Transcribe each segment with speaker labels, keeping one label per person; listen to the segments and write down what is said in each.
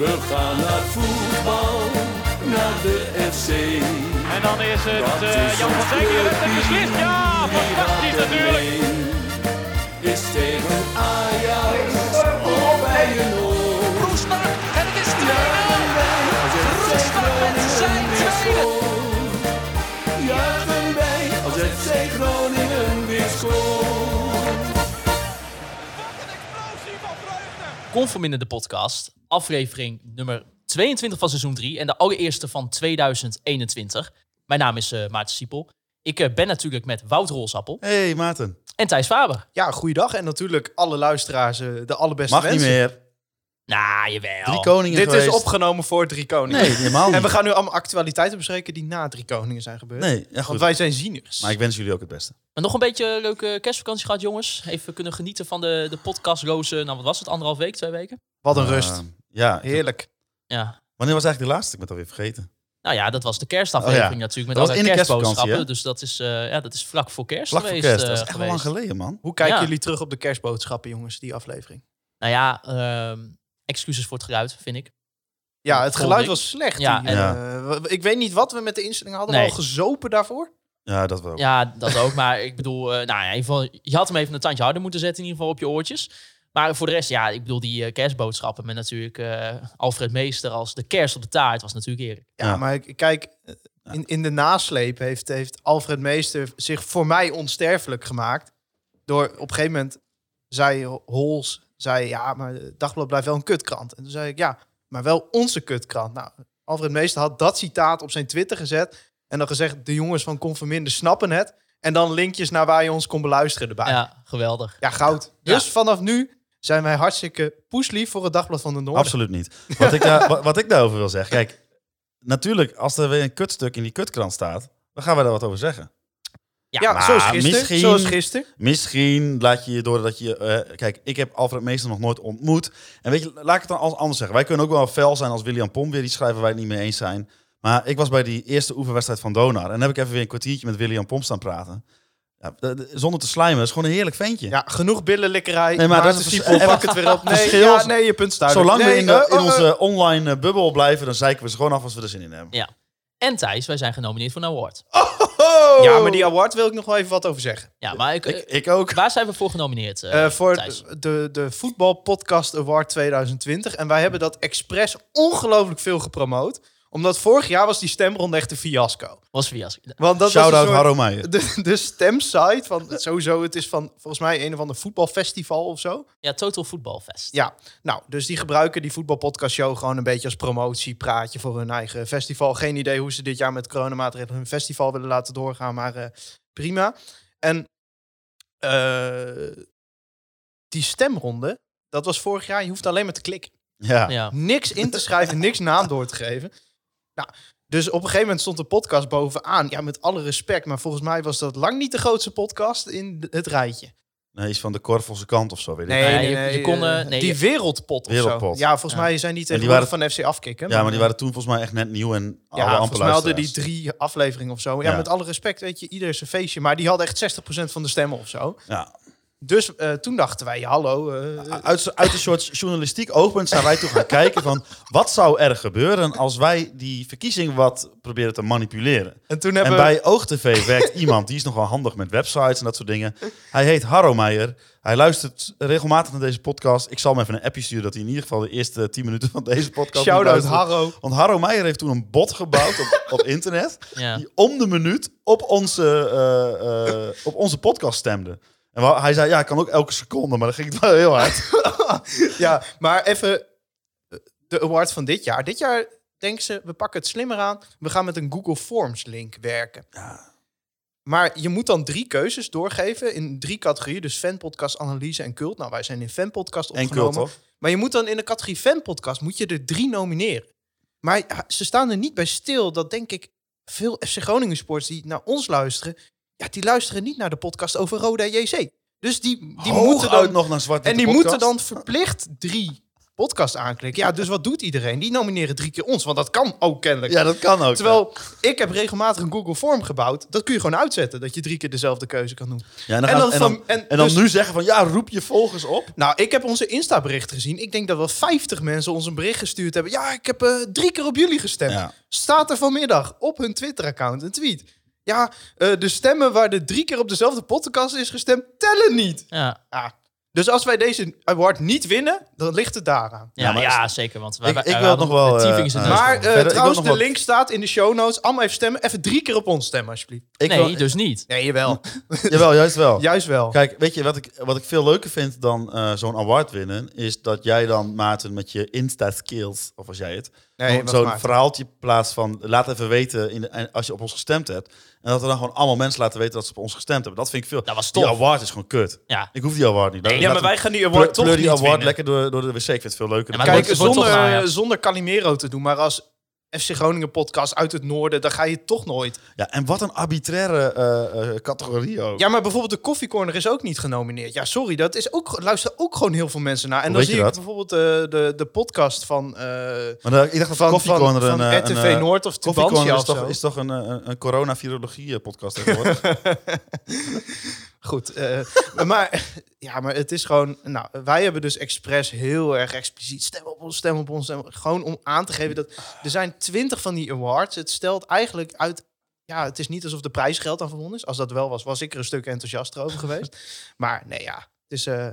Speaker 1: We gaan naar voetbal, naar de FC.
Speaker 2: En dan is het
Speaker 1: Dat
Speaker 2: eh,
Speaker 1: is
Speaker 2: Jan van
Speaker 1: ons
Speaker 2: Dijk die redt en beslist. Ja,
Speaker 1: clubteam.
Speaker 2: fantastisch
Speaker 1: Wie gaat er
Speaker 2: natuurlijk.
Speaker 1: mee? Is tegen Ajax of bij een oor.
Speaker 3: Roestak en het is 2-0. Roestak met zijn tweede.
Speaker 1: Juichen wij als FC Groningen weer scoort.
Speaker 4: Conform in de podcast, aflevering nummer 22 van seizoen 3 en de allereerste van 2021. Mijn naam is eh Maarten Siepel. Ik eh, ben natuurlijk met Wout Rolsappel
Speaker 5: Hey Maarten.
Speaker 4: en Thijs Faber.
Speaker 6: Ja, goeiedag. En natuurlijk alle luisteraars, eh, de allerbeste
Speaker 5: Mag niet
Speaker 6: mensen.
Speaker 5: meer.
Speaker 4: Nou, jawel.
Speaker 5: Drie koningen
Speaker 6: Oh. Dit
Speaker 5: geweest.
Speaker 6: is opgenomen voor Drie Koningen.
Speaker 5: Nee, helemaal niet.
Speaker 6: En we gaan nu allemaal actualiteiten bespreken die na Drie Koningen zijn gebeurd.
Speaker 5: Nee, ja, goed.
Speaker 6: Want wij zijn zieners.
Speaker 5: Maar ik wens jullie ook het beste.
Speaker 4: Maar nog een beetje leuke kerstvakantie gehad, jongens. Even kunnen genieten van de, de podcastrozen. Nou, wat was het? Anderhalf week, twee weken?
Speaker 6: Wat een
Speaker 5: Eh,
Speaker 6: rust.
Speaker 5: ja.
Speaker 6: Heerlijk.
Speaker 4: Ja.
Speaker 5: Wanneer was eigenlijk de laatste? Ik ben het alweer vergeten.
Speaker 4: Nou ja, dat was de kerstaflevering
Speaker 5: Oh ja.
Speaker 4: natuurlijk. Met
Speaker 5: Dat was
Speaker 4: alle
Speaker 5: in de kerstvakantie,
Speaker 4: kerstboodschappen.
Speaker 5: hè?
Speaker 4: Dus dat is, eh, ja, dat is vlak voor kerst
Speaker 5: Vlak voor
Speaker 4: geweest.
Speaker 5: kerst.
Speaker 4: eh,
Speaker 5: Dat is echt wel lang
Speaker 4: geweest.
Speaker 5: geleden, man.
Speaker 6: Hoe kijken
Speaker 4: Ja.
Speaker 6: jullie terug op de kerstboodschappen, jongens, die aflevering?
Speaker 4: Nou ja, ehm, excuses voor het geluid, vind ik.
Speaker 6: Ja, het geluid
Speaker 4: ik.
Speaker 6: was slecht.
Speaker 4: Ja,
Speaker 6: hier. Eh, we- ik weet niet wat we met de instellingen hadden.
Speaker 4: Nee.
Speaker 6: We al gezopen daarvoor.
Speaker 5: Ja, dat wel.
Speaker 4: Ja, dat ook. Maar ik bedoel, eh, nou ja, in ieder geval, je had hem even een tandje harder moeten zetten in ieder geval op je oortjes. Maar voor de rest, ja, ik bedoel die eh, kerstboodschappen met natuurlijk eh, Alfred Meester als de kerst op de taart was natuurlijk eerlijk.
Speaker 6: Ja,
Speaker 5: Ja.
Speaker 6: maar ik- kijk, in, in de nasleep heeft, heeft Alfred Meester zich voor mij onsterfelijk gemaakt. Door op een gegeven moment zei Hols, zei ja, maar het Dagblad blijft wel een kutkrant. En toen zei ik ja, maar wel onze kutkrant. Nou, Alfred Meester had dat citaat op zijn Twitter gezet. En dan gezegd, de jongens van Conforminder snappen het. En dan linkjes naar waar je ons kon beluisteren erbij. Ja,
Speaker 4: Ja, geweldig.
Speaker 6: goud. Dus vanaf nu zijn wij hartstikke poeslief voor het Dagblad van de Noorden.
Speaker 5: Absoluut niet. Wat ik, daar, wa- wat ik daarover wil zeggen. Kijk, natuurlijk, als er weer een kutstuk in die kutkrant staat, dan gaan we daar wat over zeggen.
Speaker 4: Ja,
Speaker 6: Ja,
Speaker 5: maar
Speaker 6: zoals gisteren.
Speaker 5: misschien-
Speaker 6: Zoals gisteren.
Speaker 5: Misschien laat je je door dat je... eh, kijk, ik heb Alfred Meester nog nooit ontmoet. En weet je, laat ik het dan als anders zeggen. Wij kunnen ook wel fel zijn als William Pom weer die schrijver waar wij het niet mee eens zijn. Maar ik was bij die eerste oefenwedstrijd van Donar. En dan heb ik even weer een kwartiertje met William Pom staan praten. Ja, d- d- zonder te slijmen, dat is gewoon een heerlijk ventje.
Speaker 6: Ja, genoeg billenlikkerij.
Speaker 5: Nee, maar dat is
Speaker 6: Maarten
Speaker 5: het vers-
Speaker 6: Siepel, pak het weer op.
Speaker 5: het
Speaker 6: Nee,
Speaker 5: verschil
Speaker 6: ja,
Speaker 5: is-
Speaker 6: nee, je punt staat.
Speaker 5: Zolang we
Speaker 6: nee,
Speaker 5: in, de,
Speaker 6: eh,
Speaker 5: in
Speaker 6: eh, eh,
Speaker 5: onze online eh, bubbel blijven, dan zeiken we ze gewoon af als we er zin in hebben.
Speaker 4: En Thijs, wij zijn genomineerd voor een award.
Speaker 6: Ja, maar die award wil ik nog wel even wat over zeggen.
Speaker 4: Ja, maar ik,
Speaker 5: Ik,
Speaker 4: eh,
Speaker 5: ik ook.
Speaker 4: waar zijn we voor genomineerd? eh,
Speaker 6: Eh, voor
Speaker 4: Thijs?
Speaker 6: de, de Voetbal Podcast Award 2020. En wij hebben dat expres ongelooflijk veel gepromoot. Omdat vorig jaar was die stemronde echt een fiasco.
Speaker 4: Was Vias.
Speaker 6: Want dat was
Speaker 5: Shout-out
Speaker 6: een soort-
Speaker 5: Harro Meijer.
Speaker 6: De, de stemsite van sowieso, het is van volgens mij een of ander voetbalfestival of zo.
Speaker 4: Ja, Total Voetbalfest.
Speaker 6: Ja, nou, dus die gebruiken die voetbalpodcastshow gewoon een beetje als promotiepraatje voor hun eigen festival. Geen idee hoe ze dit jaar met coronamaatregelen hun festival willen laten doorgaan, maar eh, prima. En eh, die stemronde, dat was vorig jaar, je hoeft alleen maar te klikken.
Speaker 5: Ja.
Speaker 4: Ja.
Speaker 6: Niks in te schrijven, niks naam door te geven. Nou, dus op een gegeven moment stond de podcast bovenaan. Ja, met alle respect, maar volgens mij was dat lang niet de grootste podcast in het rijtje.
Speaker 5: Nee, iets van de Korvelse kant of zo. Weet ik.
Speaker 4: Nee, je- je kon,
Speaker 6: eh,
Speaker 4: eh, nee, je-
Speaker 6: die wereldpot of
Speaker 5: Wereldpot.
Speaker 6: zo. Ja, volgens
Speaker 4: Ja.
Speaker 6: mij zijn die
Speaker 5: die
Speaker 6: tegenwoordig van FC afkicken.
Speaker 5: Ja, maar die waren toen volgens mij echt net nieuw en
Speaker 6: ja,
Speaker 5: alle amper
Speaker 6: volgens mij hadden die
Speaker 5: luisteraars.
Speaker 6: drie afleveringen of zo. Ja,
Speaker 5: Ja.
Speaker 6: met alle respect, weet je, ieder zijn feestje. Maar die hadden echt 60% van de stemmen of zo.
Speaker 5: Ja.
Speaker 6: Dus eh, toen dachten wij, ja, hallo. eh,
Speaker 5: Uit, uit een soort journalistiek oogpunt zijn wij toen gaan kijken van... wat zou er gebeuren als wij die verkiezing wat proberen te manipuleren?
Speaker 6: en toen
Speaker 5: En
Speaker 6: hebben
Speaker 5: bij OogTV werkt iemand, die is nogal handig met websites en dat soort dingen. Hij heet Harro Meijer. Hij luistert regelmatig naar deze podcast. Ik zal hem even een appje sturen dat hij in ieder geval de eerste 10 minuten van deze podcast... moet
Speaker 6: shout-out
Speaker 5: luisteren.
Speaker 6: Harro.
Speaker 5: Want Harro Meijer heeft toen een bot gebouwd op, op internet...
Speaker 4: Ja.
Speaker 5: die om de minuut op onze, eh, eh, op onze podcast stemde. En wa- hij zei, ja, ik kan ook elke seconde, maar dan ging het wel heel hard.
Speaker 6: Ja, maar even eh, de award van dit jaar. Dit jaar denken ze, we pakken het slimmer aan. We gaan met een Google Forms link werken. Maar je moet dan drie keuzes doorgeven in drie categorieën. Dus fanpodcast, analyse en cult. Nou, wij zijn in fanpodcast
Speaker 5: En
Speaker 6: opgenomen.
Speaker 5: kult, toch?
Speaker 6: Maar je moet dan in de categorie fanpodcast moet je er drie nomineren. Maar ja, ze staan er niet bij stil. Dat denk ik veel FC Groningen sports die naar ons luisteren. Ja, die luisteren niet naar de podcast over Roda JC. Dus die, die moeten dan
Speaker 5: nog naar zwart
Speaker 6: en die moeten dan verplicht drie podcast aanklikken. Ja, dus wat doet iedereen? Die nomineren drie keer ons, want dat kan ook kennelijk.
Speaker 5: Ja, dat kan ook.
Speaker 6: Terwijl ik heb regelmatig een Google Form gebouwd. Dat kun je gewoon uitzetten, dat je drie keer dezelfde keuze kan doen.
Speaker 5: ja, en dan,
Speaker 6: en
Speaker 5: gaan-
Speaker 6: dan
Speaker 5: en dan,
Speaker 6: van- en
Speaker 5: en dan
Speaker 6: dus-
Speaker 5: nu zeggen van ja, roep je volgers op.
Speaker 6: Nou, ik heb onze Insta-bericht gezien. Ik denk dat wel 50 mensen ons een bericht gestuurd hebben. Ja, ik heb eh, drie keer op jullie gestemd.
Speaker 5: Ja.
Speaker 6: Staat er vanmiddag op hun Twitter-account een tweet. Ja, eh, de stemmen waar de drie keer op dezelfde podcast is gestemd, tellen niet.
Speaker 4: Ja,
Speaker 6: Ah, dus als wij deze award niet winnen, dan ligt het daaraan.
Speaker 4: ja,
Speaker 5: Ja, maar-
Speaker 4: ja, zeker. Want wij,
Speaker 5: Ik-
Speaker 4: wij-
Speaker 5: ik
Speaker 4: wij
Speaker 5: wil
Speaker 4: hadden
Speaker 5: nog wel,
Speaker 4: met
Speaker 5: eh,
Speaker 4: Tiefing is het
Speaker 5: eh,
Speaker 4: dus-
Speaker 6: Maar eh,
Speaker 5: Verder, ik wil
Speaker 6: trouwens,
Speaker 5: nog
Speaker 6: de
Speaker 5: wat-
Speaker 6: link staat in de show notes. Allemaal even stemmen. Even drie keer op ons stemmen, alsjeblieft.
Speaker 5: Ik
Speaker 4: nee,
Speaker 5: wil-
Speaker 4: dus niet.
Speaker 6: Nee, dus- jawel.
Speaker 5: Jawel, juist wel.
Speaker 6: Juist wel.
Speaker 5: Kijk, weet je wat ik, wat ik veel leuker vind dan eh, zo'n award winnen? Is dat jij dan, Maarten, met je Insta-skills, of als jij het,
Speaker 6: Nee,
Speaker 5: dan
Speaker 6: wacht
Speaker 5: zo'n
Speaker 6: maar.
Speaker 5: verhaaltje plaatst van laat even weten in de- en als je op ons gestemd hebt. En dat er dan gewoon allemaal mensen laten weten dat ze op ons gestemd hebben. Dat vind ik veel.
Speaker 4: Dat was
Speaker 5: die
Speaker 4: tof.
Speaker 5: award is gewoon kut.
Speaker 4: Ja.
Speaker 5: Ik hoef die award niet.
Speaker 6: Ja, maar wij gaan die award toch
Speaker 5: pleur
Speaker 6: niet
Speaker 5: die award
Speaker 6: winnen.
Speaker 5: lekker door, door de wc. Ik vind het veel leuker.
Speaker 4: Ja, maar
Speaker 5: Dan-
Speaker 6: Kijk,
Speaker 4: het wordt- het wordt
Speaker 6: zonder,
Speaker 4: toch een, ja.
Speaker 6: zonder Calimero te doen, maar als FC Groningen podcast uit het noorden, dan ga je toch nooit.
Speaker 5: ja, en wat een arbitraire eh, eh, categorie ook.
Speaker 6: Ja, maar bijvoorbeeld de koffiecorner is ook niet genomineerd. Ja, sorry, dat is ook luisteren ook gewoon heel veel mensen naar. En
Speaker 5: Hoe
Speaker 6: dan
Speaker 5: weet
Speaker 6: zie
Speaker 5: je
Speaker 6: ik
Speaker 5: dat?
Speaker 6: bijvoorbeeld eh, de, de podcast van eh,
Speaker 5: Maar dan- ik dacht dat
Speaker 6: van,
Speaker 5: Coffee
Speaker 6: van,
Speaker 5: Corner
Speaker 6: van
Speaker 5: een, eh,
Speaker 6: RTV
Speaker 5: een, eh,
Speaker 6: Noord of
Speaker 5: Coffee Corner
Speaker 6: Tubantia
Speaker 5: is
Speaker 6: of zo.
Speaker 5: toch, is toch een, eh, een, een corona-virologie-podcast tegenwoordig?
Speaker 6: Goed, eh, maar, ja, maar het is gewoon... Nou, wij hebben dus expres heel erg expliciet... stem op ons, stem op ons. stem op- gewoon om aan te geven dat er zijn twintig van die awards. Het stelt eigenlijk uit... Ja, het is niet alsof de prijsgeld aan verbonden is. Als dat wel was, was ik er een stuk enthousiaster over geweest. Maar nee, ja. Het is, eh,
Speaker 4: Maar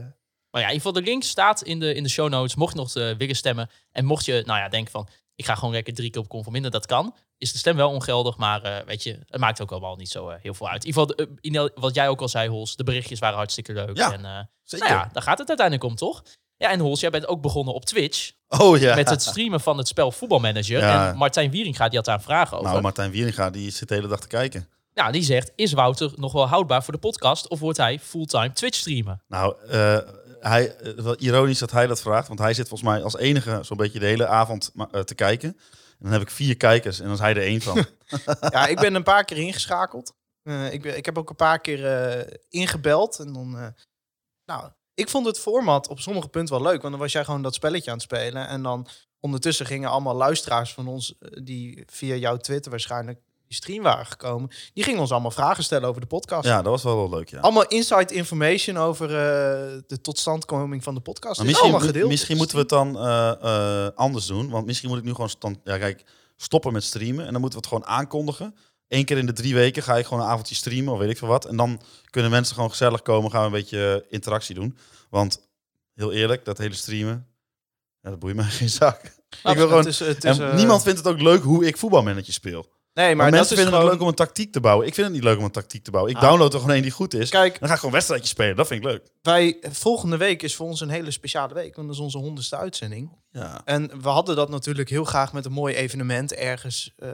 Speaker 4: ja, in ieder geval de link staat in de, in de show notes. Mocht je nog eh, willen stemmen. En mocht je, nou ja, denken van... Ik ga gewoon lekker drie keer op conforminder. Dat kan. Is de stem wel ongeldig. Maar eh, weet je, het maakt ook allemaal niet zo eh, heel veel uit. In ieder geval, eh, in el- wat jij ook al zei, Hols. De berichtjes waren hartstikke leuk.
Speaker 5: Ja,
Speaker 4: en, eh,
Speaker 5: Zeker.
Speaker 4: nou ja, daar gaat het uiteindelijk om, toch? Ja, en Hols, jij bent ook begonnen op Twitch.
Speaker 5: Oh ja.
Speaker 4: Met het streamen van het spel Voetbalmanager.
Speaker 5: Ja.
Speaker 4: En Martijn Wieringa, die had daar vragen over.
Speaker 5: Nou, Martijn Wieringa, die zit de hele dag te kijken.
Speaker 4: Nou, die zegt, is Wouter nog wel houdbaar voor de podcast? Of wordt hij fulltime Twitch streamen?
Speaker 5: Nou, eh, hij, eh, wel ironisch dat hij dat vraagt, want hij zit volgens mij als enige zo'n beetje de hele avond ma- eh, te kijken. En dan heb ik vier kijkers en dan is hij er één van.
Speaker 6: ja, ik ben een paar keer ingeschakeld. Eh, ik, ben, ik heb ook een paar keer eh, ingebeld. En dan, eh, nou, ik vond het format op sommige punten wel leuk. Want dan was jij gewoon dat spelletje aan het spelen. En dan ondertussen gingen allemaal luisteraars van ons... eh, die via jouw Twitter waarschijnlijk die stream waren gekomen... die gingen ons allemaal vragen stellen over de podcast.
Speaker 5: ja, dat was wel, wel leuk, ja.
Speaker 6: Allemaal inside information over eh, de totstandkoming van de podcast.
Speaker 5: Maar
Speaker 6: Is
Speaker 5: misschien,
Speaker 6: allemaal Oh, gedeeld.
Speaker 5: misschien moeten we het dan eh, eh, anders doen, want misschien moet ik nu gewoon stand, ja, kijk, stoppen met streamen en dan moeten we het gewoon aankondigen. Eén keer in de drie weken ga ik gewoon een avondje streamen of weet ik veel wat. En dan kunnen mensen gewoon gezellig komen, gaan we een beetje eh, interactie doen. Want heel eerlijk, dat hele streamen, ja, dat boeit mij geen zak. ik
Speaker 6: Nou,
Speaker 5: wil gewoon-
Speaker 6: het is- het is,
Speaker 5: En
Speaker 6: eh,
Speaker 5: niemand vindt het ook leuk hoe ik voetbalmanager speel.
Speaker 6: Nee,
Speaker 5: Maar
Speaker 6: maar dat
Speaker 5: mensen
Speaker 6: is
Speaker 5: vinden
Speaker 6: gewoon... Ah.
Speaker 5: het leuk om een tactiek te bouwen. Ik vind het niet leuk om een tactiek te bouwen. Ik download er gewoon één die goed is.
Speaker 6: Kijk,
Speaker 5: En dan ga ik gewoon wedstrijdjes spelen. Dat vind ik leuk.
Speaker 6: wij, volgende week is voor ons een hele speciale week. Want dat is onze honderdste uitzending.
Speaker 5: Ja.
Speaker 6: En we hadden dat natuurlijk heel graag met een mooi evenement ergens. eh,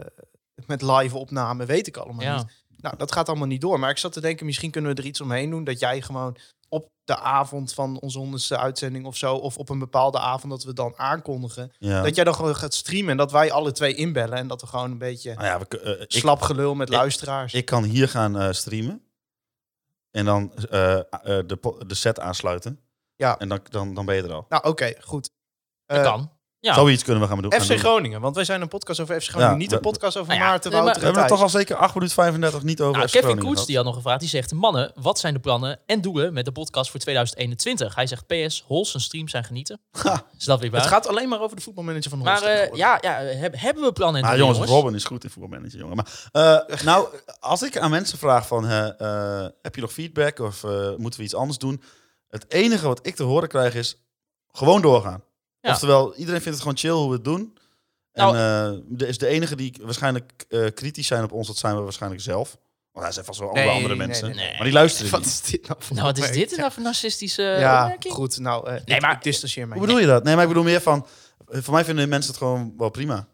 Speaker 6: met live opname, weet ik allemaal
Speaker 4: Ja.
Speaker 6: niet. Nou, dat gaat allemaal niet door. Maar ik zat te denken, misschien kunnen we er iets omheen doen. Dat jij gewoon op de avond van onze honderdste uitzending of zo... of op een bepaalde avond dat we dan aankondigen...
Speaker 5: ja.
Speaker 6: dat jij dan gewoon gaat streamen en dat wij alle twee inbellen... en dat we gewoon een beetje
Speaker 5: Nou ja, we, kun- eh, ik,
Speaker 6: slap gelul met
Speaker 5: ik-
Speaker 6: luisteraars...
Speaker 5: ik kan hier gaan eh, streamen. En dan eh, eh, de, po- de set aansluiten.
Speaker 6: Ja.
Speaker 5: En dan, dan, dan ben je er al.
Speaker 6: nou, oké, goed.
Speaker 4: Dat
Speaker 6: Eh,
Speaker 4: kan. Ja.
Speaker 5: Zoiets kunnen we gaan doen. gaan
Speaker 6: FC
Speaker 5: doen.
Speaker 6: Groningen, want wij zijn een podcast over FC Groningen.
Speaker 5: Ja,
Speaker 6: niet een
Speaker 5: we-
Speaker 6: podcast over
Speaker 4: Nou ja,
Speaker 6: Maarten,
Speaker 4: nee, maar-
Speaker 5: We
Speaker 6: Wouter
Speaker 5: hebben
Speaker 6: en
Speaker 5: het
Speaker 6: Thijs.
Speaker 5: toch al zeker 8 minuten 35 niet over
Speaker 4: Nou,
Speaker 5: FC
Speaker 4: Kevin
Speaker 5: Groningen
Speaker 4: Koets
Speaker 5: gehad.
Speaker 4: die had nog gevraagd. Die zegt: Mannen, wat zijn de plannen en doelen met de podcast voor 2021? Hij zegt: PS, Hols en stream zijn genieten. Is dat weer waar?
Speaker 6: Het gaat alleen maar over de voetbalmanager van
Speaker 4: maar
Speaker 6: Holstein.
Speaker 4: eh,
Speaker 6: geworden.
Speaker 4: ja, ja heb- hebben we plannen en
Speaker 5: Maar
Speaker 4: doelen?
Speaker 5: jongens, Robin is goed in voetbalmanager, jongen. Maar, eh, nou, als ik aan mensen vraag van, eh, eh, heb je nog feedback of eh, moeten we iets anders doen? Het enige wat ik te horen krijg is, gewoon doorgaan.
Speaker 4: Ja.
Speaker 5: Oftewel, iedereen vindt het gewoon chill hoe we het doen. En eh, de, is de enige die waarschijnlijk eh, kritisch zijn op ons, dat zijn we waarschijnlijk zelf. Want hij zijn vast wel
Speaker 6: Nee,
Speaker 5: andere, andere
Speaker 6: nee,
Speaker 5: mensen.
Speaker 6: nee,
Speaker 4: nee.
Speaker 5: Maar die luisteren
Speaker 6: Wat
Speaker 5: niet.
Speaker 6: is dit nou voor
Speaker 4: Nou, wat is
Speaker 6: opmerking?
Speaker 4: dit nou voor narcistische
Speaker 6: Ja,
Speaker 4: opmerking?
Speaker 6: goed. Nou, eh,
Speaker 4: Nee,
Speaker 6: ik-
Speaker 4: maar-
Speaker 6: ik distancieer mij.
Speaker 5: Hoe bedoel je dat? Nee, maar ik bedoel meer van, eh, voor mij vinden mensen het gewoon wel prima.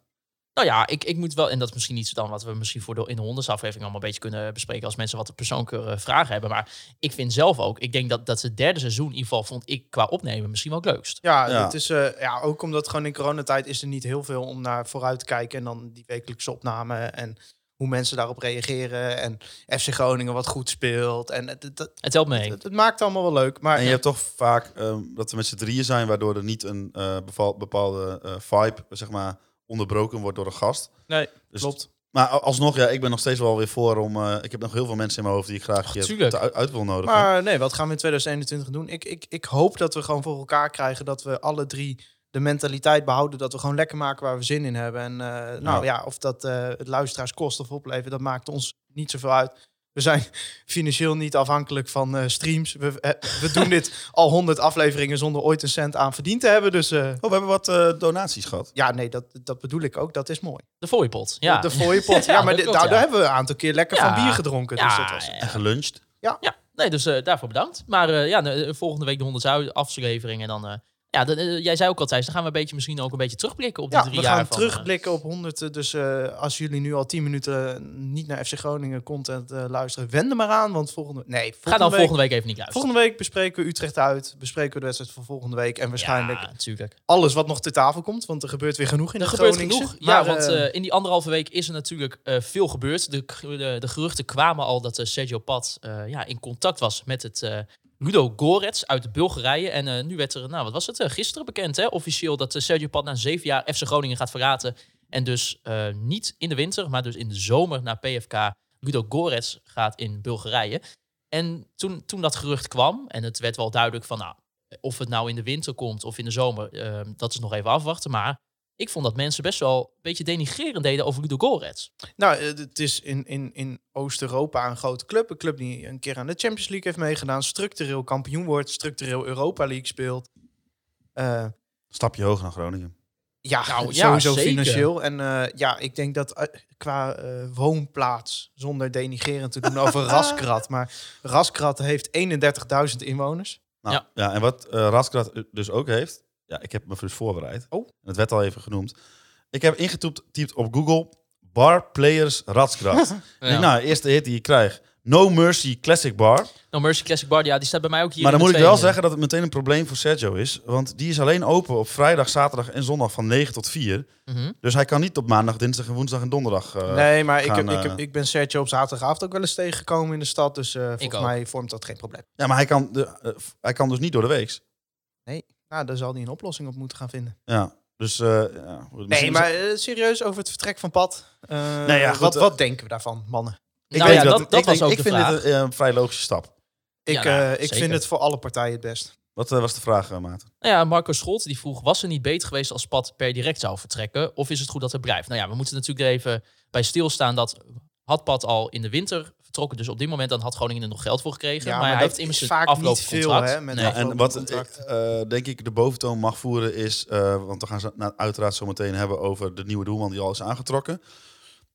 Speaker 4: Nou ja, ik, ik moet wel, en dat is misschien iets dan wat we misschien voor de, in de hondensaflevering allemaal een beetje kunnen bespreken als mensen wat de persoonlijke eh, vragen hebben. Maar ik vind zelf ook, ik denk dat, dat het derde seizoen in ieder geval vond ik qua opnemen misschien wel het leukst.
Speaker 6: Ja,
Speaker 5: Ja.
Speaker 6: Het is, eh, ja, ook omdat gewoon in coronatijd is er niet heel veel om naar vooruit te kijken. En dan die wekelijkse opname en hoe mensen daarop reageren. En FC Groningen wat goed speelt. En het, het, het,
Speaker 4: Het helpt me heen.
Speaker 6: het- het maakt allemaal wel leuk. Maar
Speaker 5: En je hebt toch vaak ehm, dat we met z'n drieën zijn, waardoor er niet een eh, beval- bepaalde eh, vibe, zeg maar, onderbroken wordt door een gast.
Speaker 4: Nee,
Speaker 5: Dus-
Speaker 4: klopt.
Speaker 5: Maar a- alsnog, ja, ik ben nog steeds wel weer voor om... eh, ik heb nog heel veel mensen in mijn hoofd die ik graag hier
Speaker 4: tuurlijk.
Speaker 5: te- uit, uit wil nodigen.
Speaker 6: Maar nee, wat gaan we in 2021 doen? Ik, ik, ik hoop dat we gewoon voor elkaar krijgen dat we alle drie de mentaliteit behouden. Dat we gewoon lekker maken waar we zin in hebben. En eh, nou ja, of dat eh, het luisteraars kost of oplevert, dat maakt ons niet zoveel uit. We zijn financieel niet afhankelijk van eh, streams. We, eh, we doen dit al 100 afleveringen zonder ooit een cent aan verdiend te hebben. Dus eh,
Speaker 5: Oh, we hebben wat eh, donaties gehad.
Speaker 6: ja, nee, dat, dat bedoel ik ook. Dat is mooi.
Speaker 4: De fooiepot. Ja.
Speaker 6: De fooiepot. Ja,
Speaker 4: Ja,
Speaker 6: maar
Speaker 4: dat
Speaker 6: dit-
Speaker 4: klopt,
Speaker 6: daar, daar
Speaker 4: ja.
Speaker 6: hebben we een aantal keer lekker
Speaker 4: Ja.
Speaker 6: van bier gedronken. Dus dat
Speaker 4: ja,
Speaker 6: was...
Speaker 5: En
Speaker 4: ja,
Speaker 5: geluncht.
Speaker 4: ja. nee, dus eh, daarvoor bedankt. Maar eh, ja, de- de volgende week de 100 aflevering en dan... eh, ja, dan, eh, jij zei ook al, Thijs, dan gaan we een beetje, misschien ook een beetje terugblikken op die
Speaker 6: Ja,
Speaker 4: drie
Speaker 6: we
Speaker 4: jaar
Speaker 6: gaan
Speaker 4: van, eh,
Speaker 6: terugblikken op 100. Dus eh, als jullie nu al 10 minuten eh, niet naar FC Groningen content eh, luisteren, wend er maar aan. Want volgende, nee, volgende,
Speaker 4: Ga dan
Speaker 6: week,
Speaker 4: volgende week even niet luisteren.
Speaker 6: volgende week bespreken we Utrecht uit. Bespreken we de wedstrijd van volgende week. En waarschijnlijk
Speaker 4: Ja, natuurlijk.
Speaker 6: alles wat nog ter tafel komt. Want er gebeurt weer genoeg in
Speaker 4: Er
Speaker 6: de
Speaker 4: gebeurt
Speaker 6: Groningse.
Speaker 4: genoeg. ja,
Speaker 6: Maar,
Speaker 4: want
Speaker 6: eh,
Speaker 4: eh, in die anderhalve week is er natuurlijk eh, veel gebeurd. De, de, de geruchten kwamen al dat eh, Sergio Pat eh, ja, in contact was met het eh, Ludo Gorets uit Bulgarije. En eh, nu werd er, nou wat was het, eh, gisteren bekend hè, officieel dat eh, Sergio Pat na zeven jaar FC Groningen gaat verlaten. En dus eh, niet in de winter, maar dus in de zomer naar PFK Ludo Gorets gaat in Bulgarije. En toen, toen dat gerucht kwam, en het werd wel duidelijk van nou, of het nou in de winter komt of in de zomer, eh, dat is nog even afwachten. Maar ik vond dat mensen best wel een beetje denigrerend deden over Ludo Gorets.
Speaker 6: nou, eh, het is in, in, in Oost-Europa een grote club. Een club die een keer aan de Champions League heeft meegedaan. Structureel kampioen wordt. Structureel Europa League speelt. Eh,
Speaker 5: Stapje hoger naar Groningen.
Speaker 6: Ja,
Speaker 4: Nou, ja,
Speaker 6: sowieso
Speaker 4: zeker.
Speaker 6: financieel. En eh, ja, ik denk dat eh, qua eh, woonplaats, zonder denigerend te doen over Raskrat, maar Raskrat heeft 31.000 inwoners.
Speaker 5: Nou,
Speaker 4: Ja.
Speaker 5: ja. en wat eh Raskrat dus ook heeft... Ja, ik heb me dus voorbereid.
Speaker 6: Oh.
Speaker 5: En Het werd al even genoemd. Ik heb ingetypt typt op Google... Bar Players Raskrat. Ik denk, nou, eerste hit die ik krijg. No Mercy Classic Bar.
Speaker 4: Nou, Mercy Classic Bar, ja, die staat bij mij ook hier.
Speaker 5: maar dan
Speaker 4: in
Speaker 5: moet
Speaker 4: de
Speaker 5: ik wel
Speaker 4: tweede.
Speaker 5: zeggen dat het meteen een probleem voor Sergio is. Want die is alleen open op vrijdag, zaterdag en zondag van 9 tot 4.
Speaker 4: Mhm.
Speaker 5: Dus hij kan niet op maandag, dinsdag en woensdag en donderdag. eh,
Speaker 6: nee, maar ik,
Speaker 5: gaan,
Speaker 6: heb, ik, heb,
Speaker 5: eh,
Speaker 6: ik ben Sergio op zaterdagavond ook wel eens tegengekomen in de stad. Dus eh, volgens
Speaker 4: ook.
Speaker 6: mij vormt dat geen probleem.
Speaker 5: Ja, maar hij kan, de, eh, f- hij kan dus niet door de week.
Speaker 6: Nou, daar zal hij een oplossing op moeten gaan vinden.
Speaker 5: Ja, dus... eh, ja,
Speaker 6: Nee,
Speaker 5: misschien-
Speaker 6: maar eh, serieus over het vertrek van pad. Eh,
Speaker 5: Nee, ja, goed,
Speaker 6: wat,
Speaker 5: eh,
Speaker 6: wat denken we daarvan, mannen?
Speaker 5: Ik
Speaker 4: nou
Speaker 5: weet
Speaker 4: ja,
Speaker 5: dat,
Speaker 4: dat,
Speaker 5: ik
Speaker 4: dat was
Speaker 5: denk-
Speaker 4: ook
Speaker 5: Ik
Speaker 4: de
Speaker 5: vind
Speaker 4: vraag.
Speaker 5: dit een, eh, een vrij logische stap.
Speaker 6: Ik,
Speaker 4: nou,
Speaker 6: eh, ik
Speaker 4: zeker.
Speaker 6: vind het voor alle partijen het best.
Speaker 5: Wat eh, was de vraag, eh, Maarten?
Speaker 4: Nou ja, Marco Scholt die vroeg, was er niet beter geweest als Pat per direct zou vertrekken? Of is het goed dat hij blijft? Nou ja, we moeten natuurlijk er even bij stilstaan dat had Pat al in de winter vertrokken. Dus op dit moment dan had Groningen er nog geld voor gekregen. maar, hij
Speaker 6: dat
Speaker 4: heeft immers
Speaker 6: is
Speaker 4: een
Speaker 6: vaak niet
Speaker 4: afloopcontract.
Speaker 6: veel hè, met
Speaker 4: Nee.
Speaker 6: een
Speaker 5: en wat ik,
Speaker 6: afloopcontract.
Speaker 5: eh, denk ik de boventoon mag voeren is... eh, want we gaan het na- uiteraard zo meteen hebben over de nieuwe doelman die al is aangetrokken.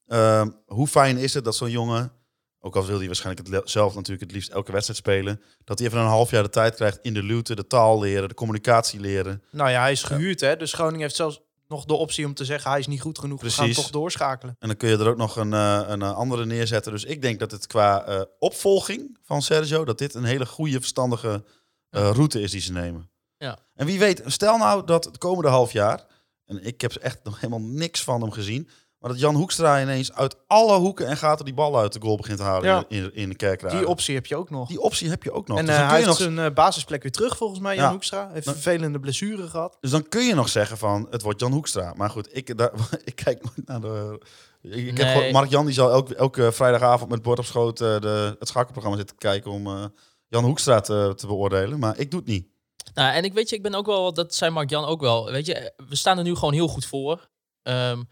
Speaker 5: Ehm, hoe fijn is het dat zo'n jongen... Ook al wil hij waarschijnlijk het le- zelf natuurlijk het liefst elke wedstrijd spelen... dat hij even een half jaar de tijd krijgt in de luwte, de taal leren, de communicatie leren.
Speaker 6: Nou ja, hij is gehuurd, hè? Dus Groningen heeft zelfs nog de optie om te zeggen: hij is niet goed genoeg. We gaan
Speaker 5: Precies.
Speaker 6: hem toch doorschakelen.
Speaker 5: En dan kun je er ook nog een, eh, een eh, andere neerzetten. Dus ik denk dat het qua eh, opvolging van Sergio, dat dit een hele goede, verstandige eh, route is die ze nemen.
Speaker 4: Ja.
Speaker 5: En wie weet, stel nou dat het komende half jaar, en ik heb echt nog helemaal niks van hem gezien, maar dat Jan Hoekstra ineens uit alle hoeken en gaten die bal uit de goal begint te halen
Speaker 6: Ja.
Speaker 5: in, in de kerkraad.
Speaker 6: Die optie heb je ook nog.
Speaker 5: Die optie heb je ook nog.
Speaker 6: en
Speaker 5: dus,
Speaker 6: eh,
Speaker 5: dan
Speaker 6: hij
Speaker 5: kun je
Speaker 6: heeft
Speaker 5: nog,
Speaker 6: zijn eh, basisplek weer terug, volgens mij. Jan
Speaker 5: Ja.
Speaker 6: Hoekstra heeft
Speaker 5: Nou-
Speaker 6: vervelende blessure gehad.
Speaker 5: dus dan kun je nog zeggen van, het wordt Jan Hoekstra. Maar goed, ik, daar, ik kijk nooit naar de... Ik, ik heb
Speaker 4: Nee.
Speaker 5: gewoon- Mark Jan die zal elke, elke vrijdagavond met bord op schoot eh, de, het schakelprogramma zitten kijken om eh, Jan Hoekstra te, te beoordelen. Maar ik doe het niet.
Speaker 4: Nou, en ik weet je, ik ben ook wel, dat zei Mark Jan ook wel. Weet je, eh, we staan er nu gewoon heel goed voor. Ehm,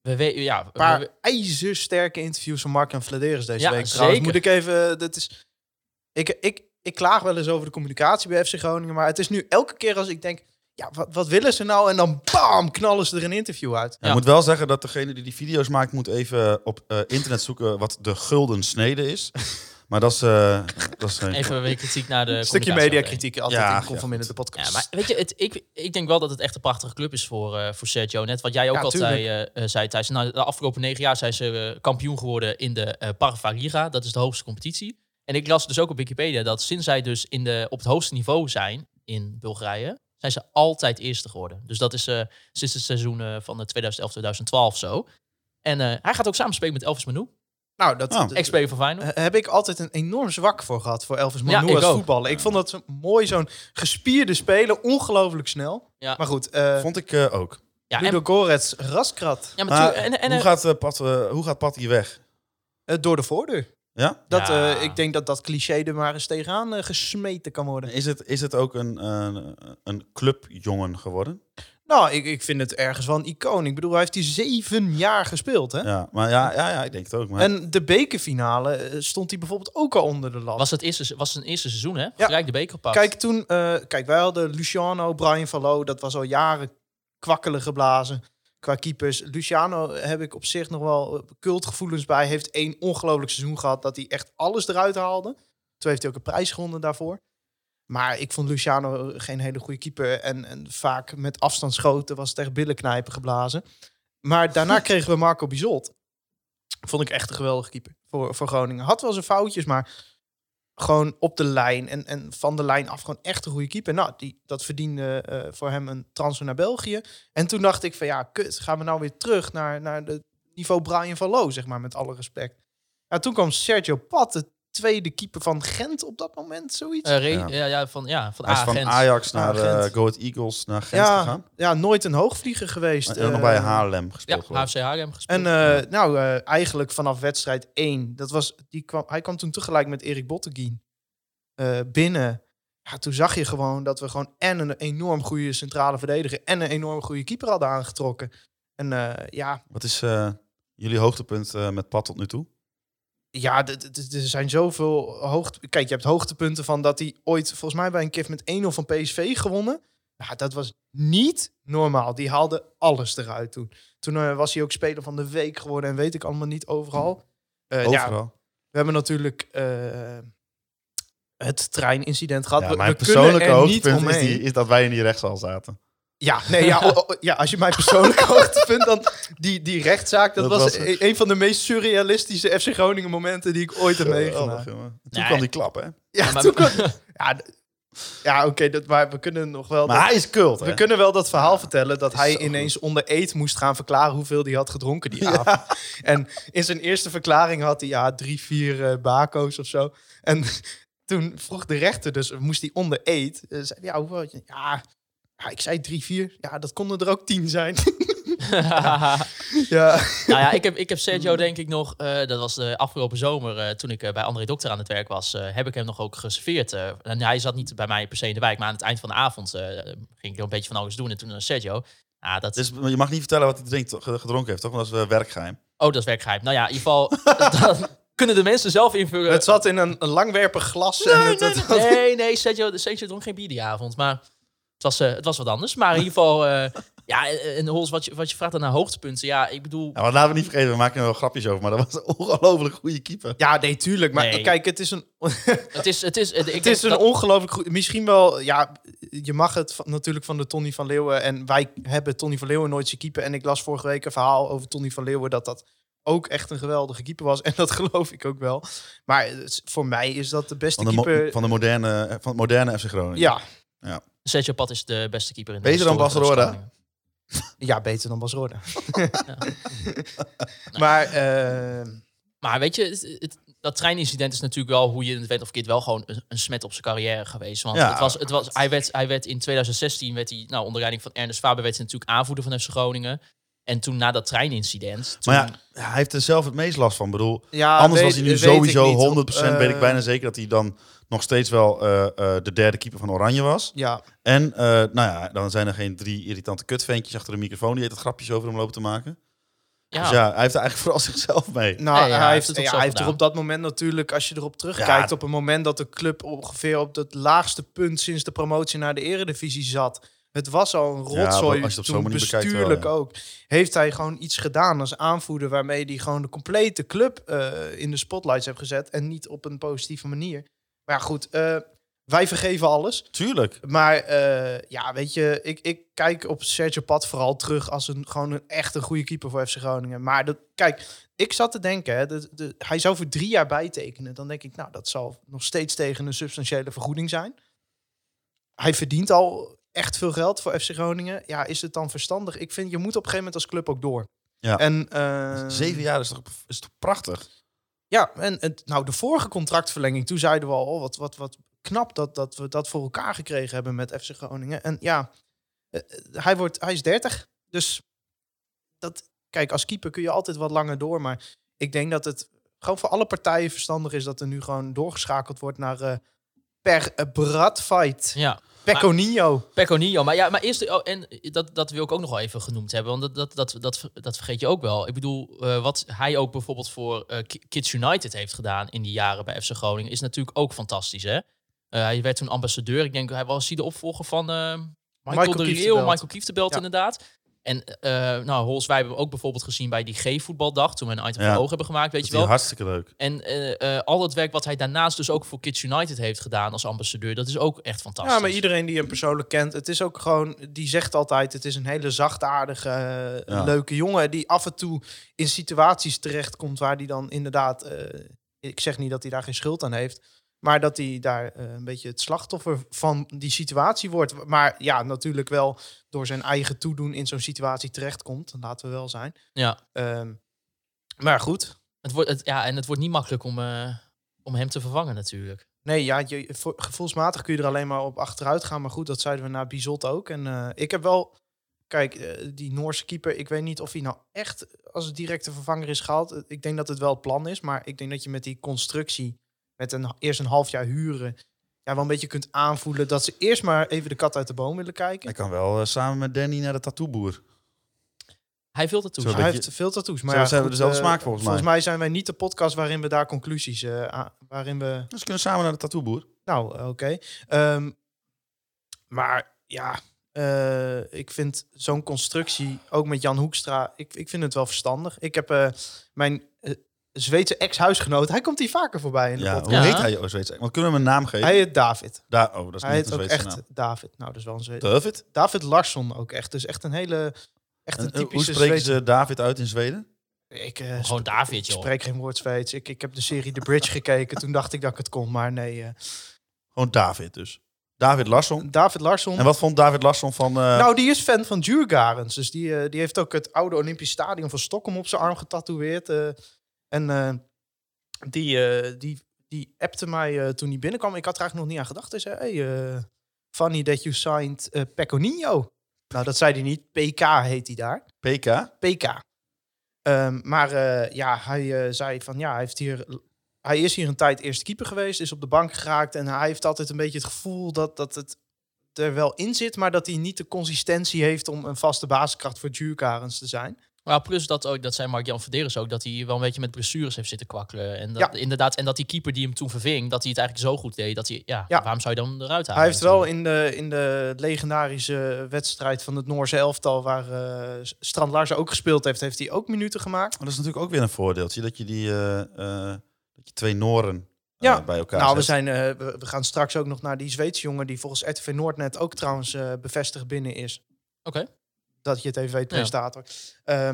Speaker 4: we weten, ja,
Speaker 6: Een paar
Speaker 4: we-
Speaker 6: ijzersterke interviews van Mark en Vladeris deze
Speaker 4: Ja,
Speaker 6: week. Trouwens,
Speaker 4: zeker.
Speaker 6: moet ik even. eh, Dat is, ik, ik, ik klaag wel eens over de communicatie bij FC Groningen. Maar het is nu elke keer als ik denk: ja, wat, wat willen ze nou? En dan bam, knallen ze er een interview uit.
Speaker 5: Ja.
Speaker 4: Ja.
Speaker 5: Ik moet wel zeggen dat degene die die video's maakt moet even op eh, internet zoeken wat de gulden snede is. maar dat is... eh, dat is geen-
Speaker 4: even weer kritiek naar de
Speaker 6: Een stukje
Speaker 4: communicatieafdeling.
Speaker 6: mediakritiek altijd
Speaker 5: Ja,
Speaker 6: in Kom
Speaker 5: ja,
Speaker 6: van Binnen de
Speaker 4: Ja,
Speaker 6: podcast.
Speaker 4: maar weet je, het, ik, ik denk wel dat het echt een prachtige club is voor, eh, voor Sergio. Net wat jij ook
Speaker 6: Ja,
Speaker 4: al zei, eh, eh, zei Thijs. Nou, de afgelopen negen jaar zijn ze eh, kampioen geworden in de eh Parva Liga. Dat is de hoogste competitie. En ik las dus ook op Wikipedia dat sinds zij dus in de, op het hoogste niveau zijn in Bulgarije, zijn ze altijd eerste geworden. Dus dat is eh, sinds het seizoen eh, van de 2011-2012 zo. En eh, hij gaat ook samenspelen met Elvis Manu,
Speaker 6: Nou, dat
Speaker 5: Oh.
Speaker 6: d-
Speaker 4: ex-speler van Feyenoord.
Speaker 6: eh, heb ik altijd een enorm zwak voor gehad voor Elvis Manu
Speaker 4: ik
Speaker 6: als
Speaker 4: ook.
Speaker 6: voetballer. Ik vond dat zo mooi, zo'n gespierde speler, ongelooflijk snel.
Speaker 4: Ja.
Speaker 6: Maar goed, eh
Speaker 5: Vond ik eh, ook.
Speaker 4: Ja, en,
Speaker 6: Ludo Goretz, raskrat
Speaker 4: ja, maar
Speaker 5: Maar
Speaker 4: tuurlijk- en, en,
Speaker 5: hoe,
Speaker 4: eh,
Speaker 5: gaat, eh, Pat, eh, hoe gaat Pat hier weg?
Speaker 6: eh, door de voordeur.
Speaker 5: Ja?
Speaker 6: Dat,
Speaker 4: Ja.
Speaker 6: eh, ik denk dat dat cliché er maar eens tegenaan eh, gesmeten kan worden.
Speaker 5: Is het, is het ook een, eh, een clubjongen geworden?
Speaker 6: Nou, ik, ik vind het ergens wel een icoon. Ik bedoel, hij heeft hier zeven jaar gespeeld, hè?
Speaker 5: Ja, maar ja, ja, ja ik denk het ook. Maar
Speaker 6: En de bekerfinale eh, stond hij bijvoorbeeld ook al onder de lat.
Speaker 4: was het eerste, was zijn eerste seizoen, hè? Gelijk de beker gepakt.
Speaker 6: Kijk, toen, eh, kijk, wij hadden Luciano, Brian Fallo, dat was al jaren kwakkelen geblazen qua keepers. Luciano heb ik op zich nog wel eh, cultgevoelens bij. Heeft één ongelooflijk seizoen gehad dat hij echt alles eruit haalde. Toen heeft hij ook een prijs gewonnen daarvoor. Maar ik vond Luciano geen hele goede keeper. En, en vaak met afstandsschoten was het echt billenknijpen geblazen. Maar daarna kregen we Marco Bizot. Vond ik echt een geweldige keeper voor, voor Groningen. Had wel zijn foutjes, maar gewoon op de lijn en, en van de lijn af gewoon echt een goede keeper. Nou, die, dat verdiende eh, voor hem een transfer naar België. En toen dacht ik van ja, kut, gaan we nou weer terug naar, naar het niveau Brian van Loo, zeg maar, met alle respect. Ja, toen kwam Sergio Pat, de tweede keeper van Gent op dat moment, zoiets.
Speaker 4: Eh, Re-
Speaker 5: Ja.
Speaker 4: ja. Ja, van, ja, van
Speaker 5: hij is van
Speaker 4: Agent.
Speaker 5: Ajax naar
Speaker 6: Ah,
Speaker 5: eh
Speaker 6: Gent.
Speaker 5: Go Ahead Eagles naar Gent
Speaker 6: ja,
Speaker 5: gegaan.
Speaker 6: ja, nooit een hoogvlieger geweest.
Speaker 5: En ook nog
Speaker 6: eh,
Speaker 5: bij Haarlem
Speaker 4: ja,
Speaker 5: gespeeld. geloof ik.
Speaker 4: HFC Haarlem gespeeld.
Speaker 6: En eh, nou, eh, eigenlijk vanaf wedstrijd 1, dat was, die kwam, hij kwam toen tegelijk met Erik Botteguin eh, binnen. Ja, toen zag je gewoon dat we gewoon en een enorm goede centrale verdediger en een enorm goede keeper hadden aangetrokken. En eh, ja,
Speaker 5: Wat is eh, jullie hoogtepunt eh, met Pat tot nu toe?
Speaker 6: ja d- d- d- er zijn zoveel hoogte... Kijk, je hebt hoogtepunten van dat hij ooit volgens mij bij een keer met 1-0 van PSV gewonnen. Ja, dat was niet normaal. Die haalde alles eruit toen. Toen eh, was hij ook speler van de week geworden en weet ik allemaal niet overal. Eh, ja,
Speaker 5: Overal.
Speaker 6: We hebben natuurlijk eh, het treinincident gehad.
Speaker 5: Ja,
Speaker 6: We-
Speaker 5: mijn
Speaker 6: we kunnen
Speaker 5: persoonlijke
Speaker 6: er
Speaker 5: hoogtepunt
Speaker 6: niet
Speaker 5: is,
Speaker 6: omheen.
Speaker 5: die, is dat wij in die rechtszaal zaten.
Speaker 6: Ja, nee, ja, o- o- ja, als je mijn persoonlijke hoogtepunt dan... Die, die rechtszaak, dat,
Speaker 5: Dat
Speaker 6: was,
Speaker 5: was
Speaker 6: e- een van de meest surrealistische FC Groningen momenten die ik ooit heb meegemaakt.
Speaker 5: Geweldig, jongen. Toen
Speaker 4: Nee.
Speaker 5: kwam die klap, hè?
Speaker 6: Ja,
Speaker 4: maar-
Speaker 6: toen kon- ja, d- ja oké, dat- maar we kunnen nog wel...
Speaker 5: Maar
Speaker 6: dat-
Speaker 5: hij is cult, hè?
Speaker 6: we kunnen wel dat verhaal vertellen dat
Speaker 5: is
Speaker 6: hij
Speaker 5: zo
Speaker 6: ineens onder eet moest gaan verklaren hoeveel hij had gedronken die avond. En in zijn eerste verklaring had hij ja, drie, vier eh, bako's of zo. En toen vroeg de rechter dus, moest hij onder eet? Eh, zei hij, ja, hoeveel? had je? Ja, ja, ik zei drie, vier. Ja, dat konden er ook tien zijn. ja.
Speaker 4: nou ja, ik heb, ik heb Sergio denk ik nog, eh, dat was de afgelopen zomer eh, toen ik eh, bij André Dokter aan het werk was, eh, heb ik hem nog ook geserveerd. eh. en hij zat niet bij mij per se in de wijk, maar aan het eind van de avond eh, ging ik nog een beetje van alles doen. En toen eh, Sergio, ah, dat,
Speaker 5: Dus je mag niet vertellen wat hij drinkt, ge- gedronken heeft, toch? Want dat is eh, werkgeheim.
Speaker 6: Dus-
Speaker 4: oh dat is werkgeheim. Nou ja, in ieder geval, dan kunnen de mensen zelf invullen.
Speaker 6: Het zat in een, een langwerpig glas. en het, het-
Speaker 4: Nee, nee, Sergio, Sergio dronk geen bier die avond. Maar het was, eh, het was wat anders. Maar in ieder geval, eh, ja, eh, en Hols, wat je, wat je vraagt dan naar hoogtepunten. Ja, ik bedoel,
Speaker 5: Ja, maar laten we niet vergeten, we maken er wel grapjes over, maar dat was een ongelooflijk goede keeper.
Speaker 6: Ja, nee, tuurlijk. Maar
Speaker 4: Nee.
Speaker 6: kijk, het is een,
Speaker 4: het is... Het is, eh, ik
Speaker 6: het
Speaker 4: denk
Speaker 6: is een
Speaker 4: dat-
Speaker 6: ongelooflijk goed. Misschien wel, ja, je mag het van- natuurlijk van de Tony van Leeuwen. En wij hebben Tony van Leeuwen nooit zien keeper. En ik las vorige week een verhaal over Tony van Leeuwen dat dat ook echt een geweldige keeper was. En dat geloof ik ook wel. Maar het is- voor mij is dat de beste
Speaker 5: Van de, mo-
Speaker 6: keeper.
Speaker 5: van de moderne, eh, van het moderne FC Groningen.
Speaker 6: ja,
Speaker 4: Sergio Pat is de beste keeper in de
Speaker 5: Beter dan
Speaker 4: historie van
Speaker 5: Bas Roda?
Speaker 4: Groningen.
Speaker 6: ja, beter dan Bas Roda. maar eh,
Speaker 4: Maar weet je, het- het- dat treinincident is natuurlijk wel hoe je het weet of kind wel gewoon een, een smet op zijn carrière geweest. Want
Speaker 5: Ja.
Speaker 4: het was, het was, hij, werd, hij werd in 2016, werd hij, nou, onder leiding van Ernest Faber, werd hij natuurlijk aanvoerder van FC Groningen. En toen na dat treinincident... Toen,
Speaker 5: Maar ja, hij heeft er zelf het meest last van. Ik bedoel,
Speaker 6: ja,
Speaker 5: anders
Speaker 6: Ah, weet-
Speaker 5: was hij nu
Speaker 6: weet
Speaker 5: sowieso
Speaker 6: ik niet.
Speaker 5: 100%, weet ik
Speaker 6: Eh,
Speaker 5: bijna zeker, dat hij dan nog steeds wel eh, eh, de derde keeper van Oranje was.
Speaker 6: Ja,
Speaker 5: En, eh, nou ja, dan zijn er geen drie irritante kutveentjes achter de microfoon die het grapjes over hem lopen te maken.
Speaker 4: ja.
Speaker 5: Dus ja, hij heeft er eigenlijk vooral zichzelf mee.
Speaker 6: Nou,
Speaker 4: Nee, ja,
Speaker 6: hij,
Speaker 4: hij heeft
Speaker 6: heeft,
Speaker 4: het
Speaker 6: ja,
Speaker 4: ook
Speaker 6: hij
Speaker 4: zelf
Speaker 6: heeft er
Speaker 4: gedaan.
Speaker 6: op dat moment natuurlijk, als je erop terugkijkt,
Speaker 5: Ja.
Speaker 6: op het moment dat de club ongeveer op het laagste punt sinds de promotie naar de eredivisie zat. Het was al een
Speaker 5: Ja,
Speaker 6: rotzooi,
Speaker 5: als je het op zo'n
Speaker 6: toen
Speaker 5: manier bekijkt wel,
Speaker 6: bestuurlijk ook. Heeft hij gewoon iets gedaan als aanvoerder waarmee hij gewoon de complete club eh, in de spotlights heeft gezet. En niet op een positieve manier. Maar ja, goed, eh, wij vergeven alles.
Speaker 5: Tuurlijk.
Speaker 6: Maar eh, ja, weet je, ik, ik kijk op Sergio Pat vooral terug als een, gewoon een echt een goede keeper voor FC Groningen. Maar dat, kijk, ik zat te denken, hè, dat- dat- hij zou voor drie jaar bijtekenen. Dan denk ik, nou, dat zal nog steeds tegen een substantiële vergoeding zijn. Hij verdient al echt veel geld voor FC Groningen. Ja, is het dan verstandig? Ik vind, je moet op een gegeven moment als club ook door.
Speaker 5: Ja.
Speaker 6: En, eh,
Speaker 5: Zeven jaar is toch, is toch prachtig?
Speaker 6: Ja, en het, nou, de vorige contractverlenging, toen zeiden we al, oh, wat, wat, wat knap dat, dat we dat voor elkaar gekregen hebben met FC Groningen. En ja, eh, eh, hij, wordt, hij is 30. Dus dat, kijk, als keeper kun je altijd wat langer door. Maar ik denk dat het gewoon voor alle partijen verstandig is dat er nu gewoon doorgeschakeld wordt naar eh, per eh, Bradfight.
Speaker 4: Ja.
Speaker 6: Peconinho.
Speaker 4: Pecorino. Maar ja, maar eerst. Oh, en dat, dat wil ik ook nog wel even genoemd hebben. Want dat, dat, dat, dat, dat vergeet je ook wel. Ik bedoel, eh, wat hij ook bijvoorbeeld voor eh, Ki- Kids United heeft gedaan in die jaren bij FC Groningen, is natuurlijk ook fantastisch. Hè? Eh, hij werd toen ambassadeur. Ik denk, hij was hij de opvolger van eh, Michael,
Speaker 6: Michael
Speaker 4: de Leeuw,
Speaker 6: Kieftenbelt.
Speaker 4: Michael Kieftenbelt
Speaker 6: Ja.
Speaker 4: inderdaad. En eh, nou, Hols, wij hebben hem ook bijvoorbeeld gezien bij die G-voetbaldag, toen we een item
Speaker 5: Ja.
Speaker 4: van oog hebben gemaakt, weet
Speaker 5: Dat
Speaker 4: je
Speaker 5: is
Speaker 4: wel.
Speaker 5: hartstikke leuk.
Speaker 4: En eh, eh, al het werk wat hij daarnaast dus ook voor Kids United heeft gedaan als ambassadeur, dat is ook echt fantastisch.
Speaker 6: Ja, maar iedereen die hem persoonlijk kent, het is ook gewoon, die zegt altijd, het is een hele zachtaardige, eh,
Speaker 5: Ja.
Speaker 6: leuke jongen die af en toe in situaties terechtkomt waar hij dan inderdaad, eh, ik zeg niet dat hij daar geen schuld aan heeft, maar dat hij daar eh, een beetje het slachtoffer van die situatie wordt. Maar ja, natuurlijk wel door zijn eigen toedoen in zo'n situatie terechtkomt, laten we wel zijn.
Speaker 4: Ja.
Speaker 6: Ehm, maar goed,
Speaker 4: Het wordt, het, ja, en het wordt niet makkelijk om, eh, om hem te vervangen natuurlijk.
Speaker 6: Nee, ja, je, vo- gevoelsmatig kun je er alleen maar op achteruit gaan. Maar goed, dat zeiden we na Bizot ook. En eh, ik heb wel... Kijk, eh, die Noorse keeper, ik weet niet of hij nou echt als directe vervanger is gehaald. Eh, Ik denk dat het wel het plan is. Maar ik denk dat je met die constructie, met een, eerst een half jaar huren... Ja, wel een beetje kunt aanvoelen dat ze eerst maar even de kat uit de boom willen kijken.
Speaker 5: Hij kan wel eh, samen met Danny naar de tattooboer.
Speaker 4: Hij wil dat toe.
Speaker 5: Zo
Speaker 6: hij
Speaker 5: dat je-
Speaker 6: heeft veel tattoos. Maar
Speaker 5: Zo
Speaker 6: ja,
Speaker 5: zijn we
Speaker 6: goed,
Speaker 5: dezelfde
Speaker 6: eh,
Speaker 5: smaak volgens mij.
Speaker 6: Volgens mij zijn wij niet de podcast waarin we daar conclusies... eh, a- waarin we
Speaker 5: Dus ze kunnen samen naar de tattooboer.
Speaker 6: Nou, oké. Ehm, maar ja, eh, ik vind zo'n constructie, ook met Jan Hoekstra, ik, ik vind het wel verstandig. Ik heb eh, mijn eh, Zweedse ex-huisgenoot, hij komt hier vaker voorbij in de
Speaker 5: Ja,
Speaker 6: podcast.
Speaker 5: hoe
Speaker 4: Ja.
Speaker 5: heet hij? Oh, Zweeds. Want kunnen we hem een naam geven?
Speaker 6: Hij heet David.
Speaker 5: Daar, oh, dat is
Speaker 6: Hij
Speaker 5: niet
Speaker 6: heet
Speaker 5: een
Speaker 6: ook
Speaker 5: Zweedse
Speaker 6: echt
Speaker 5: naam.
Speaker 6: David. Nou, dat is wel een Zweed.
Speaker 5: David?
Speaker 6: David Larsson ook echt. Dus echt een hele, echt
Speaker 5: En,
Speaker 6: een
Speaker 5: eh, hoe
Speaker 6: typische
Speaker 5: spreken
Speaker 6: Zweedse...
Speaker 5: ze David uit in Zweden?
Speaker 6: Ik eh,
Speaker 4: Gewoon David,
Speaker 6: Ik
Speaker 4: joh.
Speaker 6: spreek geen woord Zweeds. Ik, ik heb de serie The Bridge gekeken. Toen dacht ik dat ik het kon, maar nee. eh,
Speaker 5: Gewoon David dus. David Larsson.
Speaker 6: David Larsson.
Speaker 5: En wat vond David Larsson van... eh,
Speaker 6: Nou, die is fan van Djurgarens. Dus die, eh, die heeft ook het oude Olympisch Stadion van Stockholm op zijn arm getatoeëerd. eh. en eh, die, eh, die, die appte mij eh, toen hij binnenkwam. Ik had er eigenlijk nog niet aan gedacht. Hij zei, hey, eh, funny that you signed eh Pecorino. Nou, dat zei hij niet. PK heet hij daar.
Speaker 5: PK?
Speaker 6: PK. Ehm, maar eh, ja, hij eh, zei van ja, hij, heeft hier, hij is hier een tijd eerste keeper geweest, is op de bank geraakt en hij heeft altijd een beetje het gevoel dat, dat het er wel in zit, maar dat hij niet de consistentie heeft om een vaste basiskracht voor Djurkarens te zijn.
Speaker 4: Maar plus dat ook, dat zei Mark-Jan Verderes ook, dat hij wel een beetje met blessures heeft zitten kwakkelen. En dat,
Speaker 6: Ja.
Speaker 4: inderdaad, en dat die keeper die hem toen verving, dat hij het eigenlijk zo goed deed, dat hij, ja,
Speaker 6: Ja.
Speaker 4: waarom zou je dan eruit halen?
Speaker 6: Hij heeft wel
Speaker 4: natuurlijk?
Speaker 6: in de, in de legendarische wedstrijd van het Noorse elftal, waar eh Strand Larsen ook gespeeld heeft, heeft hij ook minuten gemaakt.
Speaker 5: Maar dat is natuurlijk ook weer een voordeeltje. Dat je, die, eh, eh, dat je twee Noren eh,
Speaker 6: Ja.
Speaker 5: bij elkaar
Speaker 6: Nou, we,
Speaker 5: zet.
Speaker 6: zijn, eh, we, we gaan straks ook nog naar die Zweedse jongen, die volgens RTV Noord net ook trouwens eh, bevestigd binnen is.
Speaker 4: Oké.
Speaker 6: dat je het even weet, presentator. Ja,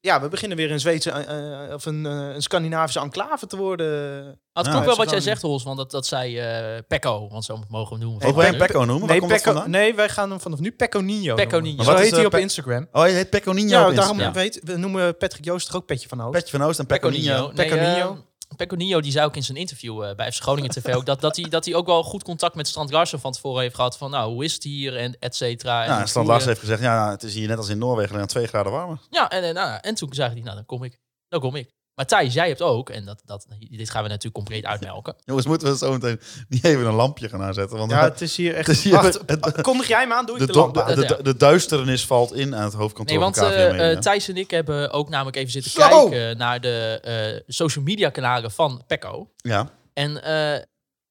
Speaker 6: ja we beginnen weer een Zweedse eh, eh, of een, eh, een Scandinavische enclave te worden.
Speaker 4: Maar het
Speaker 5: Ja.
Speaker 4: klopt wel wat jij
Speaker 6: Groningen.
Speaker 4: zegt, Hols, want dat, dat zei eh Pekko, want zo mogen we hem noemen.
Speaker 5: Ook
Speaker 4: vanaf
Speaker 5: wij
Speaker 4: nu.
Speaker 5: hem Pecco noemen? Waar
Speaker 6: Nee,
Speaker 5: komt dat
Speaker 6: Pecco,
Speaker 5: vandaan?
Speaker 6: nee, wij gaan hem vanaf nu Pecconinho.
Speaker 4: Pecco
Speaker 6: noemen.
Speaker 4: Nino.
Speaker 5: Maar
Speaker 6: Zo
Speaker 5: wat is,
Speaker 6: heet hij
Speaker 5: eh,
Speaker 6: op
Speaker 5: Pe-
Speaker 6: Instagram.
Speaker 5: Oh, je heet Pecco Nino
Speaker 6: Ja,
Speaker 5: op
Speaker 6: daarom
Speaker 5: Instagram.
Speaker 6: weet, we noemen Patrick Joost toch ook Petje van Hoofd.
Speaker 5: Petje van Oost en Pecco Nino.
Speaker 4: Nee,
Speaker 6: Pecconino.
Speaker 4: eh, Pecconino, die zei ook in zijn interview eh, bij FC Groningen TV ook, dat, dat, hij, dat hij ook wel goed contact met Strand Larsen van tevoren heeft gehad. Van nou, hoe is het hier en et cetera.
Speaker 5: Nou,
Speaker 4: en
Speaker 5: en Stan Larsen heeft gezegd, ja, het is hier net als in Noorwegen, alleen twee graden warmer.
Speaker 4: Ja, en, en, nou, en toen zei hij, nou dan kom ik. Dan kom ik. Maar Thijs, jij hebt ook, en dat, dat, dit gaan we natuurlijk compleet uitmelken.
Speaker 5: Jongens, moeten we zo meteen niet even een lampje gaan aanzetten? Want
Speaker 6: Ja, het is hier echt...
Speaker 5: Het is hier-
Speaker 6: Wacht,
Speaker 5: het-
Speaker 6: kondig jij hem aan, doe ik
Speaker 5: de,
Speaker 6: de, lamp eh,
Speaker 5: do-
Speaker 6: aan.
Speaker 5: de, de, de duisternis valt in aan het hoofdkantoor
Speaker 4: Nee, want
Speaker 5: van KVM.
Speaker 4: eh, eh, Thijs en ik hebben ook namelijk even zitten
Speaker 5: Zo!
Speaker 4: kijken naar de eh, social media kanalen van Pecco.
Speaker 5: ja,
Speaker 4: En eh,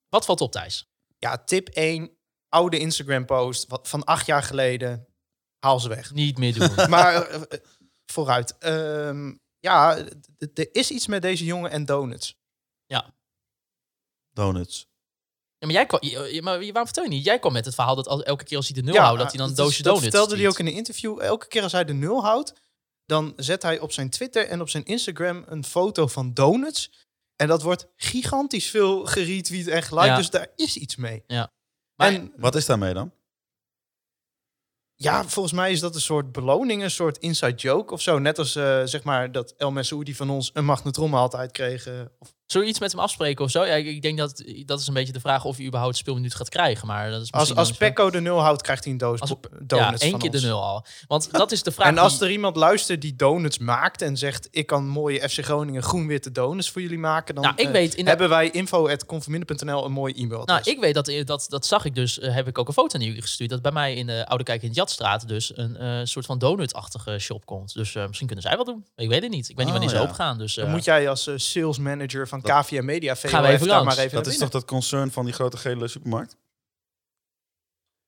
Speaker 4: wat valt op, Thijs?
Speaker 6: Ja, tip 1, oude Instagram post wat- van acht jaar geleden. Haal ze weg.
Speaker 4: Niet meer doen.
Speaker 6: Maar eh, eh, vooruit. Ehm, ja, d- d- er is iets met deze jongen en donuts.
Speaker 5: donuts.
Speaker 4: Ja, maar, jij kwam, je- je- maar waarom vertel je niet? Jij kwam met het verhaal dat al- elke keer als hij de nul houdt, dat hij dan een
Speaker 6: dat is-
Speaker 4: doosje
Speaker 6: dat
Speaker 4: donuts
Speaker 6: vertelde hij
Speaker 4: stiet.
Speaker 6: ook in een interview. Elke keer als hij de nul houdt, dan zet hij op zijn Twitter en op zijn Instagram een foto van donuts. En dat wordt gigantisch veel geretweet en geliked.
Speaker 4: Ja.
Speaker 6: Dus daar is iets mee.
Speaker 4: Maar-
Speaker 6: en
Speaker 5: Wat is daarmee dan?
Speaker 6: Ja, volgens mij is dat een soort beloning, een soort inside joke of zo. Net als eh, zeg maar dat El Messoudi van ons een magnetronmaaltijd kreeg. eh, of,
Speaker 4: Zullen we iets met hem afspreken of zo? Ja, ik, ik denk dat dat is een beetje de vraag of hij überhaupt speelminuut gaat krijgen. Maar dat is
Speaker 6: als
Speaker 4: misschien
Speaker 6: als
Speaker 4: dan zo.
Speaker 6: Pecco de nul houdt, krijgt hij een doos
Speaker 4: Als-
Speaker 6: bo-
Speaker 4: ja,
Speaker 6: donuts
Speaker 4: één
Speaker 6: van
Speaker 4: keer
Speaker 6: ons.
Speaker 4: de nul al. Want dat is de vraag.
Speaker 6: En als
Speaker 4: die-
Speaker 6: er iemand luistert die donuts maakt en zegt... ik kan mooie FC Groningen groen-witte donuts voor jullie maken... dan
Speaker 4: Nou, ik
Speaker 6: eh,
Speaker 4: weet in de-
Speaker 6: hebben wij info.conforminder.nl een mooi e-mailadres.
Speaker 4: nou, ik weet dat, dat, dat zag ik dus. eh, heb ik ook een foto aan jullie gestuurd. Dat bij mij in de Oude Kijk in de Jatstraat dus een eh, soort van donutachtige shop komt. Dus eh, misschien kunnen zij wat doen. Ik weet het niet. Ik weet niet
Speaker 5: Oh,
Speaker 4: wanneer
Speaker 5: ja.
Speaker 4: ze open gaan. Dus eh,
Speaker 6: Dan moet jij als eh, sales manager van KVM Media VOF
Speaker 4: Gaan we even
Speaker 6: daar
Speaker 4: langs.
Speaker 6: maar even
Speaker 5: Dat
Speaker 6: naar
Speaker 5: is toch
Speaker 6: binnen.
Speaker 5: dat concern van die grote gele supermarkt?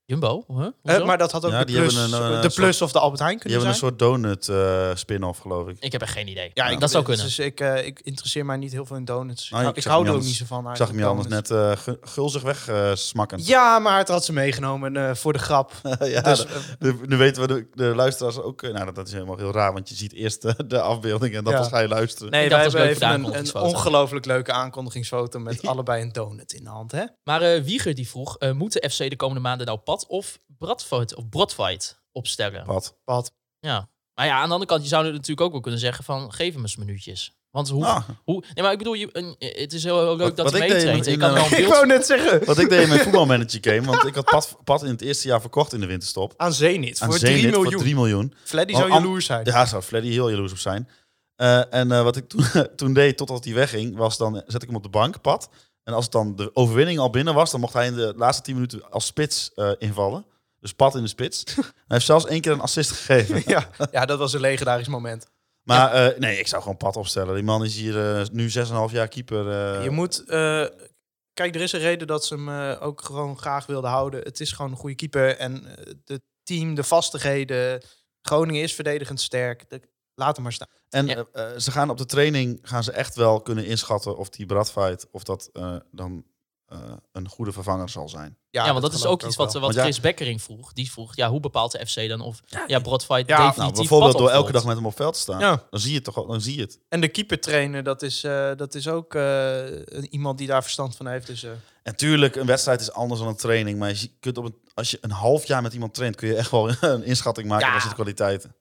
Speaker 4: Jumbo? Huh?
Speaker 6: Eh,
Speaker 4: Hoezo?
Speaker 6: maar dat had ook
Speaker 5: Ja,
Speaker 6: de,
Speaker 5: die
Speaker 6: plus,
Speaker 5: hebben een, eh,
Speaker 6: de
Speaker 5: soort-
Speaker 6: plus of de Albert Heijn
Speaker 5: Die
Speaker 6: kunnen
Speaker 5: hebben
Speaker 6: zijn.
Speaker 5: een soort donut eh, spin-off, geloof ik.
Speaker 4: Ik heb er geen idee. Nou,
Speaker 6: Ja,
Speaker 4: dat zou kunnen.
Speaker 6: Dus ik, eh, ik interesseer mij niet heel veel in donuts.
Speaker 5: Nou,
Speaker 6: ik,
Speaker 5: ik
Speaker 6: ik
Speaker 5: zag
Speaker 6: hou
Speaker 5: hem
Speaker 6: er ook
Speaker 5: niet
Speaker 6: niet zo van.
Speaker 5: Ik zag hem je anders
Speaker 6: eigenlijk,
Speaker 5: net eh, gu- gulzig eh, wegsmakken.
Speaker 6: donuts. Ja, maar het had ze meegenomen eh, voor de grap.
Speaker 5: ja,
Speaker 6: dus,
Speaker 5: d- nu, nu weten we de, de luisteraars ook. eh, nou, dat, dat is helemaal heel raar, want je ziet eerst eh, de afbeelding en dan
Speaker 6: Ja.
Speaker 5: pas ga je luisteren.
Speaker 6: Nee,
Speaker 4: Ik
Speaker 6: wij
Speaker 4: dacht, dat
Speaker 6: hebben
Speaker 4: is leuk voor de
Speaker 6: even een, een
Speaker 4: aankondigingsfoto.
Speaker 6: ongelooflijk leuke aankondigingsfoto met allebei een donut in de hand. Hè?
Speaker 4: Maar eh, Wieger die vroeg, eh, moet de FC de komende maanden nou Pat of Bradfight of Brodfight opstellen?
Speaker 5: Pat.
Speaker 6: Wat?
Speaker 4: Ja. Maar ja, aan de andere kant, je zou natuurlijk ook wel kunnen zeggen van, geef hem eens minuutjes. Want hoe...
Speaker 5: Ah,
Speaker 4: hoe nee, maar ik bedoel, je, een- het is heel, heel leuk
Speaker 5: Wat-
Speaker 4: dat
Speaker 5: wat
Speaker 4: hij
Speaker 5: ik deed
Speaker 4: meetraint.
Speaker 5: met-
Speaker 4: Ik kan
Speaker 5: in,
Speaker 4: wel
Speaker 5: eh,
Speaker 4: een
Speaker 6: Ik
Speaker 4: beeld...
Speaker 6: wou net zeggen.
Speaker 5: wat ik deed in mijn voetbalmanager game, want ik had Pat, Pat in het eerste jaar verkocht in de winterstop.
Speaker 6: Aan Zenit
Speaker 5: Aan
Speaker 6: voor
Speaker 5: Zenit
Speaker 6: 3
Speaker 5: Voor
Speaker 6: miljoen.
Speaker 5: 3 miljoen.
Speaker 6: Fleddy
Speaker 5: Want
Speaker 6: zou
Speaker 5: an-
Speaker 6: jaloers zijn.
Speaker 5: Ja, zou Freddy heel jaloers op zijn. Eh, en eh, wat ik toen, toen deed, totdat hij wegging, was dan eh, zet ik hem op de bank, pad. En als het dan de overwinning al binnen was, dan mocht hij in de laatste 10 minuten als spits eh, invallen. Dus pad in de spits. hij heeft zelfs één keer een assist gegeven.
Speaker 6: Ja. ja, dat was een legendarisch moment.
Speaker 5: Maar eh, nee, ik zou gewoon pad opstellen. Die man is hier eh, nu 6,5 jaar keeper. eh,
Speaker 6: Je moet. eh, kijk, er is een reden dat ze hem eh, ook gewoon graag wilden houden. Het is gewoon een goede keeper. En eh, het team, de vastigheden. Groningen is verdedigend sterk. De- laat hem maar staan.
Speaker 5: En
Speaker 4: Ja.
Speaker 5: eh, eh, ze gaan op de training gaan ze echt wel kunnen inschatten of die Bradfight of dat eh, dan eh, een goede vervanger zal zijn.
Speaker 4: Ja, want dat is
Speaker 6: geloof
Speaker 4: ook
Speaker 6: ik
Speaker 4: iets wat,
Speaker 6: wel.
Speaker 4: wat
Speaker 5: Want ja-
Speaker 4: Chris Beckering vroeg. Die vroeg, ja, hoe bepaalt de FC dan of ja, Brodfight
Speaker 6: Ja, nou,
Speaker 4: definitief
Speaker 5: Nou,
Speaker 4: Pat
Speaker 5: bijvoorbeeld door elke
Speaker 4: opvolgt?
Speaker 5: dag met hem op veld te staan.
Speaker 6: Ja.
Speaker 5: Dan zie je het toch al, dan zie je het.
Speaker 6: En de keeper trainen, dat is, eh, dat is ook eh, een- iemand die daar verstand van heeft. Dus, eh,
Speaker 5: En tuurlijk, een wedstrijd is anders dan een training. Maar je zie- kunt op een, als je een half jaar met iemand traint, kun je echt wel een inschatting maken
Speaker 4: Ja.
Speaker 5: van zijn kwaliteiten.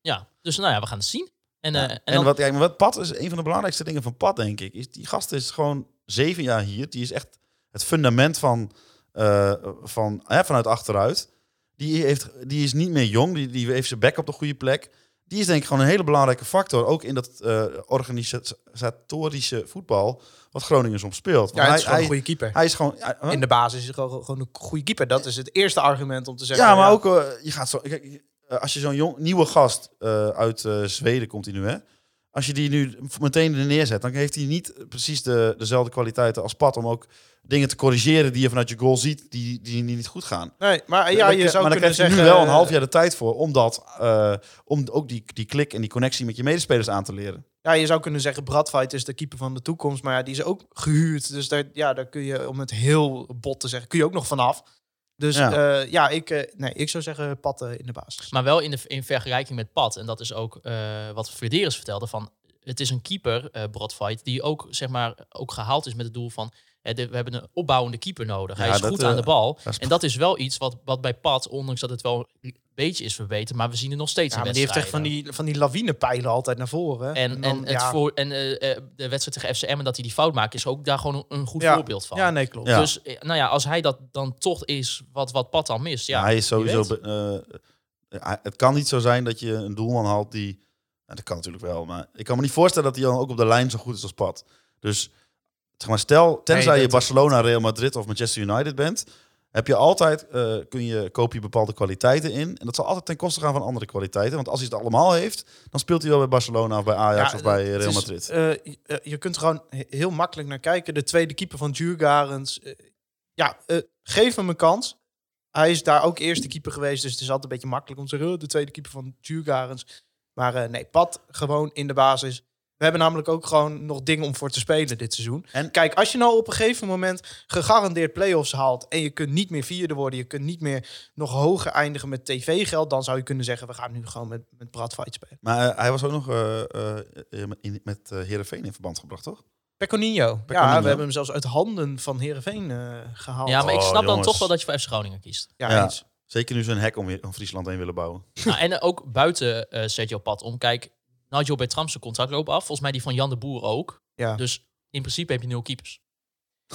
Speaker 4: Ja, dus nou ja, we gaan het zien. En, eh,
Speaker 5: Ja.
Speaker 4: en
Speaker 5: En,
Speaker 4: dan-
Speaker 5: wat, kijk, maar wat Pat is een van de belangrijkste dingen van Pat, denk ik. Is, die gast is gewoon zeven jaar hier. Die is echt het fundament van, eh, van hè, vanuit achteruit. Die, heeft, die is niet meer jong. Die, die heeft zijn bek op de goede plek. Die is denk ik gewoon een hele belangrijke factor. Ook in dat eh, organisatorische voetbal. Wat Groningen soms speelt. Want
Speaker 6: ja, het is
Speaker 5: hij,
Speaker 6: gewoon een
Speaker 5: hij,
Speaker 6: goede keeper.
Speaker 5: hij is gewoon. hij- huh?
Speaker 6: In de basis is het gewoon, gewoon een goede keeper. Dat is het eerste argument om te zeggen.
Speaker 5: Ja, maar ook eh, je gaat zo. Kijk, eh, als je zo'n jong, nieuwe gast eh, uit eh, Zweden komt, die nu hè. Als je die nu meteen er neerzet, dan heeft hij niet eh, precies de, dezelfde kwaliteiten als Pat om ook dingen te corrigeren die je vanuit je goal ziet die, die niet goed gaan.
Speaker 6: Nee, maar ja,
Speaker 5: Maar
Speaker 6: je
Speaker 5: dan-
Speaker 6: zou
Speaker 5: maar dan krijg je
Speaker 6: kunnen zeggen...
Speaker 5: nu wel een half jaar de tijd voor om, dat, eh, om ook die, die klik en die connectie met je medespelers aan te leren.
Speaker 6: Ja, je zou kunnen zeggen, Bradfight is de keeper van de toekomst. Maar ja, die is ook gehuurd. Dus daar, ja, daar kun je, om het heel bot te zeggen, kun je ook nog vanaf. Dus
Speaker 5: Ja.
Speaker 6: ja, ja ik, eh, nee, ik zou zeggen, patten in de basis.
Speaker 4: Maar wel in, de, in vergelijking met Pat. En dat is ook eh, wat Verderens vertelde. Van, het is een keeper, eh Brodfight, die ook, zeg maar, ook gehaald is met het doel van... eh, de- we hebben een opbouwende keeper nodig. Hij
Speaker 5: Ja,
Speaker 4: is
Speaker 5: dat,
Speaker 4: goed
Speaker 5: eh,
Speaker 4: aan de bal.
Speaker 5: dat is-
Speaker 4: En dat is wel iets wat, wat bij Pat, ondanks dat het wel een beetje is verbeterd... maar we zien het nog steeds
Speaker 6: Ja,
Speaker 4: in
Speaker 6: maar die heeft echt van
Speaker 4: wedstrijden.
Speaker 6: die, van die lawinepijlen altijd naar voren.
Speaker 4: En,
Speaker 6: dan,
Speaker 4: en, het
Speaker 6: ja.
Speaker 4: voor, en eh, eh, de wedstrijd tegen FCM en dat hij die fout maakt... is ook daar gewoon een, een goed
Speaker 6: Ja.
Speaker 4: voorbeeld van.
Speaker 6: Ja, nee, klopt.
Speaker 5: Ja.
Speaker 4: Dus eh, nou ja, als hij dat dan toch is wat, wat Pat dan mist... Ja,
Speaker 5: Ja, hij is
Speaker 4: wie
Speaker 5: sowieso.
Speaker 4: weet.
Speaker 5: be- eh, hij- het kan niet zo zijn dat je een doelman haalt die. Nou, dat kan natuurlijk wel, maar ik kan me niet voorstellen dat hij dan ook op de lijn zo goed is als Pat. Dus zeg maar, stel, tenzij
Speaker 6: dat-
Speaker 5: je Barcelona, Real Madrid of Manchester United bent, heb je altijd eh, kun je koop je bepaalde kwaliteiten in en dat zal altijd ten koste gaan van andere kwaliteiten. Want als hij het allemaal heeft, dan speelt hij wel bij Barcelona of bij Ajax
Speaker 6: Ja,
Speaker 5: of bij
Speaker 6: het
Speaker 5: Real
Speaker 6: is,
Speaker 5: Madrid.
Speaker 6: eh, je- eh, je kunt er gewoon he- heel makkelijk naar kijken. De tweede keeper van Djurgarens. eh, ja, eh, geef hem een kans. Hij is daar ook eerste keeper geweest. Dus het is altijd een beetje makkelijk om te zeggen... oh, de tweede keeper van Djurgarens. Maar eh, nee, Pat gewoon in de basis. We hebben namelijk ook gewoon nog dingen om voor te spelen dit seizoen.
Speaker 5: En-
Speaker 6: En kijk, als je nou op een gegeven moment gegarandeerd play-offs haalt... en je kunt niet meer vierde worden... je kunt niet meer nog hoger eindigen met tv-geld... dan zou je kunnen zeggen, we gaan nu gewoon met, met Bradfight spelen.
Speaker 5: maar eh, hij was ook nog eh, eh, eh, in- met eh Herenveen in verband gebracht, toch?
Speaker 6: Pecorino. Ja,
Speaker 5: Pecorino.
Speaker 6: we hebben hem zelfs uit handen van Heerenveen eh, gehaald.
Speaker 4: ja, maar ik
Speaker 5: Oh,
Speaker 4: snap dan
Speaker 5: jongens.
Speaker 4: toch wel dat je voor FC Groningen kiest.
Speaker 6: Ja,
Speaker 5: Ja.
Speaker 6: eens.
Speaker 5: Zeker nu ze een hek om, om Friesland heen willen bouwen.
Speaker 4: Nou, en eh, ook buiten eh Sergio Pad om. Kijk, Nigel Bertram zijn contract loopt af. Volgens mij die van Jan de Boer ook.
Speaker 6: Ja.
Speaker 4: Dus in principe heb je nul keepers.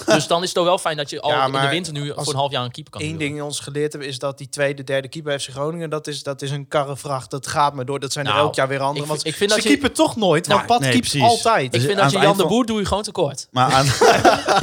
Speaker 4: dus dan is het toch wel fijn dat je al
Speaker 6: Ja,
Speaker 4: in de
Speaker 6: maar
Speaker 4: winter nu
Speaker 6: als
Speaker 4: voor een half jaar een keeper kan
Speaker 6: Eén
Speaker 4: huren.
Speaker 6: ding ons geleerd hebben is dat die tweede, derde keeper heeft Groningen. Dat is, dat is een karrevracht. Dat gaat me door. Dat zijn
Speaker 4: Nou,
Speaker 6: er elk jaar weer
Speaker 4: ik
Speaker 6: andere.
Speaker 4: vind-
Speaker 6: Want
Speaker 4: ik vind
Speaker 6: ze
Speaker 4: dat je-
Speaker 6: keeper toch nooit.
Speaker 4: Nou,
Speaker 6: maar Pat
Speaker 5: nee,
Speaker 6: keept
Speaker 5: precies.
Speaker 6: altijd.
Speaker 4: Ik
Speaker 5: Dus
Speaker 4: vind
Speaker 5: aan
Speaker 4: dat je Jan
Speaker 5: het eind
Speaker 4: de
Speaker 5: van-
Speaker 4: Boer doe je gewoon tekort.
Speaker 5: Maar aan,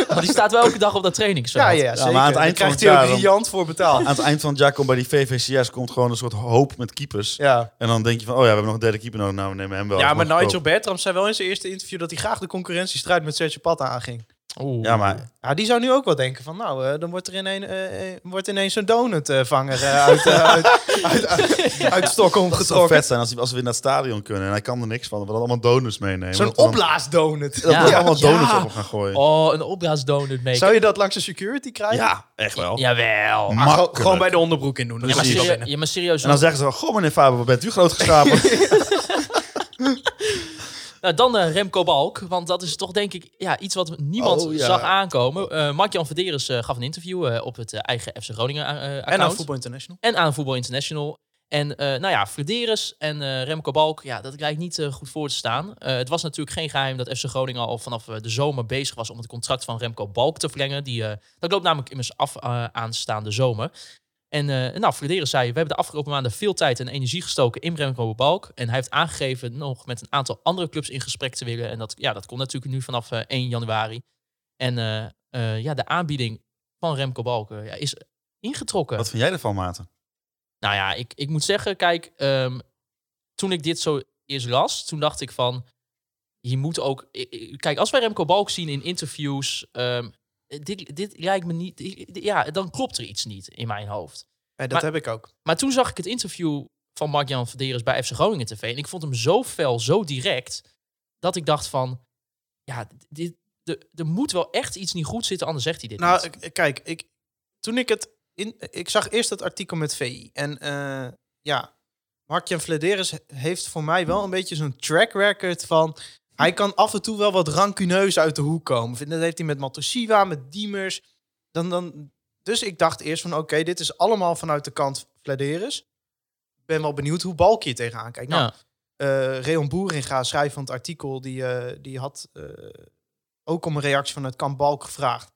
Speaker 4: Want die staat wel elke dag op dat trainingsveld.
Speaker 6: ja, ja, ja,
Speaker 5: maar aan het eind van
Speaker 6: krijgt
Speaker 5: het
Speaker 6: hij
Speaker 5: jaar
Speaker 6: ook
Speaker 5: dan-
Speaker 6: riant voor betaald.
Speaker 5: aan het eind van het jaar komt bij die VVCS komt gewoon een soort hoop met keepers.
Speaker 6: Ja.
Speaker 5: En dan denk je van, oh ja, we hebben nog een derde keeper nodig. Nou, we nemen hem wel.
Speaker 6: Ja,
Speaker 5: Dat
Speaker 6: maar
Speaker 5: mag
Speaker 6: Nigel
Speaker 5: ook.
Speaker 6: Bertram zei wel in zijn eerste interview dat hij graag de concurrentiestrijd met Sergio Pat aanging.
Speaker 4: Oeh.
Speaker 5: Ja, maar
Speaker 6: Ja, die zou nu ook wel denken van, nou, eh, dan wordt er ineen, eh, eh, wordt ineens een donutvanger eh, uit, eh, uit, uit, uit, uit Stockholm
Speaker 5: het zou
Speaker 6: getrokken.
Speaker 5: vet zijn als, die- als we weer naar het stadion kunnen. En hij kan er niks van. Dat we dan allemaal donuts meenemen.
Speaker 6: Zo'n
Speaker 5: Dat we dan-
Speaker 6: opblaasdonut.
Speaker 5: Dat we
Speaker 4: Ja.
Speaker 5: allemaal donuts
Speaker 6: Ja.
Speaker 5: op hem gaan gooien.
Speaker 4: Oh, een opblaasdonut mee.
Speaker 6: Zou je dat langs de security krijgen?
Speaker 5: Ja, echt wel.
Speaker 4: Jawel.
Speaker 5: Maar
Speaker 6: Maar gewoon-
Speaker 5: Makkelijk.
Speaker 6: gewoon bij de onderbroek in doen. dan
Speaker 4: Ja, maar,
Speaker 6: is hij wel
Speaker 4: serie-
Speaker 6: binnen.
Speaker 4: ja, maar serieus.
Speaker 5: Mm. En dan zeggen ze wel, goh meneer Faber, wat bent u groot geschapen.
Speaker 4: Nou, dan eh, Remco Balk, want dat is toch denk ik ja, iets wat niemand
Speaker 5: Oh, ja.
Speaker 4: zag aankomen. Eh Mark-Jan Verderes eh, gaf een interview eh, op het eh, eigen FC Groningen eh, account.
Speaker 6: En aan Voetbal International.
Speaker 4: En aan Voetbal International. En eh, nou ja, Verderes en eh, Remco Balk, ja, dat lijkt niet eh, goed voor te staan. Eh, het was natuurlijk geen geheim dat FC Groningen al vanaf eh, de zomer bezig was om het contract van Remco Balk te verlengen. Die, eh, dat loopt namelijk immers af eh, aanstaande zomer. En eh nou, Frederis zei, we hebben de afgelopen maanden veel tijd en energie gestoken in Remco Balk. En hij heeft aangegeven nog met een aantal andere clubs in gesprek te willen. En dat, ja, dat komt natuurlijk nu vanaf eh, 1 januari. En eh, eh, ja, de aanbieding van Remco Balk eh, ja, is ingetrokken.
Speaker 5: wat vind jij ervan, Maarten?
Speaker 4: Nou ja, ik, ik moet zeggen, kijk, ehm, toen ik dit zo eerst las, toen dacht ik van, je moet ook... i- i- Kijk, als wij Remco Balk zien in interviews, ehm, dit, dit lijkt me niet... i- i- Ja, dan klopt er iets niet in mijn hoofd.
Speaker 6: Ja, dat
Speaker 4: Maar-
Speaker 6: heb ik ook.
Speaker 4: Maar toen zag ik het interview van Mark-Jan Verderes bij FC Groningen TV. En ik vond hem zo fel, zo direct, dat ik dacht van... Ja, dit, de- er moet wel echt iets niet goed zitten, anders zegt hij dit
Speaker 6: Nou,
Speaker 4: niet.
Speaker 6: ik- kijk, ik, toen ik het in, ik zag eerst dat artikel met VI en eh, ja, Mark-Jan Vladeres heeft voor mij wel een beetje zo'n track record van hij kan af en toe wel wat rancuneus uit de hoek komen. Vind- Dat heeft hij met Matosiwa, met Diemers. Dan, dan, dus ik dacht eerst van oké, dit is allemaal vanuit de kant Vladeres. Ik ben wel benieuwd hoe Balk hier tegenaan kijkt.
Speaker 4: ja.
Speaker 6: Nou, eh Reon Boeringa, schrijver van het artikel, die, eh, die had eh, ook om een reactie van het kamp Balk gevraagd.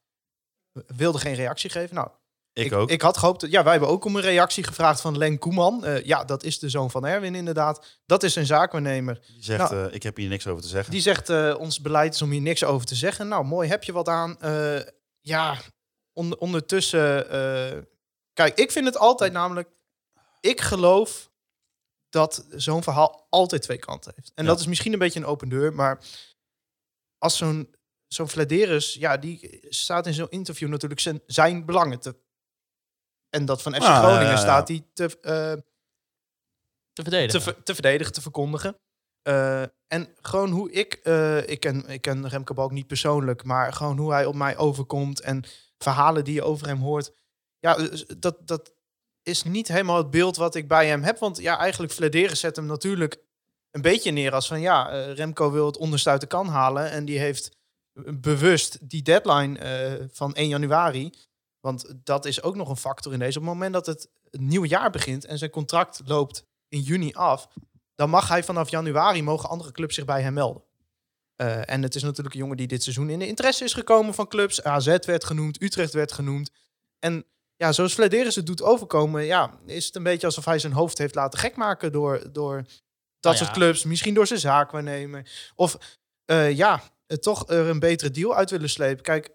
Speaker 6: Wilde geen reactie geven. Nou,
Speaker 5: Ik, ook.
Speaker 6: Ik had gehoopt. dat- Ja, wij hebben ook om een reactie gevraagd van Len Koeman. Eh, ja, dat is de zoon van Erwin, inderdaad. Dat is een zaakwaarnemer.
Speaker 5: Die zegt,
Speaker 6: Nou.
Speaker 5: eh, ik heb hier niks over te zeggen.
Speaker 6: Die zegt, eh, ons beleid is om hier niks over te zeggen. Nou, mooi, heb je wat aan. Eh, ja, on- ondertussen... eh, kijk, ik vind het altijd namelijk... Ik geloof dat zo'n verhaal altijd twee kanten heeft. En
Speaker 5: Ja.
Speaker 6: dat is misschien een beetje een open deur, maar... Als zo'n zo'n Vladeris, ja, die staat in zo'n interview natuurlijk zijn, zijn belangen te... En dat van FC
Speaker 5: Ah, ja,
Speaker 6: Groningen
Speaker 5: ja, ja.
Speaker 6: staat die te... eh,
Speaker 4: te verdedigen.
Speaker 6: te, ver- te verdedigen, te verkondigen. Eh, en gewoon hoe ik, eh, ik, ken, ik ken Remke Balk niet persoonlijk, maar gewoon hoe hij op mij overkomt en verhalen die je over hem hoort. Ja, dus dat, dat is niet helemaal het beeld wat ik bij hem heb. Want ja, eigenlijk Vladeren zet hem natuurlijk een beetje neer als van ja, eh, Remco wil het onderste uit de kan halen. En die heeft bewust die deadline eh, van 1 januari. Want dat is ook nog een factor in deze. Op het moment dat het, het nieuwe jaar begint en zijn contract loopt in juni af, dan mag hij vanaf januari mogen andere clubs zich bij hem melden. Eh, en het is natuurlijk een jongen die dit seizoen in de interesse is gekomen van clubs. AZ werd genoemd, Utrecht werd genoemd. En ja, zoals Vladeris het doet overkomen, ja, is het een beetje alsof hij zijn hoofd heeft laten gek maken door, door dat
Speaker 4: Nou ja.
Speaker 6: soort clubs. Misschien door zijn zaakwaarnemer. Of eh, ja, eh, toch er een betere deal uit willen slepen. Kijk,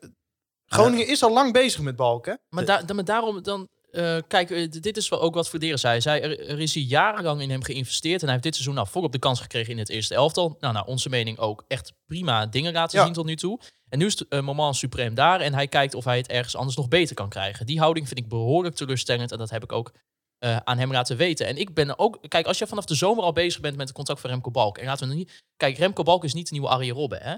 Speaker 6: Groningen is al lang bezig met Balken.
Speaker 4: Maar, da da- maar daarom dan... eh, kijk, eh, d- dit is wel ook wat Verderen zei. Zij, er, er is hier jarenlang in hem geïnvesteerd. En hij heeft dit seizoen nou volop de kans gekregen in het eerste elftal. Nou, naar onze mening ook echt prima dingen laten
Speaker 6: Ja.
Speaker 4: zien tot nu toe. En nu is het eh, moment supreme daar. En hij kijkt of hij het ergens anders nog beter kan krijgen. Die houding vind ik behoorlijk teleurstellend. En dat heb ik ook eh, aan hem laten weten. En ik ben ook... Kijk, als je vanaf de zomer al bezig bent met het contract van Remco Balk. En laten we niet... Kijk, Remco Balk is niet de nieuwe Arjen Robben, hè?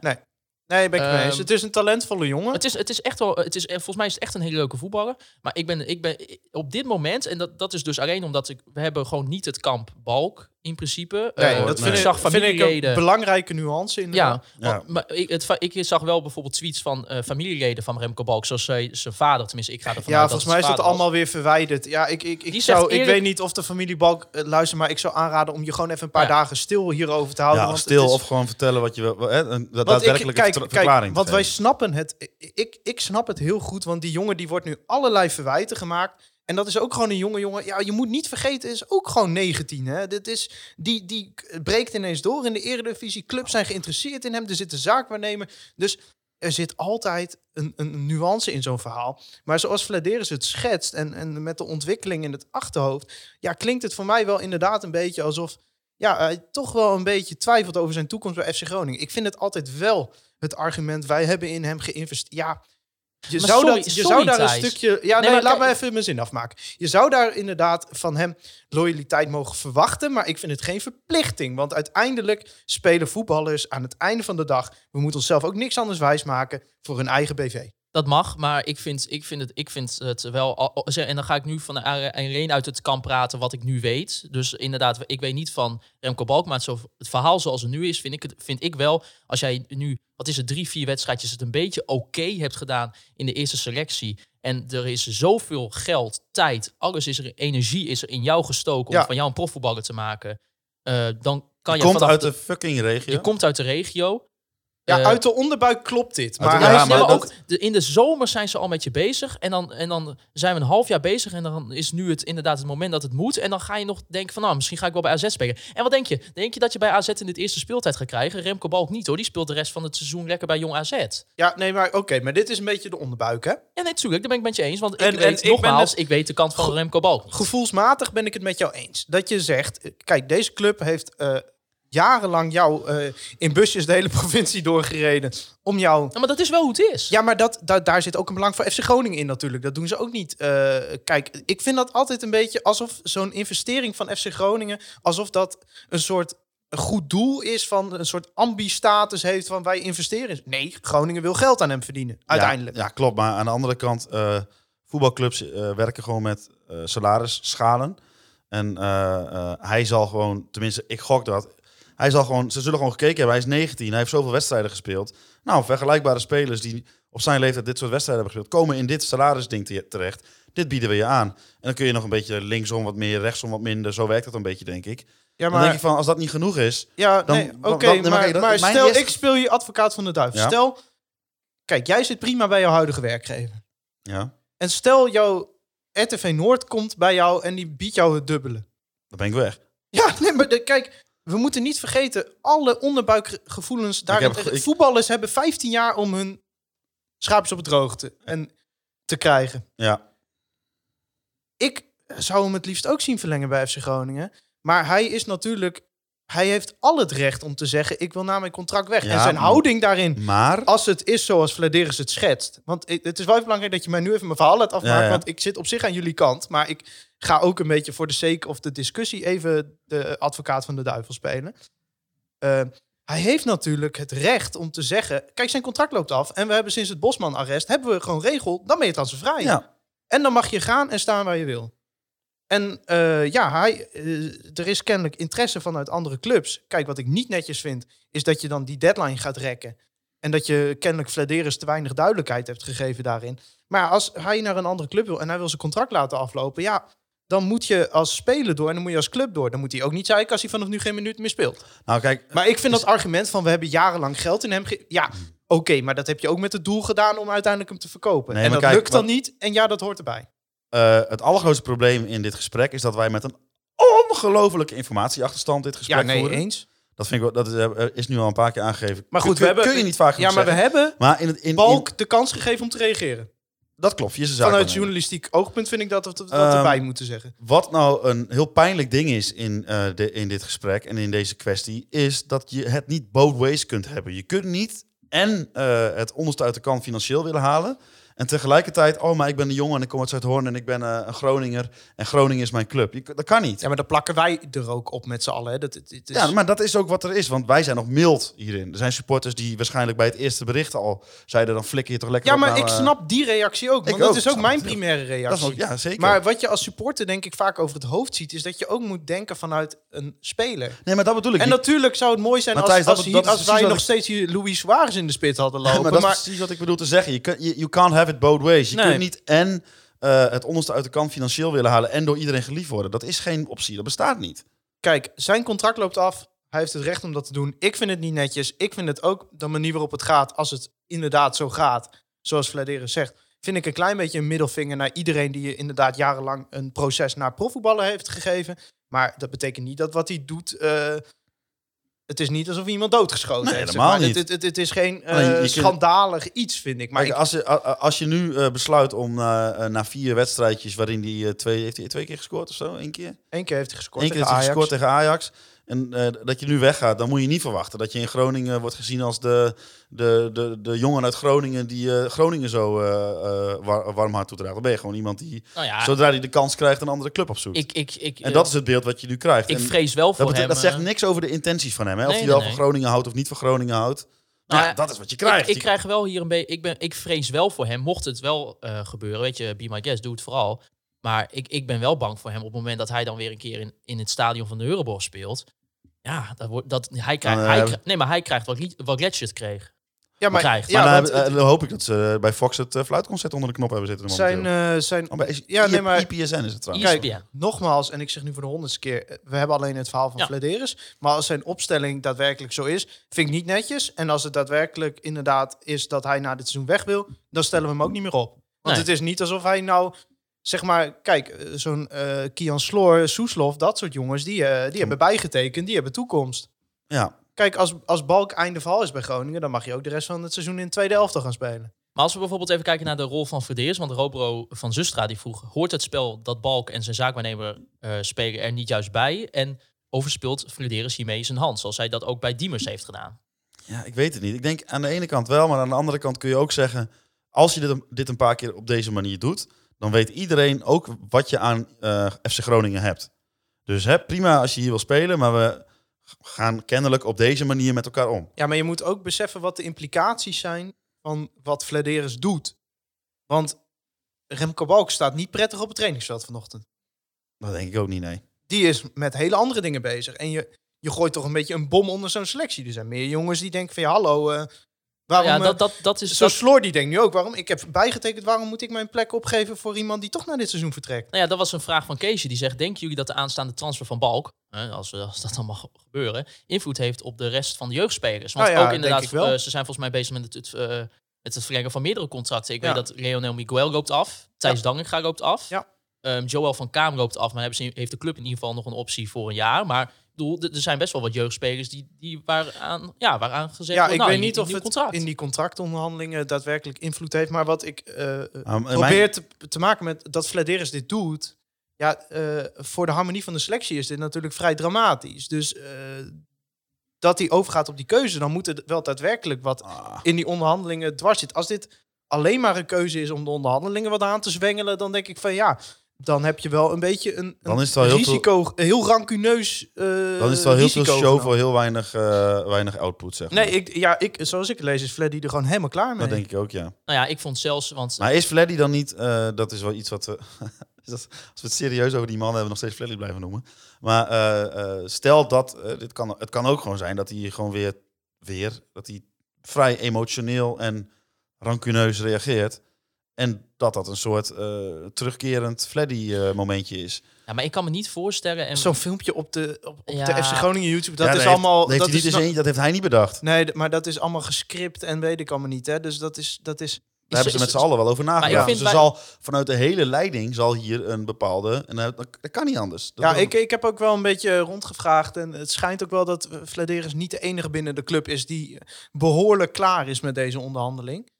Speaker 6: Nee, ben ik het mee eens.
Speaker 4: Ehm,
Speaker 6: Het is een talentvolle jongen.
Speaker 4: Het is, het is echt wel, het is, eh, volgens mij is het echt een hele leuke voetballer. Maar ik ben, ik ben eh, op dit moment, en dat, dat is dus alleen omdat ik, we hebben gewoon niet het kamp Balk in principe.
Speaker 6: Nee,
Speaker 4: Eh,
Speaker 5: dat
Speaker 4: ik
Speaker 5: vind ik-
Speaker 4: zag
Speaker 6: Vind ik een
Speaker 4: familieleden.
Speaker 6: belangrijke nuance in
Speaker 4: ja,
Speaker 5: Ja.
Speaker 4: want- maar ik, het, va- ik zag wel bijvoorbeeld tweets van eh, familieleden van Remco Balk, zoals zij- zijn vader. Tenminste, ik ga ervan
Speaker 6: Ja,
Speaker 4: uit
Speaker 6: volgens
Speaker 4: het
Speaker 6: mij is
Speaker 4: zijn
Speaker 6: dat
Speaker 4: vader was.
Speaker 6: allemaal weer verwijderd. Ja, ik, ik, ik,
Speaker 4: Die
Speaker 6: zou,
Speaker 4: zegt
Speaker 6: ik
Speaker 4: eerlijk-
Speaker 6: weet niet of de familie Balk eh, luistert, maar ik zou aanraden om je gewoon even een paar
Speaker 4: Ja.
Speaker 6: dagen stil hierover te houden.
Speaker 5: Ja,
Speaker 6: want
Speaker 5: stil
Speaker 6: het is-
Speaker 5: of gewoon vertellen wat je wil. Hè, een da-
Speaker 6: want ik-
Speaker 5: daadwerkelijke
Speaker 6: kijk,
Speaker 5: vertra-
Speaker 6: kijk,
Speaker 5: verklaring.
Speaker 6: Want
Speaker 5: te
Speaker 6: wij
Speaker 5: geven.
Speaker 6: snappen het. Ik, ik snap het heel goed, want die jongen die wordt nu allerlei verwijten gemaakt. En dat is ook gewoon een jonge jongen. Ja, je moet niet vergeten, is ook gewoon 19. Hè? Dit is, die, die breekt ineens door in de eredivisie. Clubs zijn geïnteresseerd in hem. Er zit een zaakwaarnemer. Dus er zit altijd een, een nuance in zo'n verhaal. Maar zoals Vladeris het schetst en, en met de ontwikkeling in het achterhoofd... ja, klinkt het voor mij wel inderdaad een beetje alsof... ja, hij toch wel een beetje twijfelt over zijn toekomst bij FC Groningen. Ik vind het altijd wel het argument... wij hebben in hem geïnvesteerd. Ja, je,
Speaker 4: Maar
Speaker 6: zou,
Speaker 4: sorry-
Speaker 6: dat, je
Speaker 4: sorry,
Speaker 6: zou daar
Speaker 4: Thijs.
Speaker 6: een stukje... Ja,
Speaker 4: Nee,
Speaker 6: nee,
Speaker 4: maar
Speaker 6: laat
Speaker 4: kijk-
Speaker 6: me even mijn zin afmaken. Je zou daar inderdaad van hem loyaliteit mogen verwachten... maar ik vind het geen verplichting. Want uiteindelijk spelen voetballers aan het einde van de dag... we moeten onszelf ook niks anders wijsmaken voor hun eigen BV.
Speaker 4: Dat mag, maar ik vind, ik vind, het, ik vind het wel. al- al- En dan ga ik nu van de are- alleen uit het kamp praten wat ik nu weet. Dus inderdaad, ik weet niet van Remco Balkmaat. Zo, het verhaal zoals het nu is, vind ik, het, vind ik wel. Als jij nu, wat is het, drie, vier wedstrijdjes het een beetje oké hebt gedaan in de eerste selectie. En er is zoveel geld, tijd, alles is er, energie is er in jou gestoken om
Speaker 6: Ja.
Speaker 4: van jou een profvoetballer te maken. eh, dan kan je,
Speaker 5: Je komt
Speaker 4: vanaf
Speaker 5: uit
Speaker 4: de-
Speaker 5: de fucking regio.
Speaker 4: je komt uit de regio.
Speaker 6: Ja,
Speaker 4: Eh,
Speaker 6: uit de onderbuik klopt
Speaker 5: uit
Speaker 6: dit. Maar
Speaker 5: de-
Speaker 6: hij
Speaker 5: ja,
Speaker 6: is
Speaker 4: maar
Speaker 5: maar
Speaker 6: helemaal
Speaker 5: dat-
Speaker 4: ook de, in de zomer zijn ze al met je bezig. En dan, en dan zijn we een half jaar bezig. En dan is nu het inderdaad het moment dat het moet. En dan ga je nog denken van nou, misschien ga ik wel bij AZ spelen. En wat denk je? Denk je dat je bij AZ in dit eerste speeltijd gaat krijgen? Remco Balk niet hoor. Die speelt de rest van het seizoen lekker bij Jong AZ.
Speaker 6: Ja, nee, maar oké, maar dit is een beetje de onderbuik, hè?
Speaker 4: En natuurlijk, daar ben ik met je eens. Want ik
Speaker 6: En- en
Speaker 4: weet,
Speaker 6: ik ben
Speaker 4: nogmaals,
Speaker 6: het-
Speaker 4: ik weet de kant van Remco Balk niet.
Speaker 6: Gevoelsmatig ben ik het met jou eens. Dat je zegt, eh, kijk, deze club heeft eh, jarenlang jou eh, in busjes de hele provincie doorgereden om jou...
Speaker 4: Ja, maar dat is wel hoe het is.
Speaker 6: Ja, maar dat, da- daar zit ook een belang voor FC Groningen in natuurlijk. Dat doen ze ook niet. Eh, kijk, ik vind dat altijd een beetje alsof zo'n investering van FC Groningen... alsof dat een soort goed doel is van een soort ambi-status heeft van wij investeren. Nee, Groningen wil geld aan hem verdienen, uiteindelijk.
Speaker 5: Ja, ja, klopt. Maar aan de andere kant, eh, voetbalclubs eh, werken gewoon met eh salarisschalen. En eh, eh, hij zal gewoon, tenminste, ik gok dat. Hij zal gewoon, ze zullen gewoon gekeken hebben. Hij is 19, hij heeft zoveel wedstrijden gespeeld. Nou, vergelijkbare spelers die op zijn leeftijd dit soort wedstrijden hebben gespeeld, komen in dit salarisding te- terecht. Dit bieden we je aan. En dan kun je nog een beetje linksom wat meer, rechtsom wat minder. Zo werkt dat een beetje, denk ik.
Speaker 6: Ja,
Speaker 5: Dan denk je van, als dat niet genoeg is,
Speaker 6: Ja,
Speaker 5: Dan-
Speaker 6: nee, oké,
Speaker 5: dan- dan- dan-
Speaker 6: maar,
Speaker 5: kijk, dat-
Speaker 6: maar
Speaker 5: mijn
Speaker 6: stel,
Speaker 5: eerste-
Speaker 6: ik speel je advocaat van de duivel.
Speaker 5: Ja.
Speaker 6: Stel, kijk, jij zit prima bij jouw huidige werkgever.
Speaker 5: ja,
Speaker 6: En stel, jouw RTV Noord komt bij jou en die biedt jou het dubbele.
Speaker 5: dan ben ik weg.
Speaker 6: Ja, nee, maar de- kijk, we moeten niet vergeten, alle onderbuikgevoelens daarin.
Speaker 5: Ik heb- ik-
Speaker 6: Voetballers hebben 15 jaar om hun schaapjes op het droogte en te krijgen.
Speaker 5: Ja,
Speaker 6: ik zou hem het liefst ook zien verlengen bij FC Groningen. Maar hij is natuurlijk. Hij heeft al het recht om te zeggen: ik wil na mijn contract weg.
Speaker 5: Ja,
Speaker 6: en zijn
Speaker 5: maar-
Speaker 6: houding daarin.
Speaker 5: maar...
Speaker 6: Als het is zoals Vladeris het schetst. Want i- het is wel belangrijk dat je mij nu even mijn verhaal laat afmaken.
Speaker 5: Ja, ja.
Speaker 6: Want ik zit op zich aan jullie kant. Maar ik ga ook een beetje voor de sake of de discussie even de advocaat van de duivel spelen. Eh, hij heeft natuurlijk het recht om te zeggen... Kijk, zijn contract loopt af. En we hebben sinds het Bosman-arrest... hebben we gewoon regel, dan ben je transfervrij.
Speaker 5: Ja,
Speaker 6: En dan mag je gaan en staan waar je wil. En eh, ja, hij, eh, er is kennelijk interesse vanuit andere clubs. Kijk, wat ik niet netjes vind, is dat je dan die deadline gaat rekken. En dat je kennelijk Vladeris te weinig duidelijkheid hebt gegeven daarin. Maar als hij naar een andere club wil en hij wil zijn contract laten aflopen, ja, dan moet je als speler door en dan moet je als club door. Dan moet hij ook niet zeiken als hij vanaf nu geen minuut meer speelt.
Speaker 5: Nou, kijk,
Speaker 6: Maar ik vind dat argument van we hebben jarenlang geld in hem. ge- Ja, oké,
Speaker 5: Hmm.
Speaker 6: maar dat heb je ook met het doel gedaan om uiteindelijk hem te verkopen.
Speaker 5: Nee,
Speaker 6: en
Speaker 5: maar
Speaker 6: dat
Speaker 5: kijk,
Speaker 6: lukt dan
Speaker 5: wat-
Speaker 6: niet. En ja, dat hoort erbij.
Speaker 5: Eh, het allergrootste probleem in dit gesprek is dat wij met een ongelofelijke informatieachterstand dit gesprek
Speaker 6: Ja, nee,
Speaker 5: voeren.
Speaker 6: eens.
Speaker 5: Dat, vind ik wel, dat is, eh, is nu al een paar keer aangegeven.
Speaker 6: Maar goed,
Speaker 5: Kun-
Speaker 6: we hebben...
Speaker 5: kun je niet vaak genoeg
Speaker 6: Ja, maar we
Speaker 5: zeggen.
Speaker 6: hebben
Speaker 5: Maar in het in, in-
Speaker 6: Balk de kans gegeven om te reageren.
Speaker 5: dat klopt. Je is een zaak
Speaker 6: Vanuit
Speaker 5: van-
Speaker 6: journalistiek oogpunt vind ik dat we dat
Speaker 5: Ehm,
Speaker 6: erbij moeten zeggen.
Speaker 5: Wat nou een heel pijnlijk ding is in, eh, de, in dit gesprek en in deze kwestie, is dat je het niet both ways kunt hebben. Je kunt niet en eh, het onderste uit de kan financieel willen halen. En tegelijkertijd, oh, maar ik ben een jongen en ik kom uit Zuidhoorn en ik ben eh, een Groninger en Groningen is mijn club. Je- dat kan niet.
Speaker 6: Ja, maar dan plakken wij er ook op met z'n allen. Hè. Dat, het, het is,
Speaker 5: Ja, maar dat is ook wat er is, want wij zijn nog mild hierin. Er zijn supporters die waarschijnlijk bij het eerste bericht al zeiden, dan flikker je toch lekker
Speaker 6: Ja,
Speaker 5: op
Speaker 6: maar
Speaker 5: naar,
Speaker 6: ik
Speaker 5: eh,
Speaker 6: snap die reactie ook. Want
Speaker 5: Ik
Speaker 6: dat
Speaker 5: ook,
Speaker 6: is
Speaker 5: ik
Speaker 6: ook
Speaker 5: snap
Speaker 6: mijn
Speaker 5: het.
Speaker 6: primaire reactie.
Speaker 5: dat is ook, ja, zeker.
Speaker 6: Maar wat je als supporter denk ik vaak over het hoofd ziet... is dat je ook moet denken vanuit een speler.
Speaker 5: nee, maar dat bedoel ik.
Speaker 6: En
Speaker 5: Je-
Speaker 6: natuurlijk zou het mooi zijn als,
Speaker 5: Matthijs, dat
Speaker 6: als,
Speaker 5: be-
Speaker 6: hier-
Speaker 5: dat is
Speaker 6: als wij
Speaker 5: precies wat
Speaker 6: nog
Speaker 5: ik-
Speaker 6: steeds hier Louis Suarez in de spit hadden
Speaker 5: Ja,
Speaker 6: lopen.
Speaker 5: maar
Speaker 6: maar
Speaker 5: dat is precies wat ik bedoel te zeggen. Je kan, je, you can't have it both ways. Je
Speaker 6: Nee.
Speaker 5: kunt niet en eh, het onderste uit de kant financieel willen halen en door iedereen geliefd worden. Dat is geen optie. Dat bestaat niet.
Speaker 6: kijk, zijn contract loopt af. Hij heeft het recht om dat te doen. Ik vind het niet netjes. Ik vind het ook de manier waarop het gaat, als het inderdaad zo gaat, zoals Vladeris zegt, vind ik een klein beetje een middelvinger naar iedereen die je inderdaad jarenlang een proces naar profvoetballen heeft gegeven. Maar dat betekent niet dat wat hij doet. eh, het is niet alsof iemand doodgeschoten
Speaker 5: Nee,
Speaker 6: heeft.
Speaker 5: helemaal
Speaker 6: maar.
Speaker 5: niet.
Speaker 6: Het, het, het is geen eh,
Speaker 5: Alleen, je kunt-
Speaker 6: schandalig iets, vind ik. Maar
Speaker 5: Maar
Speaker 6: ik,
Speaker 5: als, je, a- a- als je nu eh, besluit om eh, eh, na vier wedstrijdjes waarin hij eh, twee, heeft hij twee keer gescoord of zo, één keer?
Speaker 6: één keer heeft hij gescoord.
Speaker 5: Eén keer heeft hij
Speaker 6: tegen Ajax.
Speaker 5: gescoord tegen Ajax. En eh, dat je nu weggaat, dan moet je niet verwachten dat je in Groningen wordt gezien als de, de, de, de jongen uit Groningen die eh, Groningen zo eh, eh, war- warm hart toedraagt. Dan ben je gewoon iemand die,
Speaker 4: Nou ja,
Speaker 5: zodra hij de kans krijgt, een andere club opzoekt.
Speaker 4: ik, ik, ik,
Speaker 5: En
Speaker 4: eh,
Speaker 5: dat is het beeld wat je nu krijgt.
Speaker 4: ik
Speaker 5: En
Speaker 4: vrees wel voor
Speaker 5: dat, betekent-
Speaker 4: hem.
Speaker 5: dat zegt
Speaker 4: eh,
Speaker 5: niks over de intenties van hem. Hè? Of
Speaker 4: Nee,
Speaker 5: hij
Speaker 4: nee,
Speaker 5: wel
Speaker 4: nee.
Speaker 5: van Groningen houdt of niet van Groningen houdt.
Speaker 4: Nou
Speaker 5: Nou,
Speaker 4: ja,
Speaker 5: ja, dat is wat je krijgt.
Speaker 4: Ik, ik krijg wel hier een beetje. Ik, ben, ik vrees wel voor hem. Mocht het wel eh, gebeuren, weet je, be my guest, doe het vooral. Maar ik, ik ben wel bang voor hem op het moment dat hij dan weer een keer in, in het stadion van de Euroborg speelt. Ja, dat wordt, dat, hij krijgt.
Speaker 5: Dan, eh,
Speaker 4: hij kri- nee, maar hij krijgt wat, niet, wat Letchert kreeg.
Speaker 6: Ja, maar,
Speaker 4: Krijgt.
Speaker 6: ja,
Speaker 5: maar
Speaker 6: want
Speaker 5: dan, heb- eh, dan hoop ik dat ze bij Fox het eh, fluitconcert onder de knop hebben zitten.
Speaker 6: het zijn,
Speaker 5: momenteel.
Speaker 6: eh, zijn
Speaker 5: Oh, bij
Speaker 6: ja, nee, maar-
Speaker 5: IPSN is het trouwens.
Speaker 6: Kijk,
Speaker 4: ESPN.
Speaker 6: nogmaals, en ik zeg nu voor de honderdste keer, eh, we hebben alleen het verhaal van
Speaker 4: Ja.
Speaker 6: Vladeris. Maar als zijn opstelling daadwerkelijk zo is, vind ik niet netjes. En als het daadwerkelijk inderdaad is dat hij na dit seizoen weg wil, dan stellen we hem ook niet meer op. Want
Speaker 4: Nee.
Speaker 6: het is niet alsof hij nou, zeg maar, kijk, eh, zo'n eh, Kian Sloor, Soeslof, dat soort jongens, die, eh,
Speaker 4: Hm.
Speaker 6: die hebben bijgetekend, die hebben toekomst.
Speaker 5: Ja.
Speaker 6: Kijk, als, als Balk einde verhaal is bij Groningen, dan mag je ook de rest van het seizoen in de tweede helft gaan spelen.
Speaker 4: Maar als we bijvoorbeeld even kijken naar de rol van Verdeers, want Robro van Zustra die vroeg, hoort het spel dat Balk en zijn zaakwaarnemer eh, spelen er niet juist bij? En overspeelt Verdeers hiermee zijn hand, zoals hij dat ook bij Diemers heeft gedaan.
Speaker 5: ja, ik weet het niet. Ik denk aan de ene kant wel, maar aan de andere kant kun je ook zeggen... als je dit, een- dit een paar keer op deze manier doet... dan weet iedereen ook wat je aan eh, FC Groningen hebt. Dus hè, prima als je hier wil spelen, maar we g- gaan kennelijk op deze manier met elkaar om.
Speaker 6: Ja, maar je moet ook beseffen wat de implicaties zijn van wat Vladeris doet. Want Remco Balk staat niet prettig op het trainingsveld vanochtend.
Speaker 5: Dat denk ik ook niet, nee.
Speaker 6: Die is met hele andere dingen bezig. En je, je gooit toch een beetje een bom onder zo'n selectie. Er zijn meer jongens die denken van ja, hallo, eh, waarom...
Speaker 4: ja,
Speaker 6: eh,
Speaker 4: dat, dat, dat is...
Speaker 6: Zo'n
Speaker 4: dat-
Speaker 6: Sloor die denkt nu ook, waarom? Ik heb bijgetekend, waarom moet ik mijn plek opgeven voor iemand die toch naar dit seizoen vertrekt?
Speaker 4: Nou ja, dat was een vraag van Keesje. Die zegt, denken jullie dat de aanstaande transfer van Balk, hè, als, eh, als dat dan mag gebeuren, invloed heeft op de rest van de jeugdspelers? Want
Speaker 6: Nou ja,
Speaker 4: ook inderdaad,
Speaker 6: denk ik wel.
Speaker 4: eh, ze zijn volgens mij bezig met het, het, eh, met het verlengen van meerdere contracten. Ik
Speaker 6: Ja.
Speaker 4: weet dat Leonel Miguel loopt af, Thijs Danginga loopt af,
Speaker 6: Ja.
Speaker 4: ehm, Joel van Kaam loopt af, maar hebben ze, heeft de club in ieder geval nog een optie voor een jaar. Maar ik bedoel, d- er zijn best wel wat jeugdspelers die, die waaraan, ja, waaraan gezegd
Speaker 6: Ja,
Speaker 4: wordt,
Speaker 6: ik
Speaker 4: nou,
Speaker 6: weet
Speaker 4: een-
Speaker 6: niet
Speaker 4: een
Speaker 6: of
Speaker 4: nieuw
Speaker 6: het
Speaker 4: contract.
Speaker 6: in die contractonderhandelingen daadwerkelijk invloed heeft. Maar wat ik eh,
Speaker 5: Maar, eh, mijn-
Speaker 6: probeert te, te maken met dat Vladeris dit doet. Ja, eh, voor de harmonie van de selectie is dit natuurlijk vrij dramatisch. Dus eh, dat hij overgaat op die keuze, dan moet er wel daadwerkelijk wat
Speaker 5: Ah.
Speaker 6: in die onderhandelingen dwars zit. Als dit alleen maar een keuze is om de onderhandelingen wat aan te zwengelen, dan denk ik van ja, dan heb je wel een beetje een,
Speaker 5: Dan
Speaker 6: een
Speaker 5: is het wel heel
Speaker 6: risico, heel rancuneus. eh
Speaker 5: Dan is het wel heel veel
Speaker 6: risico
Speaker 5: show voor
Speaker 6: genomen.
Speaker 5: heel weinig, eh, weinig output, zeg maar.
Speaker 6: Nee, ik, ja, ik, zoals ik het lees, is Fleddy er gewoon helemaal klaar mee.
Speaker 5: Dat denk ik ook, ja.
Speaker 4: Nou ja, ik vond zelfs, want
Speaker 5: Maar is Fleddy dan niet... eh, dat is wel iets wat... we- is dat- als we het serieus over die man hebben, nog steeds Fleddy blijven noemen. Maar eh, eh, stel dat... eh, dit kan, het kan ook gewoon zijn dat hij gewoon weer... weer dat hij vrij emotioneel en rancuneus reageert. En dat dat een soort eh, terugkerend Fleddy-momentje is.
Speaker 4: ja, maar ik kan me niet voorstellen... En,
Speaker 6: Zo'n filmpje op de, op, op
Speaker 4: Ja.
Speaker 6: de FC Groningen YouTube. Dat
Speaker 5: Ja,
Speaker 6: is
Speaker 5: heeft-
Speaker 6: allemaal.
Speaker 5: heeft
Speaker 6: dat,
Speaker 5: hij niet
Speaker 6: is
Speaker 5: eens
Speaker 6: no-
Speaker 5: een- dat heeft hij niet bedacht.
Speaker 6: Nee, d- maar dat is allemaal gescript en weet ik allemaal niet. Hè. Dus dat is, dat is.
Speaker 5: Daar hebben ze
Speaker 4: is-
Speaker 5: met z'n allen wel over nagedacht.
Speaker 4: vind
Speaker 5: Dus
Speaker 4: bij-
Speaker 5: er zal, vanuit de hele leiding zal hier een bepaalde... En eh, dat, dat kan niet anders. Dat
Speaker 6: Ja,
Speaker 5: wil-
Speaker 6: ik, ik heb ook wel een beetje rondgevraagd. En het schijnt ook wel dat eh, Vladeris niet de enige binnen de club is die behoorlijk klaar is met deze onderhandeling.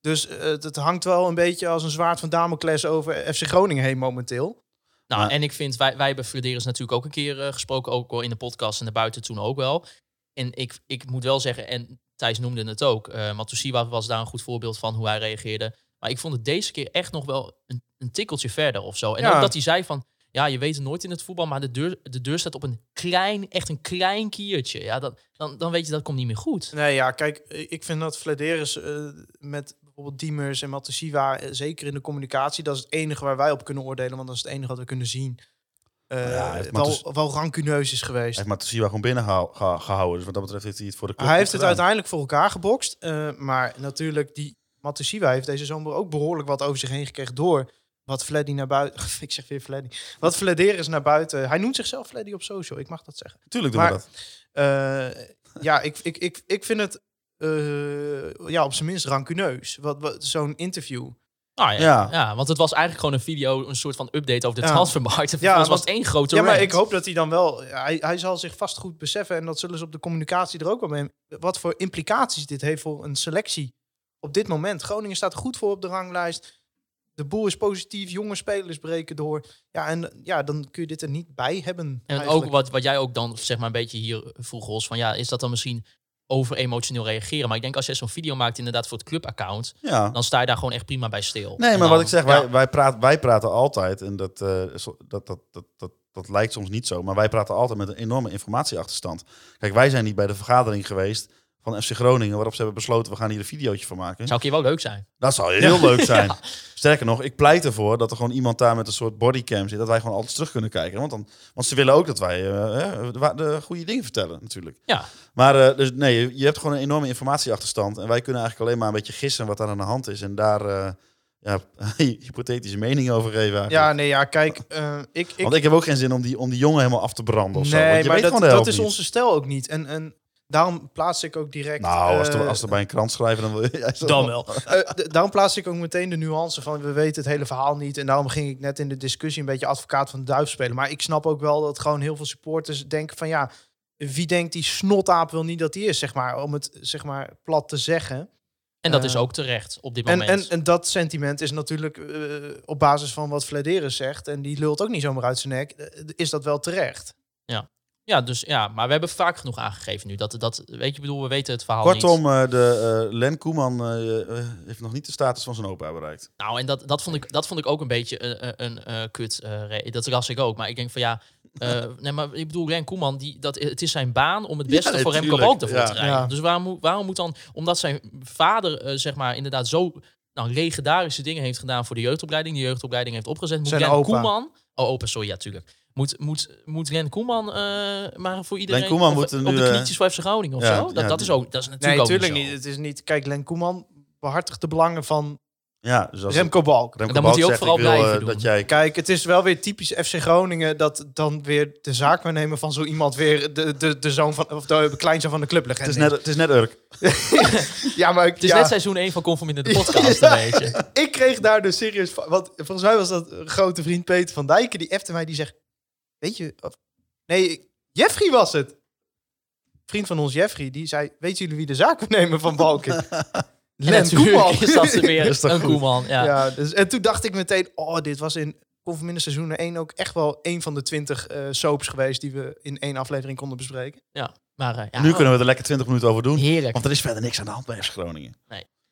Speaker 6: Dus eh, het hangt wel een beetje als een zwaard van Damocles over FC Groningen heen momenteel.
Speaker 4: Nou,
Speaker 5: Maar-
Speaker 4: en ik vind, wij, wij hebben Frederis natuurlijk ook een keer eh, gesproken, ook wel in de podcast en daarbuiten toen ook wel. En ik, ik moet wel zeggen, en Thijs noemde het ook, eh Matusiwa was daar een goed voorbeeld van hoe hij reageerde. Maar ik vond het deze keer echt nog wel een, een tikkeltje verder of zo. En
Speaker 6: Ja.
Speaker 4: ook dat hij zei van, ja, je weet het nooit in het voetbal, maar de deur, de deur staat op een klein, echt een klein kiertje. Ja, dat, dan, dan weet je dat komt niet meer goed.
Speaker 6: Nee, ja, kijk, eh, ik vind dat Vladeris eh, met bijvoorbeeld Diemers en Matasiva, eh, zeker in de communicatie, dat is het enige waar wij op kunnen oordelen, want dat is het enige wat we kunnen zien. Eh,
Speaker 5: Ja, hij heeft
Speaker 6: wel,
Speaker 5: Matas-
Speaker 6: wel rancuneus is geweest.
Speaker 5: heeft Matsushima gewoon binnen gehou- ge- gehouden. Dus wat dat betreft heeft hij het voor de club
Speaker 6: Hij
Speaker 5: goed
Speaker 6: heeft het
Speaker 5: gedaan.
Speaker 6: uiteindelijk voor elkaar gebokst. eh, maar natuurlijk, die Matasiwa heeft deze zomer ook behoorlijk wat over zich heen gekregen door wat Fleddy naar buiten. ik zeg weer Fleddy. Wat Fledder is naar buiten. Hij noemt zichzelf Fleddy op social, ik mag dat zeggen.
Speaker 5: Tuurlijk doen we
Speaker 6: Maar-
Speaker 5: dat.
Speaker 6: Eh, ja, ik, ik, ik, ik vind het eh, ja, op zijn minst rancuneus. Wat, wat, Zo'n interview.
Speaker 4: Nou, ja.
Speaker 5: Ja.
Speaker 4: Ja. want het was eigenlijk gewoon een video, een soort van update over de
Speaker 6: Ja.
Speaker 4: transfermarkt. En vervolgens
Speaker 6: want-
Speaker 4: was het één grote
Speaker 6: Ja, maar
Speaker 4: rant.
Speaker 6: ik hoop dat hij dan wel. Hij, hij zal zich vast goed beseffen. En dat zullen ze op de communicatie er ook wel mee. Wat voor implicaties dit heeft voor een selectie. Op dit moment. Groningen staat goed voor op de ranglijst. De boel is positief. Jonge spelers breken door. Ja, en ja, dan kun je dit er niet bij hebben.
Speaker 4: En
Speaker 6: eigenlijk.
Speaker 4: ook wat, wat jij ook dan zeg maar een beetje hier vroeg, Ros, van ja, is dat dan misschien over emotioneel reageren? Maar ik denk als jij zo'n video maakt inderdaad voor het clubaccount,
Speaker 5: Ja.
Speaker 4: dan sta je daar gewoon echt prima bij stil.
Speaker 5: Nee,
Speaker 4: En
Speaker 5: maar
Speaker 4: dan-
Speaker 5: wat ik zeg,
Speaker 4: ja,
Speaker 5: wij, wij, praat, wij praten altijd, en dat, eh, zo- dat, dat, dat, dat, dat lijkt soms niet zo, maar wij praten altijd met een enorme informatieachterstand. Kijk, wij zijn niet bij de vergadering geweest van FC Groningen, waarop ze hebben besloten, we gaan hier een videootje van maken.
Speaker 4: zou een keer wel leuk zijn.
Speaker 5: Dat zou heel leuk zijn. Sterker nog, ik pleit ervoor dat er gewoon iemand daar met een soort bodycam zit, dat wij gewoon altijd terug kunnen kijken. Want, dan, want ze willen ook dat wij eh, eh, de, wa- de goede dingen vertellen, natuurlijk.
Speaker 4: Ja.
Speaker 5: Maar eh, dus, nee, je- je hebt gewoon een enorme informatieachterstand. En wij kunnen eigenlijk alleen maar een beetje gissen wat daar aan de hand is. En daar eh, ja, hypothetische mening over geven. eigenlijk.
Speaker 6: Ja, nee, ja, kijk. eh, ik, ik,
Speaker 5: Want ik heb ook geen zin om die, om die jongen helemaal af te branden of zo.
Speaker 6: nee,
Speaker 5: Want je
Speaker 6: maar
Speaker 5: weet
Speaker 6: dat,
Speaker 5: gewoon de
Speaker 6: dat
Speaker 5: helft
Speaker 6: is
Speaker 5: niet.
Speaker 6: onze stijl ook niet. En, en daarom plaats ik ook direct.
Speaker 5: Nou, als
Speaker 6: eh,
Speaker 5: er, als er bij een krant schrijven, dan wil je...
Speaker 4: Dan wel.
Speaker 6: Eh, d- daarom plaats ik ook meteen de nuance van we weten het hele verhaal niet. En daarom ging ik net in de discussie een beetje advocaat van de duif spelen. Maar ik snap ook wel dat gewoon heel veel supporters denken van ja, wie denkt die snotaap wil niet dat die is, zeg maar. Om het zeg maar plat te zeggen.
Speaker 4: En dat
Speaker 6: Eh,
Speaker 4: is ook terecht op dit
Speaker 6: En,
Speaker 4: moment.
Speaker 6: en, en dat sentiment is natuurlijk eh, op basis van wat Vladeris zegt. En die lult ook niet zomaar uit zijn nek. eh, Is dat wel terecht?
Speaker 4: ja, dus, ja, maar we hebben vaak genoeg aangegeven nu. Dat, dat, weet je, bedoel, we weten het verhaal niet.
Speaker 5: Kortom, eh, de, eh, Len Koeman eh, eh, heeft nog niet de status van zijn opa bereikt.
Speaker 4: Nou, en dat, dat, vond ik, dat vond ik ook een beetje een, een, een eh, kut. eh, re- dat ras ik ook. Maar ik denk van ja. eh, nee, maar ik bedoel, Ren Koeman, die, dat, het is zijn baan om het
Speaker 5: Ja,
Speaker 4: beste voor Remco
Speaker 5: tuurlijk,
Speaker 4: Balk ervoor
Speaker 5: ja.
Speaker 4: te krijgen.
Speaker 6: Ja.
Speaker 4: Dus waarom, moet- waarom moet dan, omdat zijn vader, eh, zeg maar, inderdaad zo nou, legendarische dingen heeft gedaan voor de jeugdopleiding, die jeugdopleiding heeft opgezet, moet
Speaker 6: Zijn
Speaker 4: Ren
Speaker 6: opa.
Speaker 4: Koeman. Oh, opa, sorry, ja, tuurlijk. Moet, moet, moet Ren Koeman eh, maar voor iedereen
Speaker 5: Koeman
Speaker 4: op,
Speaker 5: moet er
Speaker 4: op
Speaker 5: nu,
Speaker 4: de
Speaker 5: eh,
Speaker 4: knietjes voor FC Groningen of
Speaker 5: ja,
Speaker 4: zo? Dat,
Speaker 5: ja,
Speaker 4: dat is
Speaker 5: die-
Speaker 4: ook, dat is natuurlijk
Speaker 6: Nee,
Speaker 4: ook
Speaker 6: natuurlijk
Speaker 4: niet.
Speaker 6: niet.
Speaker 4: zo.
Speaker 6: Het is niet. Kijk, Len Koeman behartigt de belangen van
Speaker 5: Ja, dus als
Speaker 6: Remco Balk.
Speaker 5: Remco
Speaker 4: Dan moet hij
Speaker 5: Balk
Speaker 4: ook
Speaker 5: zegt,
Speaker 4: vooral
Speaker 5: ik wil, eh,
Speaker 4: blijven doen.
Speaker 5: Dat jij...
Speaker 6: Kijk, het is wel weer typisch FC Groningen dat dan weer de zaakwaarnemer van zo iemand weer de, de, de zoon van of de kleinzoon van de club
Speaker 5: Het is, net, het is net Urk.
Speaker 6: ja, maar ik,
Speaker 4: Het is
Speaker 6: ja,
Speaker 4: net seizoen 1 van Conforminder de podcast,
Speaker 6: Ja.
Speaker 4: een beetje.
Speaker 6: ik kreeg daar dus serieus van. Want volgens mij was dat een grote vriend Peter van Dijken die efte mij die zegt, weet je, of- nee, ik- Jeffrey was het. Vriend van ons Jeffrey die zei, weten jullie wie de zaakwaarnemer van Balken?
Speaker 4: En
Speaker 6: Len
Speaker 4: natuurlijk
Speaker 6: Koeman.
Speaker 4: is dat er weer
Speaker 5: Is dat
Speaker 4: een
Speaker 5: goed?
Speaker 4: Koeman. Ja.
Speaker 6: Ja, dus, en toen dacht ik meteen, oh, dit was in Conforminder seizoen 1 ook echt wel een van de 20 eh, soaps geweest die we in één aflevering konden bespreken.
Speaker 4: Maar eh, ja,
Speaker 5: nu kunnen we er lekker 20 minuten over doen.
Speaker 4: heerlijk.
Speaker 5: Want er is verder niks aan de hand bij FC Groningen.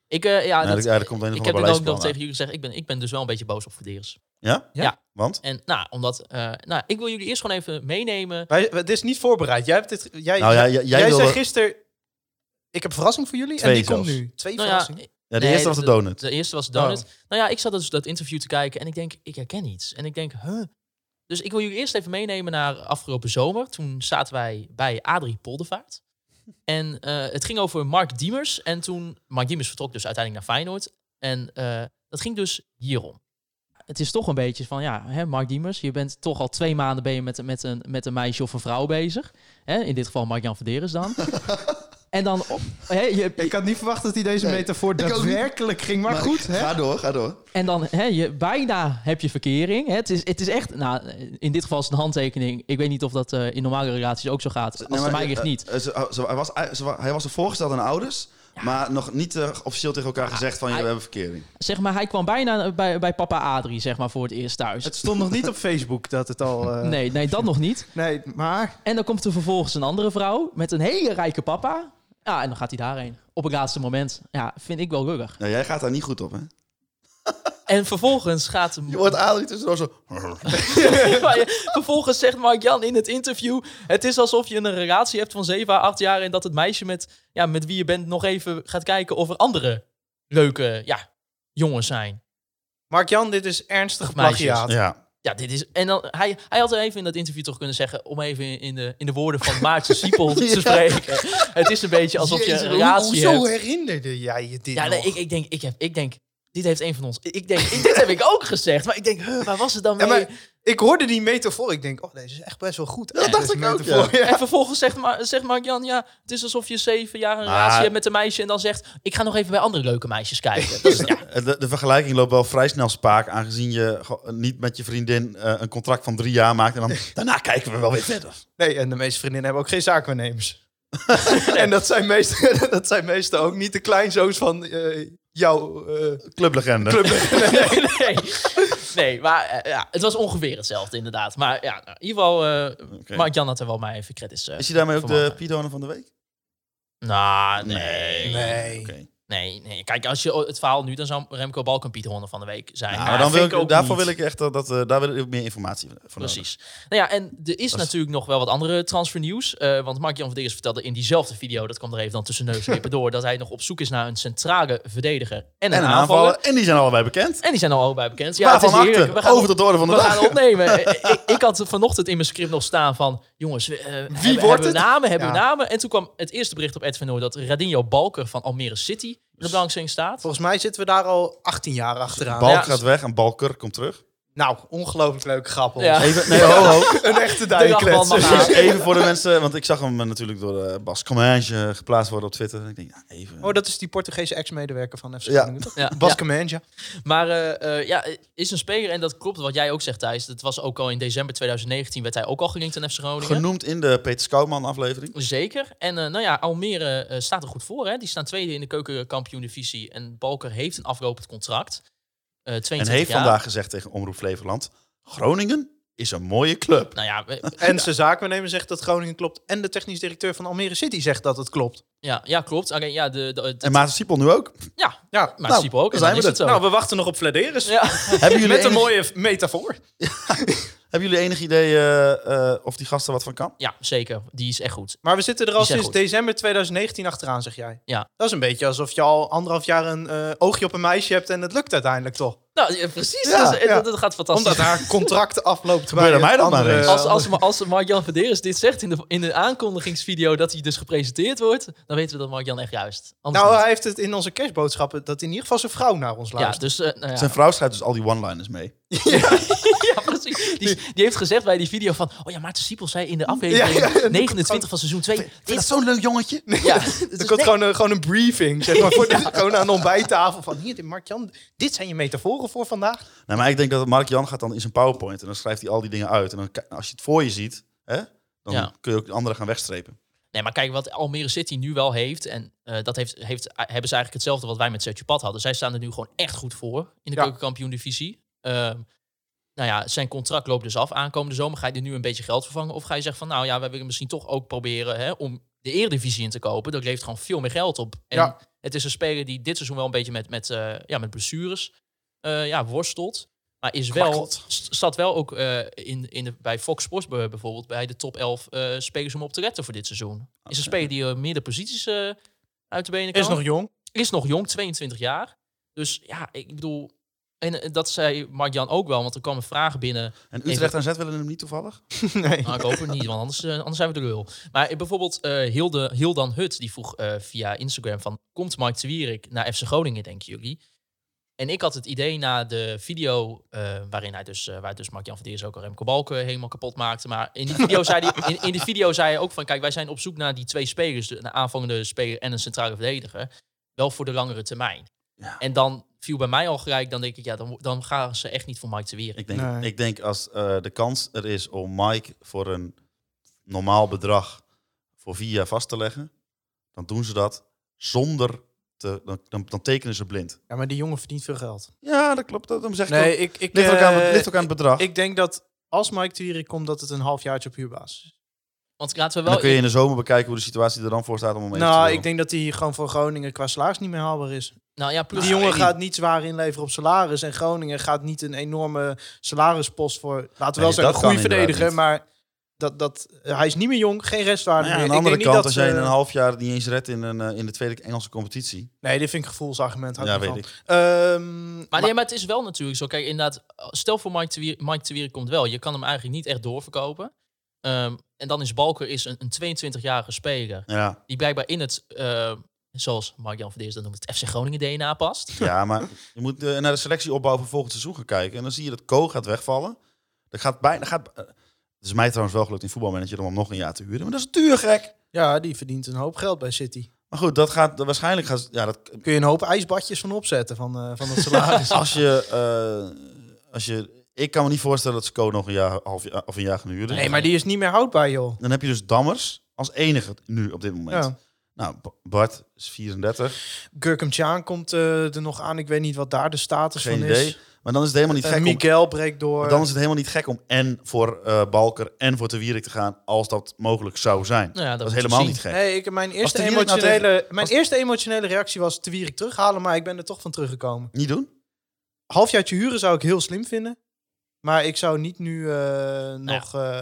Speaker 4: Ik, eh, ja,
Speaker 5: Nee,
Speaker 4: dat,
Speaker 5: dat- ja, dat komt een
Speaker 4: ik heb
Speaker 5: of ander
Speaker 4: het ook
Speaker 5: beleidsplan
Speaker 4: nog tegen jullie gezegd. Ik ben, ik ben dus wel een beetje boos op Verderens.
Speaker 5: Ja?
Speaker 4: Ja.
Speaker 5: Want?
Speaker 4: En nou, omdat, eh, nou, ik wil jullie eerst gewoon even meenemen.
Speaker 6: Wij, dit is niet voorbereid. Jij, hebt dit, jij,
Speaker 5: Nou ja, jij-
Speaker 6: jij,
Speaker 5: jij wilde-
Speaker 6: zei gisteren... Ik heb een verrassing voor jullie.
Speaker 5: Twee
Speaker 6: en die
Speaker 5: zelfs.
Speaker 6: komt nu. Twee
Speaker 4: Nou ja,
Speaker 6: verrassingen.
Speaker 5: Ja, de
Speaker 4: nee,
Speaker 5: eerste was de donut.
Speaker 4: de eerste was
Speaker 6: Oh.
Speaker 4: de Donut. Nou ja, ik zat dus dat interview te kijken en ik denk, ik herken iets. En ik denk, huh? Dus ik wil jullie eerst even meenemen naar afgelopen zomer. Toen zaten wij bij Adrie Poldervaart. En eh, het ging over Mark Diemers. En toen, Mark Diemers vertrok dus uiteindelijk naar Feyenoord. En eh, dat ging dus hierom. Het is toch een beetje van, ja, hè, Mark Diemers, je bent toch al twee maanden ben je met, met, een, met een meisje of een vrouw bezig. Hè? In dit geval Mark-Jan Verderes dan. en dan, op, hè, je,
Speaker 6: Ik had niet verwacht dat hij deze metafoor daadwerkelijk ging. Maar, goed, hè?
Speaker 7: Ga door, ga door.
Speaker 8: En dan hè, je, bijna heb je verkering. Hè. Het, is, het is echt, nou, in dit geval is het een handtekening. Ik weet niet of dat eh, in normale relaties ook zo gaat. Als
Speaker 7: Nee,
Speaker 8: het
Speaker 7: maar,
Speaker 8: aan mij ligt
Speaker 7: eh,
Speaker 8: niet.
Speaker 7: eh, ze- ze- hij, was, hij- ze wa- hij was er voorgesteld aan de ouders, maar nog niet eh, officieel tegen elkaar gezegd van,
Speaker 8: hij-
Speaker 7: we hebben verkering.
Speaker 8: Zeg maar, hij kwam bijna bij, bij papa Adrie, zeg maar, voor het eerst thuis.
Speaker 6: Het stond nog niet op Facebook dat het al... eh,
Speaker 8: Nee, nee, dat nog niet.
Speaker 6: nee, maar...
Speaker 8: En dan komt er vervolgens een andere vrouw met een hele rijke papa. Ja, en dan gaat hij daarheen. Op het laatste moment. Ja, vind ik wel rugger.
Speaker 7: Nou, jij gaat daar niet goed op, hè?
Speaker 4: En vervolgens gaat...
Speaker 7: Je hoort Adrie tussendoor zo...
Speaker 4: vervolgens zegt Mark Jan in het interview... Het is alsof je een relatie hebt van 7 à 8 jaar... en dat het meisje met, ja, met wie je bent nog even gaat kijken... of er andere leuke ja, jongens zijn.
Speaker 6: Mark-Jan, dit is ernstig
Speaker 4: Meisjes.
Speaker 6: plagiaat.
Speaker 5: Ja.
Speaker 4: Ja, dit is... En dan, hij, hij had even in dat interview toch kunnen zeggen... om even in- in de, in de woorden van Maarten Siepel te spreken. Het is een beetje alsof je een
Speaker 6: Jezus,
Speaker 4: relatie
Speaker 6: hoe-
Speaker 4: hebt.
Speaker 6: hoezo herinnerde jij je dit
Speaker 4: Ja,
Speaker 6: nog?
Speaker 4: nee, ik, ik, denk, ik, heb, ik denk, dit heeft een van ons. Ik denk, ik- dit heb ik ook gezegd. Maar ik denk, huh, waar was het dan
Speaker 6: Ja,
Speaker 4: mee?
Speaker 6: maar ik hoorde die metafoor. Ik denk, oh, deze is echt best wel goed. Dat
Speaker 7: dacht ik ook,
Speaker 5: Oh,
Speaker 6: Ja.
Speaker 4: En vervolgens zegt, Ma zegt Mark Jan, ja, het is alsof je zeven jaar een
Speaker 5: Maar-
Speaker 4: relatie hebt met een meisje. En dan zegt, ik ga nog even bij andere leuke meisjes kijken. Dat is, ja,
Speaker 5: Dus, eh, De, de vergelijking loopt wel vrij snel spaak, aangezien je gewoon niet met je vriendin eh, een contract van drie jaar maakt. En dan, daarna kijken we wel weer verder.
Speaker 6: Nee, en de meeste vriendinnen hebben ook geen zaakwaarnemers. en dat zijn, meestal, dat zijn meestal ook niet de kleinzoons van eh, jouw eh,
Speaker 5: Clublegende.
Speaker 4: nee, nee. Nee, maar eh, ja, het was ongeveer hetzelfde inderdaad. Maar ja, nou, in ieder geval, eh,
Speaker 5: Oké.
Speaker 4: Mark Jan had er wel mij even credits eh,
Speaker 5: Is hij daarmee ook
Speaker 4: voor
Speaker 5: de
Speaker 4: mogen.
Speaker 5: piedoner van de week?
Speaker 4: Nou, nee. Nee,
Speaker 6: Nee.
Speaker 5: Oké.
Speaker 4: nee, Kijk, als je het verhaal nu, dan zou Remco Balkan Pieter Honden van de week zijn.
Speaker 5: Nou,
Speaker 4: Maar
Speaker 5: maar dan wil
Speaker 4: vind
Speaker 5: ik,
Speaker 4: ook
Speaker 5: daarvoor
Speaker 4: niet.
Speaker 5: wil ik echt dat, dat eh, daar wil ik meer informatie van. nodig.
Speaker 4: Precies. Nou ja, en er is
Speaker 5: Dat is-
Speaker 4: natuurlijk nog wel wat andere transfernieuws. eh want Mark-Jan van Dinges vertelde in diezelfde video, dat kwam er even dan tussen neus en lippen door, dat hij nog op zoek is naar een centrale verdediger en een,
Speaker 5: En een
Speaker 4: aanvaller.
Speaker 5: aanvaller. En die zijn allebei bekend.
Speaker 4: En die zijn al allebei bekend. Ja,
Speaker 5: Ja,
Speaker 4: het is
Speaker 5: Waarvan
Speaker 4: heerlijk. We
Speaker 5: acte.
Speaker 4: gaan,
Speaker 5: Over tot de orde van de
Speaker 4: we gaan
Speaker 5: dag.
Speaker 4: opnemen. ik, ik had vanochtend in mijn script nog staan van, jongens, eh, hebben, hebben
Speaker 6: wordt
Speaker 4: we
Speaker 6: het?
Speaker 4: namen, hebben we
Speaker 6: Ja.
Speaker 4: namen. En toen kwam het eerste bericht op Edwin Noord dat Radinho Balker van Almere City in de
Speaker 5: Dus
Speaker 4: belangstelling staat.
Speaker 6: Volgens mij zitten we daar al 18 jaar achteraan.
Speaker 5: Balk
Speaker 4: Ja.
Speaker 5: gaat weg en Balker komt terug.
Speaker 6: Nou, ongelooflijk leuke grappen.
Speaker 4: Ja.
Speaker 5: Even, nee, ho, ho.
Speaker 6: Een echte
Speaker 4: lachband
Speaker 6: dijkklets.
Speaker 4: mag aan.
Speaker 5: Dus even voor de mensen, want ik zag hem eh, natuurlijk door eh, Bas Commage eh, geplaatst worden op Twitter. En ik denk, ja, even.
Speaker 6: Oh, dat is die Portugese ex-medewerker van FC
Speaker 5: Ja.
Speaker 6: Groningen, toch?
Speaker 4: Ja,
Speaker 6: Bas
Speaker 4: ja.
Speaker 6: Kemanja.
Speaker 4: Maar eh, eh, ja, is een speler, en dat klopt wat jij ook zegt Thijs, dat was ook al in december 2019, werd hij ook al gelinkt aan FC Groningen.
Speaker 5: Genoemd in de Peter Scoutman aflevering.
Speaker 4: Zeker. En eh, nou ja, Almere eh, staat er goed voor. Hè? Die staan tweede in de keukenkampioen divisie. En Balker heeft een aflopend contract. Eh 22
Speaker 5: En heeft
Speaker 4: jaar.
Speaker 5: vandaag gezegd tegen Omroep Flevoland, Groningen is een mooie club.
Speaker 4: Nou ja, we-
Speaker 6: En zijn zaakwaarnemer zegt dat Groningen klopt. En de technisch directeur van Almere City zegt dat het klopt.
Speaker 4: ja, ja klopt. Alleen ja, de, de, de-
Speaker 5: En Maarten Siepel nu ook.
Speaker 4: ja,
Speaker 6: Ja,
Speaker 4: maar
Speaker 5: nou,
Speaker 4: het ook. En
Speaker 5: dan
Speaker 4: dan
Speaker 5: zijn we
Speaker 4: is
Speaker 5: er.
Speaker 4: het zo.
Speaker 6: Nou, we wachten nog op Vladeris.
Speaker 4: ja.
Speaker 5: hebben, jullie
Speaker 6: Met een
Speaker 5: enig,
Speaker 6: mooie metafoor.
Speaker 5: hebben jullie enig idee eh, eh, of die gasten wat van kan?
Speaker 4: ja, zeker. Die is echt goed.
Speaker 6: Maar we zitten er al
Speaker 4: Die zijn
Speaker 6: sinds
Speaker 4: goed.
Speaker 6: december 2019 achteraan, zeg jij.
Speaker 4: Ja.
Speaker 6: Dat is een beetje alsof je al anderhalf jaar een eh, oogje op een meisje hebt en het lukt uiteindelijk toch.
Speaker 4: Nou, ja, precies.
Speaker 6: Ja,
Speaker 4: dat, is-
Speaker 6: ja.
Speaker 4: dat- dat gaat fantastisch.
Speaker 6: Omdat haar contract afloopt bij
Speaker 5: Gebeurde
Speaker 6: een
Speaker 5: mij dat maar
Speaker 6: andere-
Speaker 5: eens.
Speaker 4: Als, als, als Mark-Jan Verderes dit zegt in de, in de aankondigingsvideo dat hij dus gepresenteerd wordt, dan weten we dat Mark-Jan echt juist. Anders
Speaker 6: nou,
Speaker 4: niet.
Speaker 6: hij heeft het in onze cashboodschappen dat in ieder geval zijn vrouw naar ons
Speaker 4: ja,
Speaker 6: luistert.
Speaker 4: dus, eh, nou ja.
Speaker 5: Zijn vrouw schrijft dus al die one-liners mee.
Speaker 4: Ja, precies. Die, die heeft gezegd bij die video van... Oh ja, Maarten Siepel zei in de aflevering
Speaker 6: Ja, ja, ja.
Speaker 4: 29 van seizoen 2...
Speaker 5: Vind
Speaker 4: Dit,
Speaker 5: dat zo'n leuk jongetje?
Speaker 4: ja, dus
Speaker 6: Er
Speaker 4: nee,
Speaker 6: komt gewoon, een, gewoon een briefing, zeg maar, voor de, gewoon aan de ontbijttafel van hier, dit- Mark-Jan, dit zijn je metaforen voor vandaag.
Speaker 5: Nou, maar ik denk dat Mark Jan gaat dan in zijn PowerPoint en dan schrijft hij al die dingen uit. En dan, ki- als je het voor je ziet, hè, dan
Speaker 4: Ja.
Speaker 5: kun je ook de anderen gaan wegstrepen.
Speaker 4: nee, maar kijk, wat Almere City nu wel heeft... en eh, dat heeft, heeft, hebben ze eigenlijk hetzelfde wat wij met Sergio Pad hadden. Zij staan er nu gewoon echt goed voor in de
Speaker 6: Ja.
Speaker 4: keukenkampioen-divisie. Ehm, nou ja, zijn contract loopt dus af. Aankomende zomer ga je er nu een beetje geld vervangen? Of ga je zeggen van, nou ja, we willen misschien toch ook proberen... Hè, om de Eredivisie in te kopen. Dat levert gewoon veel meer geld op. En
Speaker 6: Ja.
Speaker 4: het is een speler die dit seizoen wel een beetje met, met, eh, ja, met blessures eh, ja, worstelt. Maar is wel,
Speaker 5: Kwakkelt.
Speaker 4: st- staat wel ook eh, in, in de, bij Fox Sports bij- bijvoorbeeld bij de top 11 eh, spelers om op te letten voor dit seizoen. Is een speler die eh, meerdere posities eh, uit de benen kan.
Speaker 6: Is nog jong.
Speaker 4: is nog jong, 22 jaar. Dus ja, ik bedoel... En eh, dat zei Mark-Jan ook wel, want er kwam een vraag binnen
Speaker 5: En Utrecht en Z willen hem niet toevallig?
Speaker 6: Nee.
Speaker 4: nou, ik hoop het niet, want anders, eh, anders zijn we de lul. Maar eh, bijvoorbeeld eh, Hilde, Hildan Hut, die vroeg eh, via Instagram van... Komt Mike de Wierik naar FC Groningen, denken jullie? En ik had het idee na de video, eh, waarin hij dus, eh, waar dus Mark-Jan van Deers ook al Remco Balken helemaal kapot maakte. Maar in die video zei hij, in, in die video zei hij ook van, kijk, wij zijn op zoek naar die twee spelers. de- Een aanvangende speler en een centrale verdediger. Wel voor de langere termijn.
Speaker 5: Ja.
Speaker 4: En dan viel bij mij al gelijk, dan denk ik, ja, dan, dan gaan ze echt niet voor Mike de Wierik.
Speaker 5: Ik denk,
Speaker 6: Nee.
Speaker 5: ik denk als eh, de kans er is om Mike voor een normaal bedrag voor vier jaar vast te leggen, dan doen ze dat zonder te. Dan, dan, dan tekenen ze blind.
Speaker 6: Ja, maar die jongen verdient veel geld.
Speaker 5: Ja, dat klopt. Dat, zeg
Speaker 6: Nee, ik... ik
Speaker 5: ligt, ook aan, het-
Speaker 6: eh,
Speaker 5: ligt ook aan het bedrag.
Speaker 6: Ik denk dat als Mike de Wierik komt, dat het een halfjaartje op huurbasis is.
Speaker 4: Want laten
Speaker 5: En
Speaker 4: we wel...
Speaker 5: dan kun je in de zomer bekijken hoe de situatie er dan voor staat om hem even te
Speaker 6: Nou,
Speaker 5: huren.
Speaker 6: ik denk dat hij gewoon voor Groningen qua salaris niet meer haalbaar is.
Speaker 4: Nou ja, plus
Speaker 6: Die jongen gaat niet zwaar inleveren op salaris. En Groningen gaat niet een enorme salarispost voor. Laten we wel
Speaker 5: dat
Speaker 6: zeggen, een
Speaker 5: kan
Speaker 6: goede
Speaker 5: inderdaad
Speaker 6: verdediger.
Speaker 5: niet.
Speaker 6: Maar dat, dat, hij is niet meer jong, geen restwaarde
Speaker 5: Nou ja,
Speaker 6: meer.
Speaker 5: aan de andere
Speaker 6: ik denk
Speaker 5: kant, als
Speaker 6: niet dat eh,
Speaker 5: jij in
Speaker 6: ze-
Speaker 5: een half jaar het niet eens redt in, een, eh, in de tweede Engelse competitie.
Speaker 6: Nee, dit vind ik een gevoelsargument. houdt
Speaker 5: ja,
Speaker 6: me
Speaker 5: weet
Speaker 6: van.
Speaker 5: ik.
Speaker 6: Ehm,
Speaker 4: Maar, nee, maar het is wel natuurlijk zo. Kijk, inderdaad, stel voor Mike te Wier, Mike te Wier komt wel. Je kan hem eigenlijk niet echt doorverkopen. Ehm, en dan is Balker is een, een 22-jarige speler.
Speaker 5: Nou Ja,
Speaker 4: Die blijkbaar in het, eh, zoals Mark-Jan Verdeers dat noemt, het FC Groningen DNA past.
Speaker 5: ja maar je moet eh, naar de selectieopbouw voor volgend seizoen gaan kijken. En dan zie je dat Ko gaat wegvallen. Dat gaat bijna... Gaat, eh, het is mij trouwens wel gelukt in voetbalmanager om hem nog een jaar te huren. Maar dat is duur, gek.
Speaker 6: ja, die verdient een hoop geld bij City.
Speaker 5: Maar goed, dat gaat waarschijnlijk... Gaat, ja, dat,
Speaker 6: Kun je een hoop ijsbadjes van opzetten van, eh, van dat salaris.
Speaker 5: als je... eh, als je ik kan me niet voorstellen dat ze Ko nog een jaar, half jaar of een jaar gaan huren.
Speaker 6: nee, maar die is niet meer houdbaar, joh.
Speaker 5: Dan heb je dus Dammers als enige nu op dit moment.
Speaker 6: Ja.
Speaker 5: Nou, B- Bart is 34.
Speaker 6: Gurkum Chan komt eh, er nog aan. Ik weet niet wat daar de status
Speaker 5: Geen
Speaker 6: van
Speaker 5: idee.
Speaker 6: is.
Speaker 5: Maar dan is het helemaal niet
Speaker 6: Eh,
Speaker 5: gek om
Speaker 6: Miguel breekt door.
Speaker 5: Maar dan is het helemaal niet gek om en voor eh, Balker en voor Te Wierik te gaan als dat mogelijk zou zijn.
Speaker 4: Nou ja, dat
Speaker 5: dat is
Speaker 4: moeten we
Speaker 5: helemaal
Speaker 4: zien.
Speaker 5: niet gek.
Speaker 6: Nee, ik, mijn, eerste
Speaker 5: Te Wierik nou
Speaker 6: emotionele, mijn eerste emotionele reactie was te Wierik terughalen, maar ik ben er toch van teruggekomen.
Speaker 5: Niet doen?
Speaker 6: Halfjaartje huren zou ik heel slim vinden, maar ik zou niet nu eh, nog eh,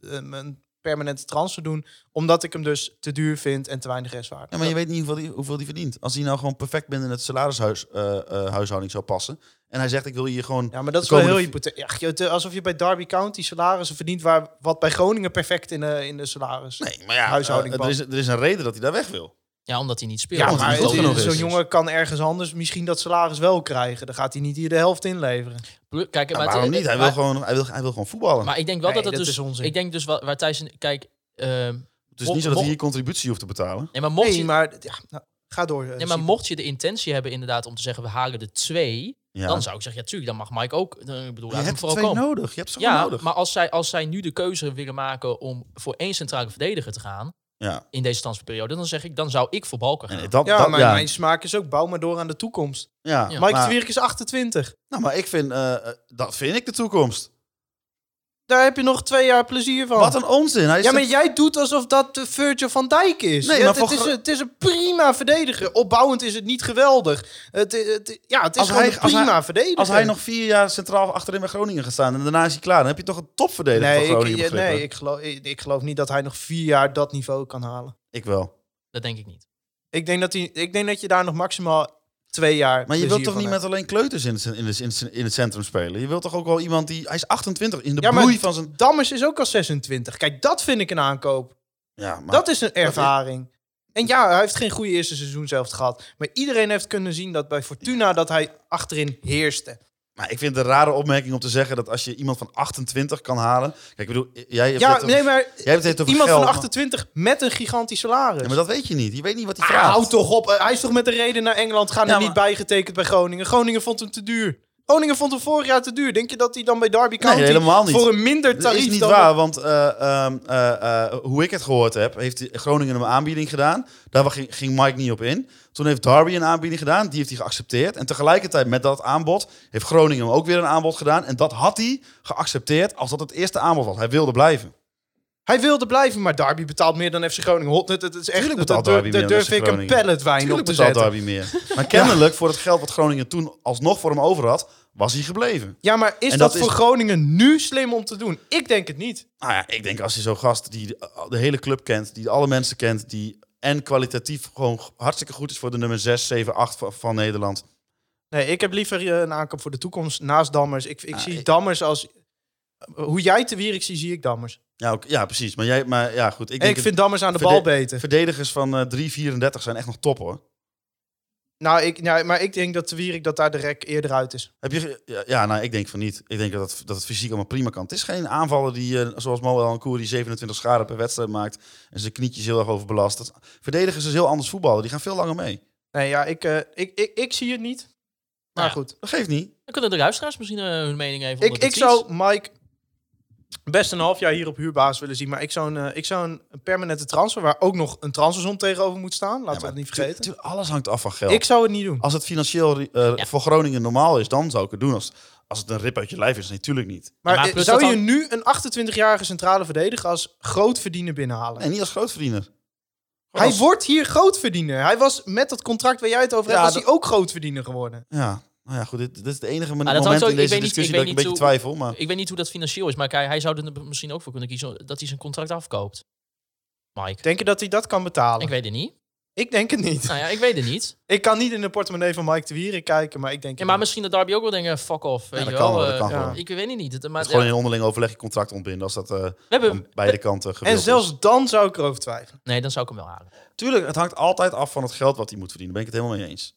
Speaker 6: een- een permanente transfer doen, omdat ik hem dus te duur vind en te weinig restwaarde.
Speaker 5: Ja, maar je weet niet hoeveel die, hoeveel die verdient. Als hij nou gewoon perfect binnen het salarishuishouding huishouding zou passen. En hij zegt ik wil hier gewoon...
Speaker 6: Ja, maar dat is
Speaker 5: de
Speaker 6: wel heel
Speaker 5: komende
Speaker 6: hypothetisch. Ja, je- te- alsof je bij Derby County salarissen verdient waar wat bij Groningen perfect in de, in de salaris.
Speaker 5: Nee, maar ja,
Speaker 6: Huishouding
Speaker 5: eh, er, is, er is een reden dat hij daar weg wil.
Speaker 4: Ja, omdat hij niet speelt.
Speaker 6: Ja,
Speaker 5: omdat
Speaker 6: maar
Speaker 5: hij niet
Speaker 6: het-
Speaker 5: goed genoeg
Speaker 6: zo'n
Speaker 5: is.
Speaker 6: jongen kan ergens anders misschien dat salaris wel krijgen. Dan gaat hij niet hier de helft inleveren.
Speaker 4: Kijk, maar
Speaker 5: Nou,
Speaker 4: het-
Speaker 5: waarom niet? Hij wil,
Speaker 4: maar-
Speaker 5: gewoon, hij, wil, hij wil gewoon voetballen.
Speaker 4: Maar ik denk wel
Speaker 6: Nee,
Speaker 4: dat het
Speaker 6: dat
Speaker 4: dus...
Speaker 6: is onzin.
Speaker 4: Ik denk dus wa- waar Thijs... in- Kijk, ehm,
Speaker 5: het is niet zo dat
Speaker 4: mo-
Speaker 5: hij hier contributie hoeft te betalen.
Speaker 4: nee, maar mocht
Speaker 6: nee,
Speaker 4: je...
Speaker 6: maar ja, nou, ga door. eh,
Speaker 4: Nee, maar
Speaker 6: Sip.
Speaker 4: mocht je de intentie hebben inderdaad om te zeggen we halen de twee,
Speaker 5: Ja.
Speaker 4: dan zou ik zeggen ja tuurlijk, dan mag Mike ook. eh, Ik bedoel,
Speaker 5: je
Speaker 4: laat hem
Speaker 5: hebt
Speaker 4: vooral
Speaker 5: twee
Speaker 4: komen.
Speaker 5: nodig. Je hebt ze gewoon
Speaker 4: Ja,
Speaker 5: nodig.
Speaker 4: maar als zij, als zij nu de keuze willen maken om voor één centrale verdediger te gaan
Speaker 5: Ja.
Speaker 4: in deze transferperiode, dan zeg ik, dan zou ik voor Balken gaan.
Speaker 5: En dat,
Speaker 6: ja,
Speaker 5: dat,
Speaker 6: maar
Speaker 5: ja.
Speaker 6: mijn smaak is ook bouw maar door aan de toekomst.
Speaker 5: Ja,
Speaker 4: Ja.
Speaker 6: Mike
Speaker 5: maar-
Speaker 6: de Wierik is 28.
Speaker 5: nou, maar ik vind... eh, eh, dat vind ik de toekomst.
Speaker 6: Daar heb je nog twee jaar plezier van.
Speaker 5: Wat een onzin. Hij is
Speaker 6: ja,
Speaker 5: de-
Speaker 6: maar jij doet alsof dat de Virgil van Dijk is.
Speaker 5: Nee,
Speaker 6: Ja,
Speaker 5: maar
Speaker 6: het,
Speaker 5: voor
Speaker 6: het is
Speaker 5: Gro-
Speaker 6: een, het is een prima verdediger. Opbouwend is het niet geweldig. Het, eh, het- ja, het is
Speaker 5: Als
Speaker 6: gewoon
Speaker 5: hij-
Speaker 6: een
Speaker 5: als hij-
Speaker 6: prima verdediger.
Speaker 5: Als hij nog vier jaar centraal achterin bij Groningen gaat staan en daarna is hij klaar, dan heb je toch een topverdediger
Speaker 6: Nee,
Speaker 5: van
Speaker 6: ik,
Speaker 5: Groningen
Speaker 6: ja,
Speaker 5: begrippen.
Speaker 6: nee ik, geloof, ik, ik geloof niet dat hij nog vier jaar dat niveau kan halen.
Speaker 5: Ik wel.
Speaker 4: Dat denk ik niet.
Speaker 6: Ik denk dat, hij, ik denk dat je daar nog maximaal twee jaar
Speaker 5: Maar je
Speaker 6: plezier
Speaker 5: wilt toch
Speaker 6: van
Speaker 5: niet
Speaker 6: hebt.
Speaker 5: met alleen kleuters in het, in, het, in, het, in het centrum spelen? Je wilt toch ook wel iemand die... Hij is 28, in de
Speaker 6: Ja, maar-
Speaker 5: bloei van zijn...
Speaker 6: Dammers is ook al 26. Kijk, dat vind ik een aankoop.
Speaker 5: Ja, maar
Speaker 6: dat is een ervaring. En ja, hij heeft geen goede eerste seizoen zelf gehad. Maar iedereen heeft kunnen zien dat bij Fortuna dat hij achterin heerste.
Speaker 5: maar ik vind het een rare opmerking om te zeggen dat als je iemand van 28 kan halen... Kijk, ik bedoel, jij hebt
Speaker 6: Ja,
Speaker 5: het over-
Speaker 6: nee, maar
Speaker 5: jij hebt het over
Speaker 6: iemand
Speaker 5: geld,
Speaker 6: van
Speaker 5: maar-
Speaker 6: 28 met een gigantisch salaris.
Speaker 5: Ja, maar dat weet je niet. Je weet niet wat hij
Speaker 6: Ah,
Speaker 5: vraagt.
Speaker 6: hou toch op. Eh, Hij is toch met de reden naar Engeland gaan
Speaker 5: Ja,
Speaker 6: en
Speaker 5: maar-
Speaker 6: niet bijgetekend bij Groningen. Groningen vond hem te duur. Groningen vond hem vorig jaar te duur. Denk je dat hij dan bij Derby County
Speaker 5: helemaal niet.
Speaker 6: voor een minder
Speaker 5: Dat
Speaker 6: tarief
Speaker 5: Nou, is niet
Speaker 6: dan...
Speaker 5: waar, want eh, ehm, eh, eh, hoe ik het gehoord heb, heeft Groningen hem een aanbieding gedaan. Daar ging, ging Mike niet op in. Toen heeft Darby een aanbieding gedaan, die heeft hij geaccepteerd. En tegelijkertijd met dat aanbod heeft Groningen hem ook weer een aanbod gedaan. En dat had hij geaccepteerd als dat het eerste aanbod was. Hij wilde blijven.
Speaker 6: Hij wilde blijven, maar Derby betaalt meer dan FC Groningen. Hot, het, het is echt,
Speaker 5: Tuurlijk betaalt
Speaker 6: daar-
Speaker 5: Derby
Speaker 6: daar
Speaker 5: meer dan
Speaker 6: durf
Speaker 5: FC
Speaker 6: ik een
Speaker 5: Groningen.
Speaker 6: pallet wijn op
Speaker 5: Natuurlijk
Speaker 6: te
Speaker 5: betaalt
Speaker 6: zetten.
Speaker 5: Darby meer. Maar kennelijk, voor het geld wat Groningen toen alsnog voor hem over had, was hij gebleven.
Speaker 6: Ja, maar is
Speaker 5: En
Speaker 6: dat,
Speaker 5: dat is-
Speaker 6: voor Groningen nu slim om te doen? Ik denk het niet.
Speaker 5: Nou ja, ik denk als je zo'n gast die de, de hele club kent, die alle mensen kent, die en kwalitatief gewoon hartstikke goed is voor de nummer 6, 7, 8 van, van Nederland.
Speaker 6: Nee, ik heb liever eh, een aankoop voor de toekomst naast Dammers. Ik, ik
Speaker 5: Ah,
Speaker 6: zie
Speaker 5: ik-
Speaker 6: Dammers als... Hoe jij te Wierik ziet, zie ik Dammers.
Speaker 5: Ja, oké, ja precies. Maar, jij, maar ja, goed. Ik,
Speaker 6: En
Speaker 5: denk
Speaker 6: ik
Speaker 5: het-
Speaker 6: vind Dammers aan de
Speaker 5: verde-
Speaker 6: bal beter.
Speaker 5: Verdedigers van eh 3, 34 zijn echt nog top hoor.
Speaker 6: Nou, ik, ja, maar ik denk dat de Wierik dat daar de rek eerder uit is.
Speaker 5: Heb je, ge- ja, ja, nou, ik denk van niet. Ik denk dat het, dat het fysiek allemaal prima kan. Het is geen aanvaller die, eh, zoals Moel Ankour, die 27 scharen per wedstrijd maakt en zijn knietjes heel erg overbelast. Dat, verdedigers is heel anders voetballen. Die gaan veel langer mee.
Speaker 6: Nee, ja, ik, eh, ik, ik, ik zie het niet. Maar
Speaker 4: Nou ja,
Speaker 6: goed,
Speaker 5: Dat geeft niet.
Speaker 4: Dan kunnen de luisteraars misschien eh, hun mening even
Speaker 6: ik,
Speaker 4: onder de
Speaker 6: ik
Speaker 4: tweets.
Speaker 6: zou Mike best een half jaar hier op huurbasis willen zien. Maar ik zou een, eh, ik zou een, een permanente transfer, waar ook nog een transfersom tegenover moet staan. Laten
Speaker 5: Ja,
Speaker 6: we
Speaker 5: maar
Speaker 6: dat niet
Speaker 5: tu-
Speaker 6: vergeten.
Speaker 5: tu- alles hangt af van geld.
Speaker 6: Ik zou het niet doen.
Speaker 5: Als het financieel eh,
Speaker 4: Ja.
Speaker 5: voor Groningen normaal is, dan zou ik het doen. Als, als het een rip uit je lijf is, natuurlijk niet.
Speaker 6: Maar,
Speaker 4: maar
Speaker 6: eh,
Speaker 4: plus
Speaker 6: zou
Speaker 4: dat
Speaker 6: je
Speaker 4: dan-
Speaker 6: nu een 28-jarige centrale verdediger als groot verdiener binnenhalen?
Speaker 5: En niet als grootverdiener.
Speaker 6: Hij wordt hier grootverdiener. Hij was met dat contract waar jij het over hebt,
Speaker 5: Ja,
Speaker 6: was hij ook grootverdiener geworden.
Speaker 5: Ja, nou ja, goed. Dit, dit is de enige
Speaker 4: dat
Speaker 5: moment,
Speaker 4: hangt
Speaker 5: moment
Speaker 4: ook-
Speaker 5: in
Speaker 4: ik
Speaker 5: deze
Speaker 4: weet niet-
Speaker 5: discussie
Speaker 4: ik
Speaker 5: dat
Speaker 4: weet
Speaker 5: ik een beetje
Speaker 4: niet
Speaker 5: twijfel. Maar
Speaker 4: Ik weet niet hoe dat financieel is, maar hij, hij zou er misschien ook voor kunnen kiezen dat hij zijn contract afkoopt. Mike.
Speaker 6: Denk je dat hij dat kan betalen?
Speaker 4: Ik
Speaker 6: Ik,
Speaker 4: weet het niet.
Speaker 6: denk het niet.
Speaker 4: Nou ja, ik weet het niet.
Speaker 6: Ik kan niet in de portemonnee van Mike de Wierik kijken, maar ik denk...
Speaker 4: Ja, maar misschien dat Darby ook wel denken, fuck off. Weet
Speaker 5: dat
Speaker 4: je
Speaker 5: kan
Speaker 4: wel.
Speaker 5: wel, dat
Speaker 4: eh,
Speaker 5: kan
Speaker 4: ja.
Speaker 5: gewoon.
Speaker 4: Ik weet het niet. Het-
Speaker 5: het
Speaker 4: Maar,
Speaker 5: is gewoon
Speaker 4: ja,
Speaker 5: in onderling overleg je contract ontbinden als dat eh,
Speaker 4: we hebben,
Speaker 5: aan beide kanten gebeurt.
Speaker 6: en zelfs dan zou ik erover twijfelen.
Speaker 4: nee, dan zou ik hem wel halen.
Speaker 5: Tuurlijk, het hangt altijd af van het geld wat hij moet verdienen. Daar ben ik het helemaal mee eens.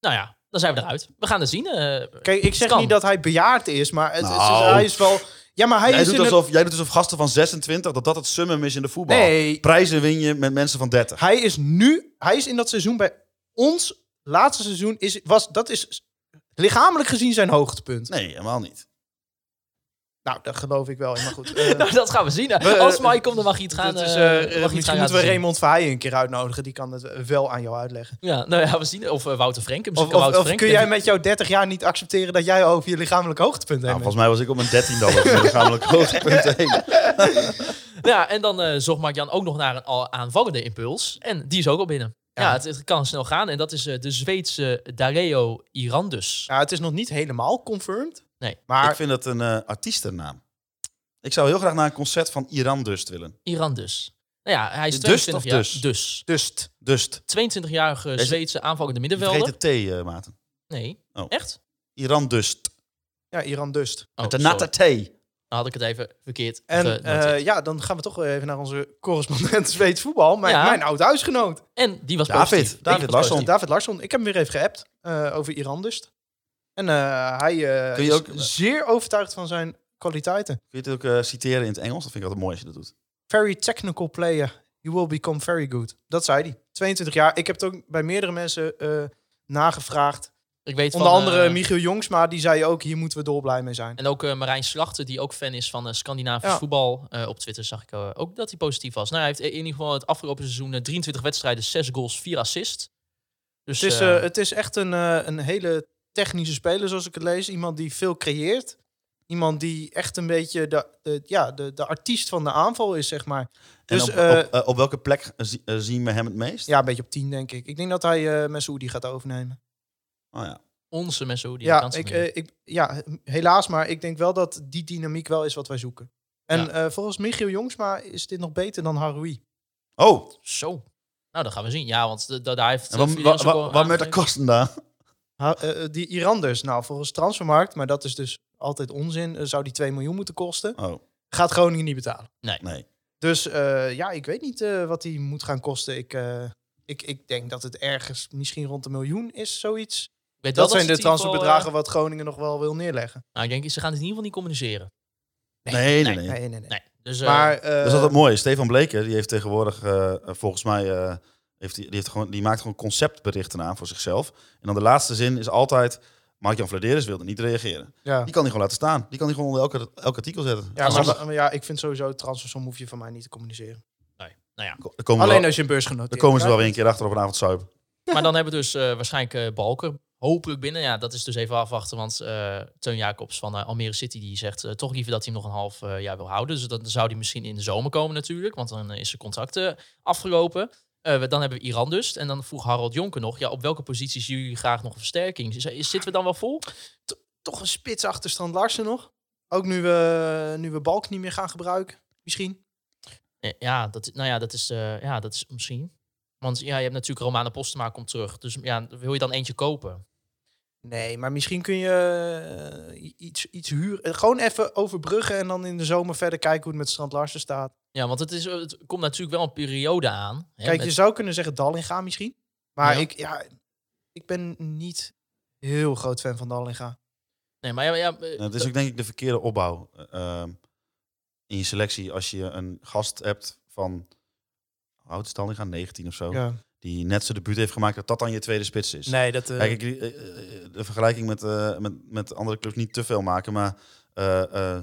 Speaker 4: Nou ja, dan zijn we eruit. We gaan het zien. eh.
Speaker 6: Kijk, ik zeg
Speaker 4: Kan.
Speaker 6: niet dat hij bejaard is, maar het, het is- dus
Speaker 5: Nou.
Speaker 6: hij is wel... Ja, maar hij
Speaker 5: Jij
Speaker 6: is
Speaker 5: doet,
Speaker 6: in het-
Speaker 5: alsof, jij doet alsof gasten van 26 dat dat het summum is in de voetbal.
Speaker 6: Nee.
Speaker 5: Prijzen win je met mensen van 30.
Speaker 6: Hij is nu, hij is in dat seizoen bij ons laatste seizoen is was dat is lichamelijk gezien zijn hoogtepunt.
Speaker 5: Nee, helemaal niet.
Speaker 6: Nou, dat geloof ik wel. in, Maar goed, eh,
Speaker 4: nou, dat gaan we zien. Als Mike komt, dan mag hij het gaan.
Speaker 6: dat is,
Speaker 4: eh,
Speaker 6: eh,
Speaker 4: mag hij het
Speaker 6: misschien
Speaker 4: gaan
Speaker 6: moeten we
Speaker 4: laten zien.
Speaker 6: Raymond Verheijen een keer uitnodigen. Die kan het eh, wel aan jou uitleggen.
Speaker 4: Ja, nou ja, we zien. Of eh, Wouter Frenk.
Speaker 6: Of,
Speaker 4: Misschien
Speaker 6: of-
Speaker 4: kan Wouter
Speaker 6: of
Speaker 4: Frenk.
Speaker 6: kun jij met jouw 30 jaar niet accepteren dat jij over je lichamelijk hoogtepunt
Speaker 5: Nou,
Speaker 6: heen bent?
Speaker 5: volgens mij was ik op mijn 13 dan over mijn lichamelijk hoogtepunt heen.
Speaker 4: Ja, en dan eh zocht Mark Jan ook nog naar een al aanvallende impuls. En die is ook al binnen. Ja, het, het kan snel gaan. En dat is eh, de Zweedse Dareo Irandus.
Speaker 6: Nou, het is nog niet helemaal confirmed.
Speaker 4: Nee.
Speaker 5: Ik
Speaker 6: Maar
Speaker 5: vind het een eh, artiestennaam. Ik zou heel graag naar een concert van Iran Dust willen.
Speaker 4: Irandus. Nou ja, hij is
Speaker 5: Dust
Speaker 4: 22
Speaker 5: of
Speaker 4: jaar.
Speaker 5: dus?
Speaker 4: Dus.
Speaker 6: dus
Speaker 5: Dust.
Speaker 4: 22-jarige
Speaker 5: Is-
Speaker 4: Zweedse aanvallende
Speaker 5: Je vergeet
Speaker 4: middenvelder.
Speaker 5: de T, eh, Maarten.
Speaker 4: Nee,
Speaker 5: Oh.
Speaker 4: echt?
Speaker 5: Iran Dust.
Speaker 6: Oh, ja, Iran Dust.
Speaker 4: Oh,
Speaker 5: de
Speaker 4: sorry.
Speaker 5: natte T.
Speaker 4: Dan had ik het even verkeerd
Speaker 6: En
Speaker 4: genoteerd.
Speaker 6: eh, ja, dan gaan we toch weer even naar onze correspondent Zweeds voetbal. Mijn,
Speaker 4: Ja.
Speaker 6: mijn oud huisgenoot,
Speaker 4: En die was
Speaker 5: David,
Speaker 4: positief. Die
Speaker 5: David
Speaker 4: was
Speaker 5: Larsson.
Speaker 4: positief.
Speaker 6: David Larsson. Ik heb hem weer even geappt eh, over Iran Dust. En eh, hij eh,
Speaker 5: Kun je
Speaker 6: is
Speaker 5: ook-
Speaker 6: zeer overtuigd van zijn kwaliteiten.
Speaker 5: Kun je het ook eh, citeren in het Engels? Dat vind ik altijd mooi als je dat doet.
Speaker 6: very technical player. You will become very good. Dat zei hij. 22 jaar. Ik heb het ook bij meerdere mensen eh, nagevraagd.
Speaker 4: Ik weet
Speaker 6: Onder
Speaker 4: van,
Speaker 6: andere
Speaker 4: eh,
Speaker 6: Michiel Jongsma, die zei ook, hier moeten we dolblij mee zijn.
Speaker 4: En ook eh, Marijn Slachter, die ook fan is van eh, Scandinavisch
Speaker 6: Ja.
Speaker 4: voetbal. Eh, op Twitter zag ik eh, ook dat hij positief was. Nou, hij heeft in ieder geval het afgelopen seizoen eh, 23 wedstrijden, 6 goals, 4 assists. Dus
Speaker 6: Het is,
Speaker 4: eh,
Speaker 6: eh, het is echt een, eh, een hele technische speler, zoals ik het lees. Iemand die veel creëert. Iemand die echt een beetje de, de- ja, de, de artiest van de aanval is, zeg maar.
Speaker 5: En
Speaker 6: Dus,
Speaker 5: op,
Speaker 6: eh,
Speaker 5: op, eh, op welke plek zie- eh, zien we hem het meest?
Speaker 6: Ja, een beetje op 10, denk ik. Ik denk dat hij eh Messoudi gaat overnemen.
Speaker 5: Oh, ja.
Speaker 4: onze Messoudi.
Speaker 6: Ja, ik, eh, ik, ja, helaas, maar ik denk wel dat die dynamiek wel is wat wij zoeken. En
Speaker 4: Ja.
Speaker 6: eh, volgens Michiel Jongsma is dit nog beter dan Haroui.
Speaker 5: oh
Speaker 6: eh,
Speaker 4: Zo. Nou, dat gaan we zien. Ja, want de- de- daar heeft...
Speaker 5: en wat,
Speaker 4: eh,
Speaker 5: wat,
Speaker 4: Fiorenzo
Speaker 5: wat,
Speaker 4: ook
Speaker 5: wat met de
Speaker 4: aangegeven.
Speaker 5: kosten dan?
Speaker 6: Ha- eh, eh, die Iranders, nou volgens Transfermarkt, maar dat is dus altijd onzin, eh, zou die 2 miljoen moeten kosten.
Speaker 5: Oh,
Speaker 6: Gaat Groningen niet betalen.
Speaker 5: nee.
Speaker 6: Dus eh, ja, ik weet niet eh, wat die moet gaan kosten. Ik, eh, ik, ik denk dat het ergens misschien rond een miljoen is, zoiets.
Speaker 4: Ik weet wel
Speaker 6: Dat, zijn
Speaker 4: ze
Speaker 6: de
Speaker 4: het in ieder geval,
Speaker 6: transferbedragen wat Groningen nog wel wil neerleggen.
Speaker 4: eh, nou, ik denk, ze gaan het in ieder geval niet communiceren.
Speaker 5: Nee, nee, nee.
Speaker 6: Nee, nee, nee.
Speaker 4: Nee. Dus, eh,
Speaker 6: Maar, eh,
Speaker 5: Dat is altijd mooi. Stefan Bleker, die heeft tegenwoordig, eh, eh, volgens mij, eh, heeft die, die, heeft gewoon, die maakt gewoon conceptberichten aan voor zichzelf. En dan de laatste zin is altijd, Mark-Jan Vladeris wilde niet reageren.
Speaker 6: ja.
Speaker 5: Die kan hij gewoon laten staan. Die kan hij gewoon onder elke, elk artikel zetten.
Speaker 6: Ja,
Speaker 4: Als
Speaker 6: maar,
Speaker 4: dat-
Speaker 6: maar ja, ik vind sowieso transfersom hoef je van mij niet te communiceren.
Speaker 4: nee. Nou ja.
Speaker 5: Daar komen, we
Speaker 6: Alleen
Speaker 5: wel,
Speaker 6: als je een beurs
Speaker 5: daar
Speaker 6: genoteerd
Speaker 5: komen ze wel weer een keer achter op een avond zuipen.
Speaker 4: Maar dan hebben we dus eh, waarschijnlijk eh, Balker hopelijk binnen. Ja, dat is dus even afwachten. Want eh, Teun Jacobs van eh, Almere City die zegt eh, toch liever dat hij hem nog een half eh, jaar wil houden. Dus dan zou hij misschien in de zomer komen natuurlijk. Want dan eh, is zijn contract eh, afgelopen. Eh, we- dan hebben we Iran dus. En dan vroeg Harald Jonker nog. Ja, op welke posities zien jullie graag nog een versterking? Z- is- Zitten we dan wel vol?
Speaker 6: Toch een spits achterstand Larsen nog. Ook nu we, nu we Balk niet meer gaan gebruiken. Misschien.
Speaker 4: Eh, Ja, dat, nou ja, dat is, eh, ja, dat is misschien. Want ja, je hebt natuurlijk Romane Postema komt terug. Dus ja, wil je dan eentje kopen?
Speaker 6: Nee, maar misschien kun je eh, i- iets, iets huren. Eh, Gewoon even overbruggen en dan in de zomer verder kijken hoe het met Strand Larsen staat.
Speaker 4: Ja, want het, is, het komt natuurlijk wel een periode aan. Hè,
Speaker 6: Kijk,
Speaker 4: met-
Speaker 6: je zou kunnen zeggen Dallinga misschien. Maar
Speaker 4: Ja.
Speaker 6: Ik, ja, ik ben niet heel groot fan van Dallinga.
Speaker 4: nee, maar ja, ja, eh,
Speaker 5: En Nou, het is ook denk ik de verkeerde opbouw eh, ehm, in je selectie. Als je een gast hebt van, hoe oud is het gaan 19 of zo.
Speaker 6: Ja.
Speaker 5: Die net zijn debuut heeft gemaakt, dat dat dan je tweede spits is.
Speaker 6: Nee, dat... eh,
Speaker 5: Kijk, ik, eh, eh, de vergelijking met, eh, met, met andere clubs niet te veel maken, maar eh, eh,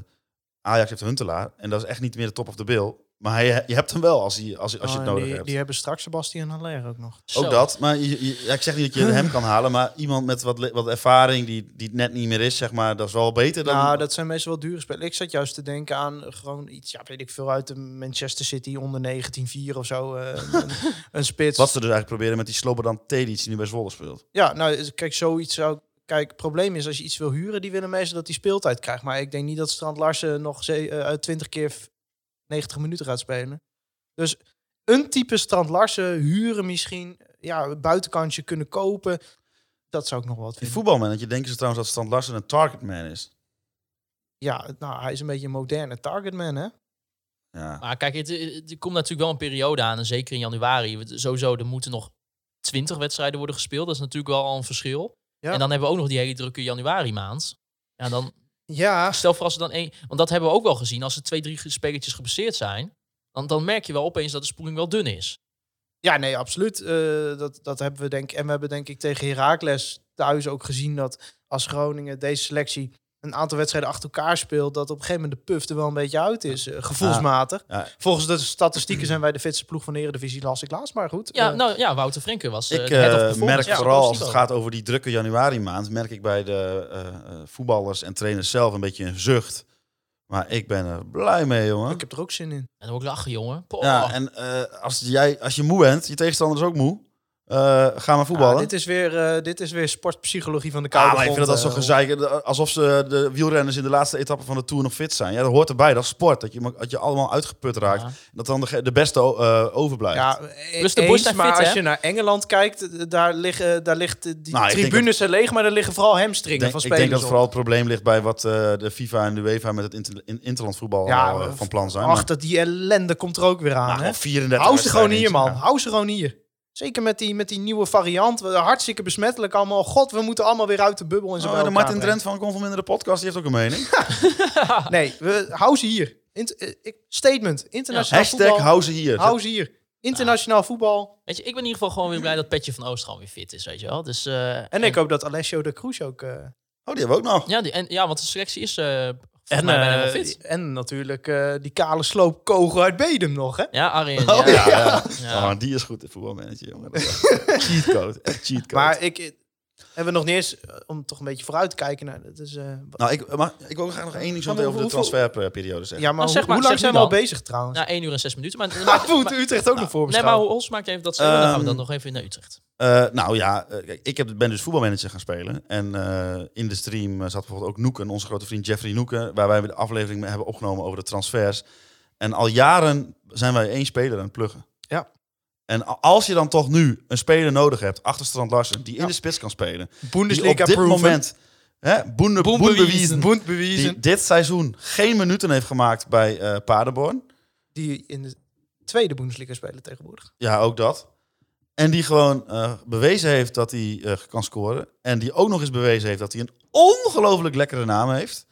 Speaker 5: Ajax heeft Huntelaar en dat is echt niet meer de top of the bill. Maar hij, je hebt hem wel als, hij, als, als je
Speaker 6: Oh,
Speaker 5: het
Speaker 6: en
Speaker 5: nodig
Speaker 6: die,
Speaker 5: hebt.
Speaker 6: die hebben straks Sebastian Haller ook nog.
Speaker 5: Ook dat. Maar je, je- ja, ik zeg niet dat je hem kan halen, maar iemand met wat, le- wat ervaring die, die het net niet meer is, zeg maar, dat is wel beter dan...
Speaker 6: Nou, dat zijn meestal wel dure spelers. Ik zat juist te denken aan eh, gewoon iets, ja, weet ik veel, uit de Manchester City onder 1904 of zo. eh, een, een spits.
Speaker 5: Wat ze dus eigenlijk proberen met die Slobodan Tedic die nu bij Zwolle speelt.
Speaker 6: Ja, nou, kijk, zoiets zou... ik- Kijk, het probleem is, als je iets wil huren, die willen meestal dat hij speeltijd krijgt. Maar ik denk niet dat Strand Larsen nog ze- eh, 20 keer v- 90 minuten gaat spelen. Dus een type Strand Larsen huren misschien, ja, een buitenkantje kunnen kopen. Dat zou ik nog wel wat
Speaker 5: In
Speaker 6: vinden.
Speaker 5: voetbalman, dat je denkt ze trouwens dat Strand Larsen een targetman is.
Speaker 6: Ja, nou, hij is een beetje een moderne targetman, hè?
Speaker 5: Ja.
Speaker 4: Maar kijk, het, het- er komt natuurlijk wel een periode aan. En zeker in januari. Want Sowieso, er moeten nog twintig wedstrijden worden gespeeld. Dat is natuurlijk wel al een verschil.
Speaker 6: Ja.
Speaker 4: En dan hebben we ook nog die hele drukke januari maand. Ja, dan,
Speaker 6: Ja,
Speaker 4: stel voor als er dan één... Want dat hebben we ook wel gezien. Als er twee, drie spelletjes geblesseerd zijn... Dan, dan merk je wel opeens dat de spoeling wel dun is.
Speaker 6: Ja, nee, absoluut. Eh, dat, dat hebben we denk En we hebben denk ik tegen Heracles thuis ook gezien dat als Groningen deze selectie een aantal wedstrijden achter elkaar speelt, dat op een gegeven moment de puff er wel een beetje uit is, eh, gevoelsmatig.
Speaker 5: Ja.
Speaker 6: Volgens de statistieken zijn wij de fitste ploeg van de Eredivisie, las ik laatst, maar goed.
Speaker 4: Ja,
Speaker 6: Eh,
Speaker 4: nou ja, Wouter Frenke was eh,
Speaker 5: Ik
Speaker 4: de head of
Speaker 5: eh,
Speaker 4: performance
Speaker 5: merk
Speaker 4: van
Speaker 5: vooral als
Speaker 4: Postino.
Speaker 5: het gaat over die drukke januari maand, merk ik bij de eh, eh, voetballers en trainers zelf een beetje een zucht. Maar ik ben er blij mee, jongen.
Speaker 6: ik heb Oh. er ook zin in.
Speaker 4: En dan ook lachen, jongen. Poh.
Speaker 5: Ja, en eh, als, jij, als je moe bent, je tegenstander is ook moe, eh, ga maar voetballen.
Speaker 6: Ah, dit, is weer, eh, dit is weer sportpsychologie van de
Speaker 5: Ja,
Speaker 6: koude
Speaker 5: Ah, maar ik
Speaker 6: grond,
Speaker 5: vind dat
Speaker 6: eh,
Speaker 5: zo gezeik. De- Alsof ze de wielrenners in de laatste etappe van de Tour nog fit zijn. Ja, dat hoort erbij. Dat is sport. Dat je, dat je allemaal uitgeput raakt.
Speaker 4: Ja.
Speaker 5: Dat dan de, ge- de beste o- eh, overblijft.
Speaker 6: Ja,
Speaker 4: Plus
Speaker 6: dus
Speaker 4: de
Speaker 6: de
Speaker 4: boys
Speaker 6: eens,
Speaker 4: zijn
Speaker 6: maar
Speaker 4: fit,
Speaker 6: als
Speaker 4: hè?
Speaker 6: je naar Engeland kijkt, eh, daar liggen daar ligt, eh, die
Speaker 5: Nou, ik denk
Speaker 6: tribunes zijn leeg, maar er liggen vooral
Speaker 5: ik
Speaker 6: hamstringen
Speaker 5: denk,
Speaker 6: van
Speaker 5: ik
Speaker 6: spelers
Speaker 5: denk dat
Speaker 6: op.
Speaker 5: vooral het probleem ligt bij wat eh, de FIFA en de UEFA met het inter, in, interlandvoetbal
Speaker 6: Ja,
Speaker 5: al, eh,
Speaker 6: maar-
Speaker 5: van plan zijn.
Speaker 6: Ach, dat die ellende komt er ook weer
Speaker 5: maar,
Speaker 6: aan.
Speaker 5: nou,
Speaker 6: hè?
Speaker 5: al 34
Speaker 6: Hou ze gewoon hier,
Speaker 5: wedstrijden
Speaker 6: man.
Speaker 5: in-
Speaker 6: Hou ze gewoon hier. Zeker met die, met die nieuwe variant. We- Hartstikke besmettelijk allemaal. God, we moeten allemaal weer uit de bubbel. En zo
Speaker 5: Ja.
Speaker 6: bij
Speaker 5: Oh, de
Speaker 6: elkaar
Speaker 5: Martin
Speaker 6: brengen.
Speaker 5: Drent van Conform in de podcast, die heeft ook een mening.
Speaker 6: Nee, we, hou ze hier. Int- eh, ik- statement. Internationaal
Speaker 5: Hashtag
Speaker 6: voetbal.
Speaker 5: hou ze hier.
Speaker 6: Hou ze hier. Internationaal voetbal.
Speaker 4: Weet je, ik ben in ieder geval gewoon weer blij dat Petje van Oost gewoon weer fit is, weet je wel. Dus, eh,
Speaker 6: En ik hoop dat Alessio de Cruz ook... eh,
Speaker 5: Oh, die hebben we ook nog.
Speaker 4: Ja, die, en, ja, want de selectie is eh volgens
Speaker 6: en,
Speaker 4: mij bijna
Speaker 6: eh,
Speaker 4: helemaal fit.
Speaker 6: en natuurlijk eh, die kale sloopkogel uit Bedum nog, hè?
Speaker 4: Ja, Arjen.
Speaker 5: Oh,
Speaker 4: ja.
Speaker 5: ja. ja.
Speaker 4: Ja.
Speaker 5: Oh, die is goed in voetbalmanager, jongen. Dat is echt Cheatcode. Echt cheatcode.
Speaker 6: Maar ik... eh, Hebben we nog niet eens... eh, Om toch een beetje vooruit te kijken naar... Dat is, eh, wa-
Speaker 5: Nou, ik, mag, ik wil ook graag nog één ding zo
Speaker 6: Maar
Speaker 5: meteen over de
Speaker 6: hoeveel-
Speaker 5: transferperiode zeggen.
Speaker 6: ja, maar,
Speaker 4: Nou, zeg
Speaker 6: hoe-
Speaker 4: maar,
Speaker 6: hoe
Speaker 4: zeg
Speaker 6: lang
Speaker 4: nu
Speaker 6: zijn we al
Speaker 4: dan.
Speaker 6: bezig trouwens?
Speaker 4: Na 1 uur en 6 minuten. Maar,
Speaker 6: Maar
Speaker 4: maar,
Speaker 6: goed,
Speaker 4: maar-
Speaker 6: Utrecht
Speaker 5: Nou,
Speaker 6: ook nog voor
Speaker 4: nee, maar Os maakt even dat ze. dan gaan we dan
Speaker 5: Ehm,
Speaker 4: nog even naar Utrecht.
Speaker 5: Eh, nou ja, eh, kijk, ik heb, ben dus voetbalmanager gaan spelen. En eh, in de stream eh, zat bijvoorbeeld ook Noeken, onze grote vriend Jeffrey Noeken, waar wij de aflevering mee hebben opgenomen over de transfers. En al jaren zijn wij één speler aan het pluggen.
Speaker 6: Ja.
Speaker 5: En a- als je dan toch nu een speler nodig hebt, achter Strand Larsen, die in
Speaker 6: Ja.
Speaker 5: de spits kan spelen. Die op
Speaker 6: Bundesliga
Speaker 5: dit moment, hè, Boende, Boenbewiesen,
Speaker 6: Bundbewiesen.
Speaker 5: die dit seizoen geen minuten heeft gemaakt bij eh, Paderborn.
Speaker 6: die in de tweede Bundesliga spelen tegenwoordig.
Speaker 5: Ja, ook dat. En die gewoon eh, bewezen heeft dat hij eh, kan scoren. En die ook nog eens bewezen heeft dat hij een ongelooflijk lekkere naam heeft.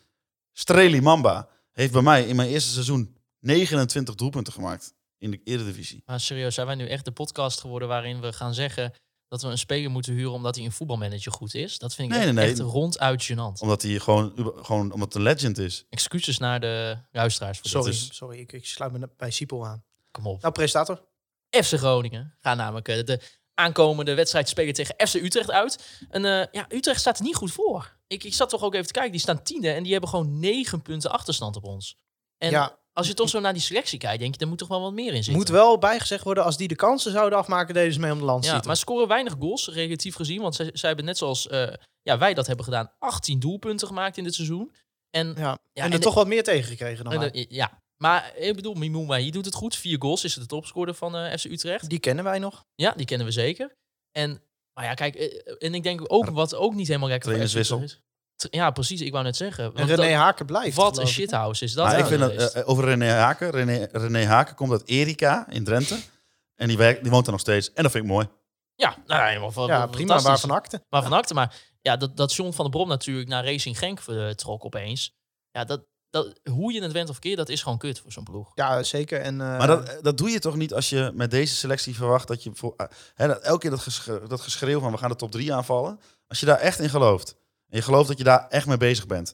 Speaker 5: Streli Mamba heeft bij mij in mijn eerste seizoen 29 doelpunten gemaakt in de Eredivisie.
Speaker 4: Maar serieus, zijn wij nu echt de podcast geworden waarin we gaan zeggen dat we een speler moeten huren omdat hij een voetbalmanager goed is? Dat vind ik
Speaker 5: Nee,
Speaker 4: echt,
Speaker 5: nee, nee.
Speaker 4: echt ronduit gênant.
Speaker 5: Omdat hij gewoon, ube- gewoon omdat de legend is.
Speaker 4: Excuses naar de luisteraars voor
Speaker 6: Sorry,
Speaker 4: dit. Dus
Speaker 6: sorry ik, ik sluit me bij Sipol aan.
Speaker 4: Kom op.
Speaker 6: Nou, prestator.
Speaker 4: FC Groningen gaat namelijk eh, de aankomende wedstrijd spelen tegen FC Utrecht uit. En eh, ja, Utrecht staat er niet goed voor. Ik, ik zat toch ook even te kijken. Die staan tiende en die hebben gewoon negen punten achterstand op ons. En
Speaker 6: ja,
Speaker 4: als je toch zo naar die selectie kijkt, denk je, er moet toch wel wat meer in zitten.
Speaker 6: moet wel bijgezegd worden, als die de kansen zouden afmaken, deden ze mee om de land
Speaker 4: Ja, maar scoren weinig goals, relatief gezien. Want zij, zij hebben net zoals eh, ja, wij dat hebben gedaan, 18 doelpunten gemaakt in dit seizoen. En,
Speaker 6: ja.
Speaker 4: ja,
Speaker 6: en er
Speaker 4: en-
Speaker 6: toch wat meer tegengekregen dan
Speaker 4: en,
Speaker 6: wij.
Speaker 4: eh, ja, maar ik bedoel, Mimouma, hier doet het goed. Vier goals is het de topscorer van eh, FC Utrecht.
Speaker 6: Die kennen wij nog.
Speaker 4: Ja, die kennen we zeker. En, maar ja, kijk, eh, en ik denk ook wat ook niet helemaal lekker voor FC Utrecht
Speaker 5: Trainerswissel.
Speaker 4: is. Tr- Ja, precies, ik wou net zeggen.
Speaker 6: En
Speaker 4: want
Speaker 6: René
Speaker 4: dat-
Speaker 6: Haken blijft.
Speaker 4: wat een
Speaker 6: geloof ik.
Speaker 4: shithouse is dat.
Speaker 5: Maar ik
Speaker 4: nou
Speaker 5: vind dat,
Speaker 4: geweest.
Speaker 5: eh, over René Haken. René, René Haken komt uit Erika in Drenthe. En die, werkt, die woont er nog steeds. En dat vind ik mooi.
Speaker 4: ja, nou, helemaal van,
Speaker 6: Ja, prima. Waarvan acte.
Speaker 4: Waarvan acte. Maar ja, dat, dat John van der Brom natuurlijk naar Racing Genk vertrok opeens. Ja, dat, dat, hoe je het went of keer, dat is gewoon kut voor zo'n ploeg.
Speaker 6: Ja, zeker. En, eh,
Speaker 5: Maar dat, dat doe je toch niet als je met deze selectie verwacht dat je voor, eh, hè, dat elke keer dat, gesche- dat geschreeuw van we gaan de top 3 aanvallen. Als je daar echt in gelooft. En je gelooft dat je daar echt mee bezig bent.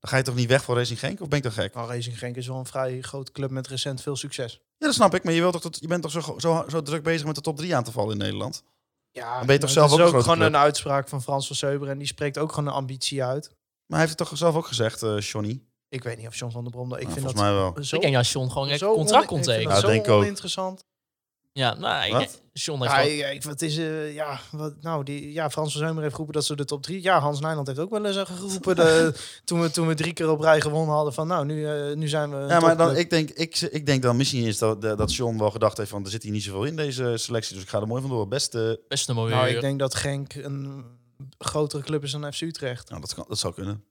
Speaker 5: Dan ga je toch niet weg voor Racing Genk? Of ben ik dan gek?
Speaker 6: Maar Racing Genk is wel een vrij grote club met recent veel succes.
Speaker 5: Ja, dat snap ik. Maar je, wilt toch tot- je bent toch zo, zo, zo druk bezig met de top 3 aan te vallen in Nederland?
Speaker 6: Ja,
Speaker 5: Dan ben je toch
Speaker 6: maar
Speaker 5: zelf
Speaker 6: dat
Speaker 5: ook
Speaker 6: is
Speaker 5: een grote
Speaker 6: ook gewoon
Speaker 5: club?
Speaker 6: een uitspraak van Frans van Zeuber en die spreekt ook gewoon een ambitie uit.
Speaker 5: Maar hij heeft het toch zelf ook gezegd, eh Johnny?
Speaker 6: Ik weet niet of John van der Brom dat. Ik
Speaker 5: Nou,
Speaker 6: vind
Speaker 5: volgens
Speaker 6: dat
Speaker 5: mij wel.
Speaker 6: zo,
Speaker 4: Ik denk dat John gewoon een
Speaker 6: zo
Speaker 4: contract
Speaker 6: on-
Speaker 4: kon
Speaker 6: ik vind
Speaker 4: tekenen.
Speaker 6: dat
Speaker 5: Ja,
Speaker 6: zo
Speaker 5: denk ik ook.
Speaker 6: oninteressant.
Speaker 4: Ja, nou, ik-
Speaker 5: Wat?
Speaker 4: John heeft
Speaker 6: Ja,
Speaker 4: wel-
Speaker 6: ja, ik, wat is, eh, ja, wat, nou, die, ja, Frans van Zeumer heeft geroepen dat ze de top drie... Ja, Hans Nijland heeft ook wel eens eh, geroepen de, toen, we, toen we drie keer op rij gewonnen hadden van... Nou, nu, eh, nu zijn we een
Speaker 5: Ja, maar dan,
Speaker 6: topclub.
Speaker 5: ik, denk, ik, ik denk dan misschien is dat, eh, dat John wel gedacht heeft van... er zit hier niet zoveel in deze selectie, dus ik ga er mooi vandoor. Best, eh,
Speaker 4: best een mooie...
Speaker 6: Nou, ik denk dat Genk een grotere club is dan FC Utrecht.
Speaker 5: nou, dat, kan, dat zou
Speaker 6: Dus
Speaker 5: kunnen.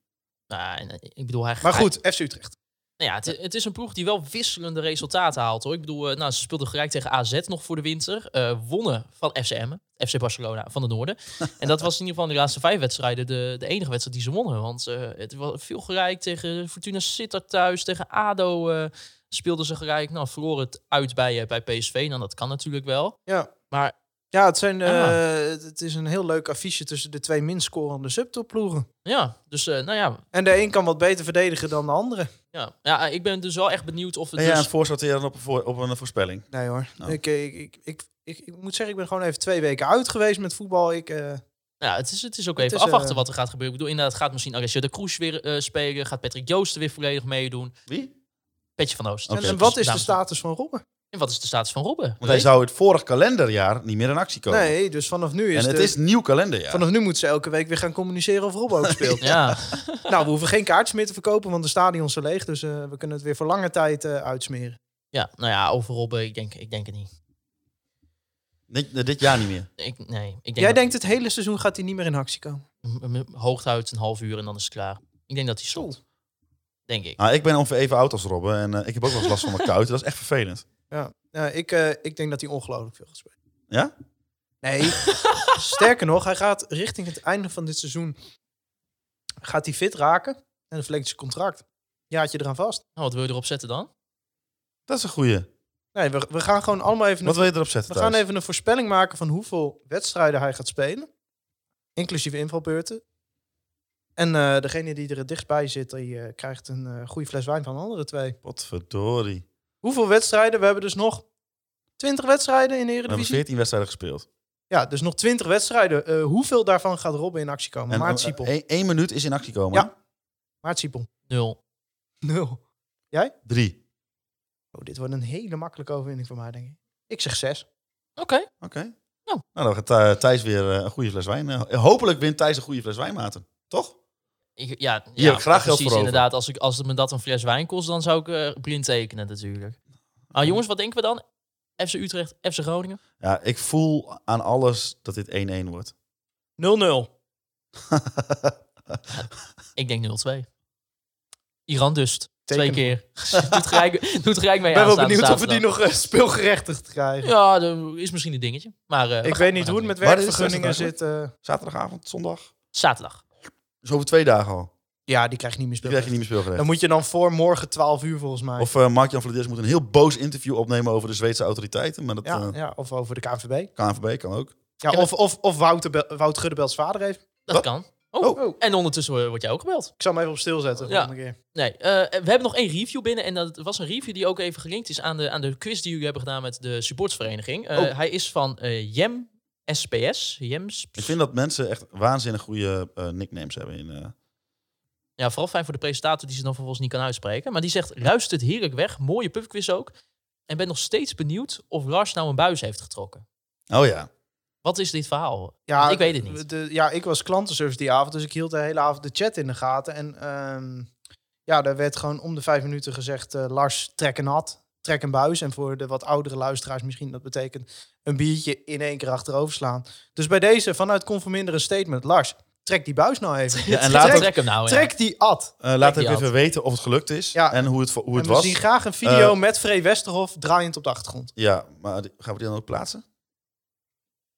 Speaker 4: Nou, nee, ik bedoel, hij,
Speaker 6: Maar
Speaker 4: hij-
Speaker 6: goed, FC Utrecht.
Speaker 4: nou ja, het, het is een ploeg die wel wisselende resultaten haalt, hoor. Ik bedoel, eh, nou, ze speelden gelijk tegen AZ nog voor de winter. eh, wonnen van FCM, FC Barcelona van de Noorden. en dat was in ieder geval in de laatste vijf wedstrijden de, de enige wedstrijd die ze wonnen. Want eh, het was veel gelijk tegen Fortuna Sittard thuis, tegen ADO eh, speelden ze gelijk. Nou, verloren het uit bij, eh, bij PSV. Nou, dat kan natuurlijk wel.
Speaker 6: Ja.
Speaker 4: Maar
Speaker 6: Ja, het, zijn, eh,
Speaker 4: Ja.
Speaker 6: het is een heel leuk affiche tussen de twee minst scorende subtopploegen.
Speaker 4: ja, dus eh, nou ja,
Speaker 6: En de een kan wat beter verdedigen dan de andere.
Speaker 4: ja. ja, ik ben dus wel echt benieuwd of het
Speaker 5: En ja,
Speaker 4: dus...
Speaker 5: en voorsorteren op een, voor, op een voorspelling.
Speaker 6: Nee hoor.
Speaker 5: Nou.
Speaker 6: Ik, eh, ik, ik, ik, ik, ik moet zeggen, ik ben gewoon even twee weken uit geweest met voetbal. Ik, eh,
Speaker 4: Ja, Nou, het is, het is ook
Speaker 6: Het
Speaker 4: even
Speaker 6: is,
Speaker 4: afwachten
Speaker 6: eh,
Speaker 4: wat er gaat gebeuren. Ik bedoel, inderdaad, gaat misschien Alessio de Kroes weer eh, spelen. Gaat Patrick Joost er weer volledig meedoen.
Speaker 5: Wie?
Speaker 4: Petje van Oost.
Speaker 5: Oké.
Speaker 6: en, en
Speaker 4: Dus,
Speaker 6: wat is de
Speaker 4: dames-
Speaker 6: status van Robben?
Speaker 4: En wat is de status van Robben?
Speaker 5: Want hij zou het vorig kalenderjaar niet meer in actie komen.
Speaker 6: Nee, dus vanaf nu is
Speaker 5: en het
Speaker 6: de-
Speaker 5: is nieuw kalenderjaar.
Speaker 6: Vanaf nu moeten ze elke week weer gaan communiceren of Robben ook speelt.
Speaker 4: Ja,
Speaker 6: Nou, we hoeven geen kaartjes meer te verkopen, want de stadions zijn leeg. Dus eh, we kunnen het weer voor lange tijd eh, uitsmeren.
Speaker 4: ja, nou ja, over Robben, ik denk, ik denk het niet.
Speaker 5: Dit, eh, dit jaar niet meer.
Speaker 4: Ik, nee, ik denk
Speaker 6: Jij
Speaker 4: dat-
Speaker 6: denkt het hele seizoen gaat hij niet meer in actie komen.
Speaker 4: m- m- hooguit een half uur en dan is het klaar. Ik denk dat hij stopt. Denk ik.
Speaker 5: Nou, ik ben ongeveer even oud als Robben en eh, ik heb ook wel eens last van mijn kuiten. Dat is echt vervelend.
Speaker 6: Ja. Nou, ik, eh, ik denk dat hij ongelooflijk veel gaat spelen.
Speaker 5: Ja?
Speaker 6: Nee. Sterker nog, hij gaat richting het einde van dit seizoen gaat hij fit raken. En dan verlengt hij zijn contract. Jaartje eraan vast.
Speaker 4: Nou, wat wil je erop zetten dan?
Speaker 5: Dat is een goeie.
Speaker 6: Nee, we, we gaan gewoon allemaal even...
Speaker 5: Wat wil je erop zetten
Speaker 6: We gaan
Speaker 5: Thijs?
Speaker 6: even een voorspelling maken van hoeveel wedstrijden hij gaat spelen. Inclusief invalbeurten. En eh, degene die er het dichtst bij zit, die eh, krijgt een eh, goede fles wijn van de andere twee.
Speaker 5: Potverdorie.
Speaker 6: Hoeveel wedstrijden? We hebben dus nog 20 wedstrijden in de
Speaker 5: We hebben
Speaker 6: Eredivisie.
Speaker 5: 14 wedstrijden gespeeld.
Speaker 6: Ja, dus nog 20 wedstrijden. Eh, hoeveel daarvan gaat Robben in actie komen?
Speaker 5: En
Speaker 6: Maart Siepel.
Speaker 5: Eén één minuut is in actie komen.
Speaker 6: Ja. Maart Siepel.
Speaker 4: Nul.
Speaker 6: Nul.
Speaker 5: Drie.
Speaker 6: Oh, dit wordt een hele makkelijke overwinning voor mij, denk ik. Ik zeg zes.
Speaker 4: Oké.
Speaker 5: Oké.
Speaker 4: Nou.
Speaker 5: Nou, dan gaat eh, Thijs weer eh, een goede fles wijn. eh, hopelijk wint Thijs een goede fles wijn, Maarten. Toch?
Speaker 4: Ik- Ja,
Speaker 5: Hier heb ik graag geld voor
Speaker 4: precies,
Speaker 5: over.
Speaker 4: inderdaad. Als, ik, als het me dat een fles wijn kost, dan zou ik eh, blind tekenen natuurlijk. Nou jongens, wat denken we dan? FC Utrecht, FC Groningen?
Speaker 5: Ja, ik voel aan alles dat dit 1-1 wordt.
Speaker 6: 0-0.
Speaker 4: Ik denk 0-2. Iran dust. Twee
Speaker 6: Teken.
Speaker 4: keer. doet, gelijk, doet gelijk mee
Speaker 6: Ik ben wel
Speaker 4: aanstaande
Speaker 6: benieuwd of we
Speaker 4: zaterdag.
Speaker 6: die nog eh, speelgerechtigd krijgen.
Speaker 4: Ja, dat is misschien een dingetje. Maar, eh, we
Speaker 6: Ik
Speaker 4: gaan-
Speaker 6: weet
Speaker 4: we
Speaker 6: niet
Speaker 4: gaan
Speaker 6: hoe het met
Speaker 4: doen.
Speaker 5: Waar is het
Speaker 6: werkvergunningen
Speaker 5: eigenlijk?
Speaker 6: zit. eh.
Speaker 5: Zaterdagavond, zondag.
Speaker 4: Zaterdag.
Speaker 5: Dus over twee dagen al.
Speaker 6: ja, die krijg je niet meer
Speaker 5: Die
Speaker 6: speelgerechtigd.
Speaker 5: krijg je niet meer speelgerecht.
Speaker 6: Dan moet je dan voor morgen 12 uur volgens mij.
Speaker 5: Of eh Mark-Jan Vladeers moet een heel boos interview opnemen over de Zweedse autoriteiten. Maar dat
Speaker 6: ja,
Speaker 5: eh,
Speaker 6: ja, of over de KNVB.
Speaker 5: KNVB kan ook.
Speaker 6: Ja, of, of, of Wouter Be- Wout Guddebels vader heeft.
Speaker 4: Dat
Speaker 5: Wat?
Speaker 4: kan.
Speaker 5: Oh.
Speaker 4: Oh. En ondertussen eh, word jij ook gebeld.
Speaker 6: Ik zal hem even op stil zetten.
Speaker 4: Ja.
Speaker 6: Ja. Keer.
Speaker 4: Nee, eh, we hebben nog één review binnen. En dat was een review die ook even gelinkt is aan de, aan de quiz die jullie hebben gedaan met de supportsvereniging.
Speaker 6: Oh.
Speaker 4: Eh, Hij is van eh, Jem SPS. Jems.
Speaker 5: Ik vind dat mensen echt waanzinnig goede eh, nicknames hebben. In, eh,
Speaker 4: Ja, vooral fijn voor de presentator die ze dan vervolgens niet kan uitspreken. Maar die zegt, luistert heerlijk weg. Mooie pubquiz ook. En ben nog steeds benieuwd of Lars nou een buis heeft getrokken.
Speaker 5: Oh ja.
Speaker 4: Wat is dit verhaal?
Speaker 6: Ja,
Speaker 4: Want ik weet het niet.
Speaker 6: de- ja, ik was klantenservice die avond, dus ik hield de hele avond de chat in de gaten. En ehm, ja, daar werd gewoon om de vijf minuten gezegd, eh, Lars, trek een hat, trek een buis. En voor de wat oudere luisteraars misschien, dat betekent een biertje in één keer achterover slaan. Dus bij deze, vanuit Conforminder een statement, Lars, trek die buis nou even.
Speaker 5: Ja, en
Speaker 4: Trek,
Speaker 5: laat ook,
Speaker 4: trek hem nou. ja.
Speaker 6: Trek die at.
Speaker 5: eh, laat
Speaker 4: die
Speaker 5: ook even
Speaker 4: had.
Speaker 5: weten of het gelukt is.
Speaker 6: Ja.
Speaker 5: En hoe het, vo- hoe het
Speaker 6: en we
Speaker 5: was.
Speaker 6: zien graag een video
Speaker 5: Eh,
Speaker 6: met Free Westerhof draaiend op de achtergrond.
Speaker 5: Ja, maar die- gaan we die dan ook plaatsen?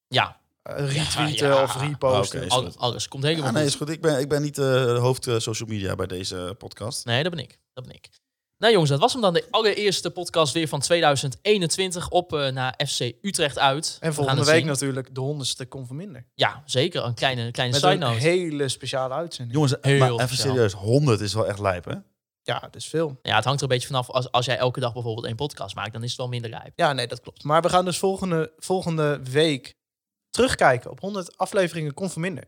Speaker 4: Ja,
Speaker 6: Eh, retweeten
Speaker 4: Ja, ja.
Speaker 6: of reposten.
Speaker 5: Ah, oké. Is
Speaker 4: al-
Speaker 5: goed.
Speaker 4: alles. Komt helemaal
Speaker 5: Ja, nee,
Speaker 4: goed.
Speaker 5: is goed. Ik ben, ik ben niet eh, de hoofd eh, social media bij deze podcast.
Speaker 4: Nee, dat ben ik. Dat ben ik. Nou jongens, dat was hem dan. De allereerste podcast weer van 2021 op eh, naar FC Utrecht uit.
Speaker 6: En
Speaker 4: We
Speaker 6: volgende
Speaker 4: gaan het
Speaker 6: week
Speaker 4: zien.
Speaker 6: natuurlijk de honderdste kon van minder.
Speaker 4: Ja, zeker. Een kleine, een kleine
Speaker 6: Met
Speaker 4: side
Speaker 6: een
Speaker 4: note.
Speaker 6: hele speciale uitzending.
Speaker 5: Jongens,
Speaker 4: Heel
Speaker 5: maar even
Speaker 4: speciaal.
Speaker 5: serieus. 100 is wel echt lijp, hè?
Speaker 6: Ja, dat is veel.
Speaker 4: Ja, het hangt er een beetje vanaf. Als, als jij elke dag bijvoorbeeld één podcast maakt, dan is het wel minder rijp.
Speaker 6: Ja, nee, dat klopt. Maar we gaan dus volgende, volgende week terugkijken op 100 afleveringen kon van minder.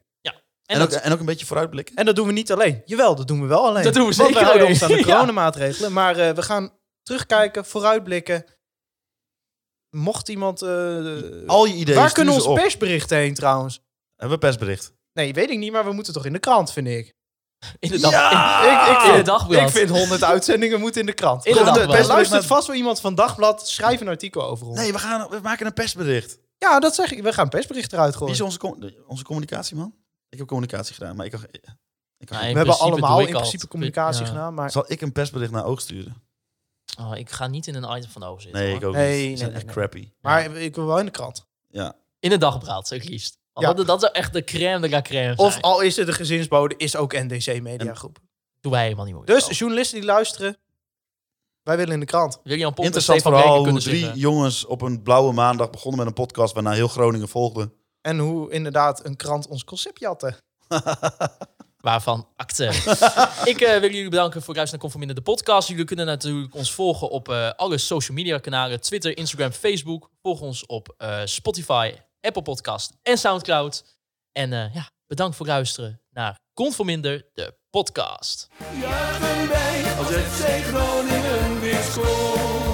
Speaker 5: En,
Speaker 4: En, dat,
Speaker 5: ook, en ook een beetje vooruitblikken.
Speaker 6: En dat doen we niet alleen. Jawel, dat doen we wel alleen.
Speaker 4: Dat doen we
Speaker 6: Want
Speaker 4: zeker
Speaker 6: we houden
Speaker 4: alleen.
Speaker 6: ons aan de
Speaker 4: Ja.
Speaker 6: coronamaatregelen. Maar eh, we gaan terugkijken, vooruitblikken. Mocht iemand... eh,
Speaker 5: Al je ideeën
Speaker 6: waar
Speaker 5: stuur
Speaker 6: kunnen
Speaker 5: ze
Speaker 6: onze
Speaker 5: op.
Speaker 6: persberichten heen trouwens?
Speaker 5: Hebben we persbericht.
Speaker 6: Nee, weet ik niet, maar we moeten toch in de krant, vind ik.
Speaker 4: in de dag,
Speaker 6: Ik,
Speaker 4: in,
Speaker 6: ik,
Speaker 4: in de
Speaker 6: vind,
Speaker 4: dagblad.
Speaker 6: ik vind 100 uitzendingen moeten in de krant.
Speaker 4: In de
Speaker 6: Goed,
Speaker 4: dagblad.
Speaker 6: eh, Luistert vast wel iemand van Dagblad, schrijf een artikel over ons.
Speaker 5: Nee, we, gaan, we maken een persbericht.
Speaker 6: Ja, dat zeg ik. We gaan persberichten eruit
Speaker 5: Wie
Speaker 6: gooien.
Speaker 5: is onze, com- de- onze communicatieman? Ik heb communicatie gedaan, maar ik... kan- ik kan-
Speaker 4: Nou,
Speaker 6: We
Speaker 4: in
Speaker 6: hebben
Speaker 4: principe
Speaker 6: allemaal
Speaker 4: doe
Speaker 6: in
Speaker 4: ik al.
Speaker 6: principe communicatie
Speaker 4: Ja.
Speaker 6: gedaan, maar...
Speaker 5: Zal ik een persbericht naar Oog sturen?
Speaker 4: Oh, ik ga niet in een item van over zitten.
Speaker 5: Nee,
Speaker 4: hoor.
Speaker 5: ik ook
Speaker 6: Nee,
Speaker 5: niet. Ze
Speaker 6: nee,
Speaker 5: zijn
Speaker 6: nee,
Speaker 5: echt
Speaker 6: nee.
Speaker 5: crappy.
Speaker 6: Maar ik wil wel in de krant.
Speaker 5: Ja.
Speaker 4: In de dagblad, het liefst. Want
Speaker 6: Ja.
Speaker 4: dat, dat zou echt de crème de la crème
Speaker 6: Of
Speaker 4: zijn.
Speaker 6: al is het de gezinsbode, is ook NDC Mediagroep.
Speaker 4: doen wij helemaal niet Oh, moeilijk.
Speaker 6: Dus
Speaker 4: over.
Speaker 6: journalisten die luisteren, wij willen in de krant.
Speaker 4: William Pomp
Speaker 5: Interessant
Speaker 4: en Stefan Bleken
Speaker 5: verhaal hoe
Speaker 4: kunnen
Speaker 5: drie
Speaker 4: zeggen-
Speaker 5: jongens op een blauwe maandag begonnen met een podcast waarna heel Groningen volgde.
Speaker 6: En hoe inderdaad een krant ons concept jatte.
Speaker 4: waarvan acte. ik eh, wil jullie bedanken voor het luisteren naar Conforminder de podcast. Jullie kunnen natuurlijk ons volgen op eh, alle social media kanalen. Twitter, Instagram, Facebook. Volg ons op eh, Spotify, Apple Podcast en Soundcloud. En eh, ja, bedankt voor het luisteren naar Conforminder de podcast.
Speaker 1: Juichen wij als FC Groningen weer scoort.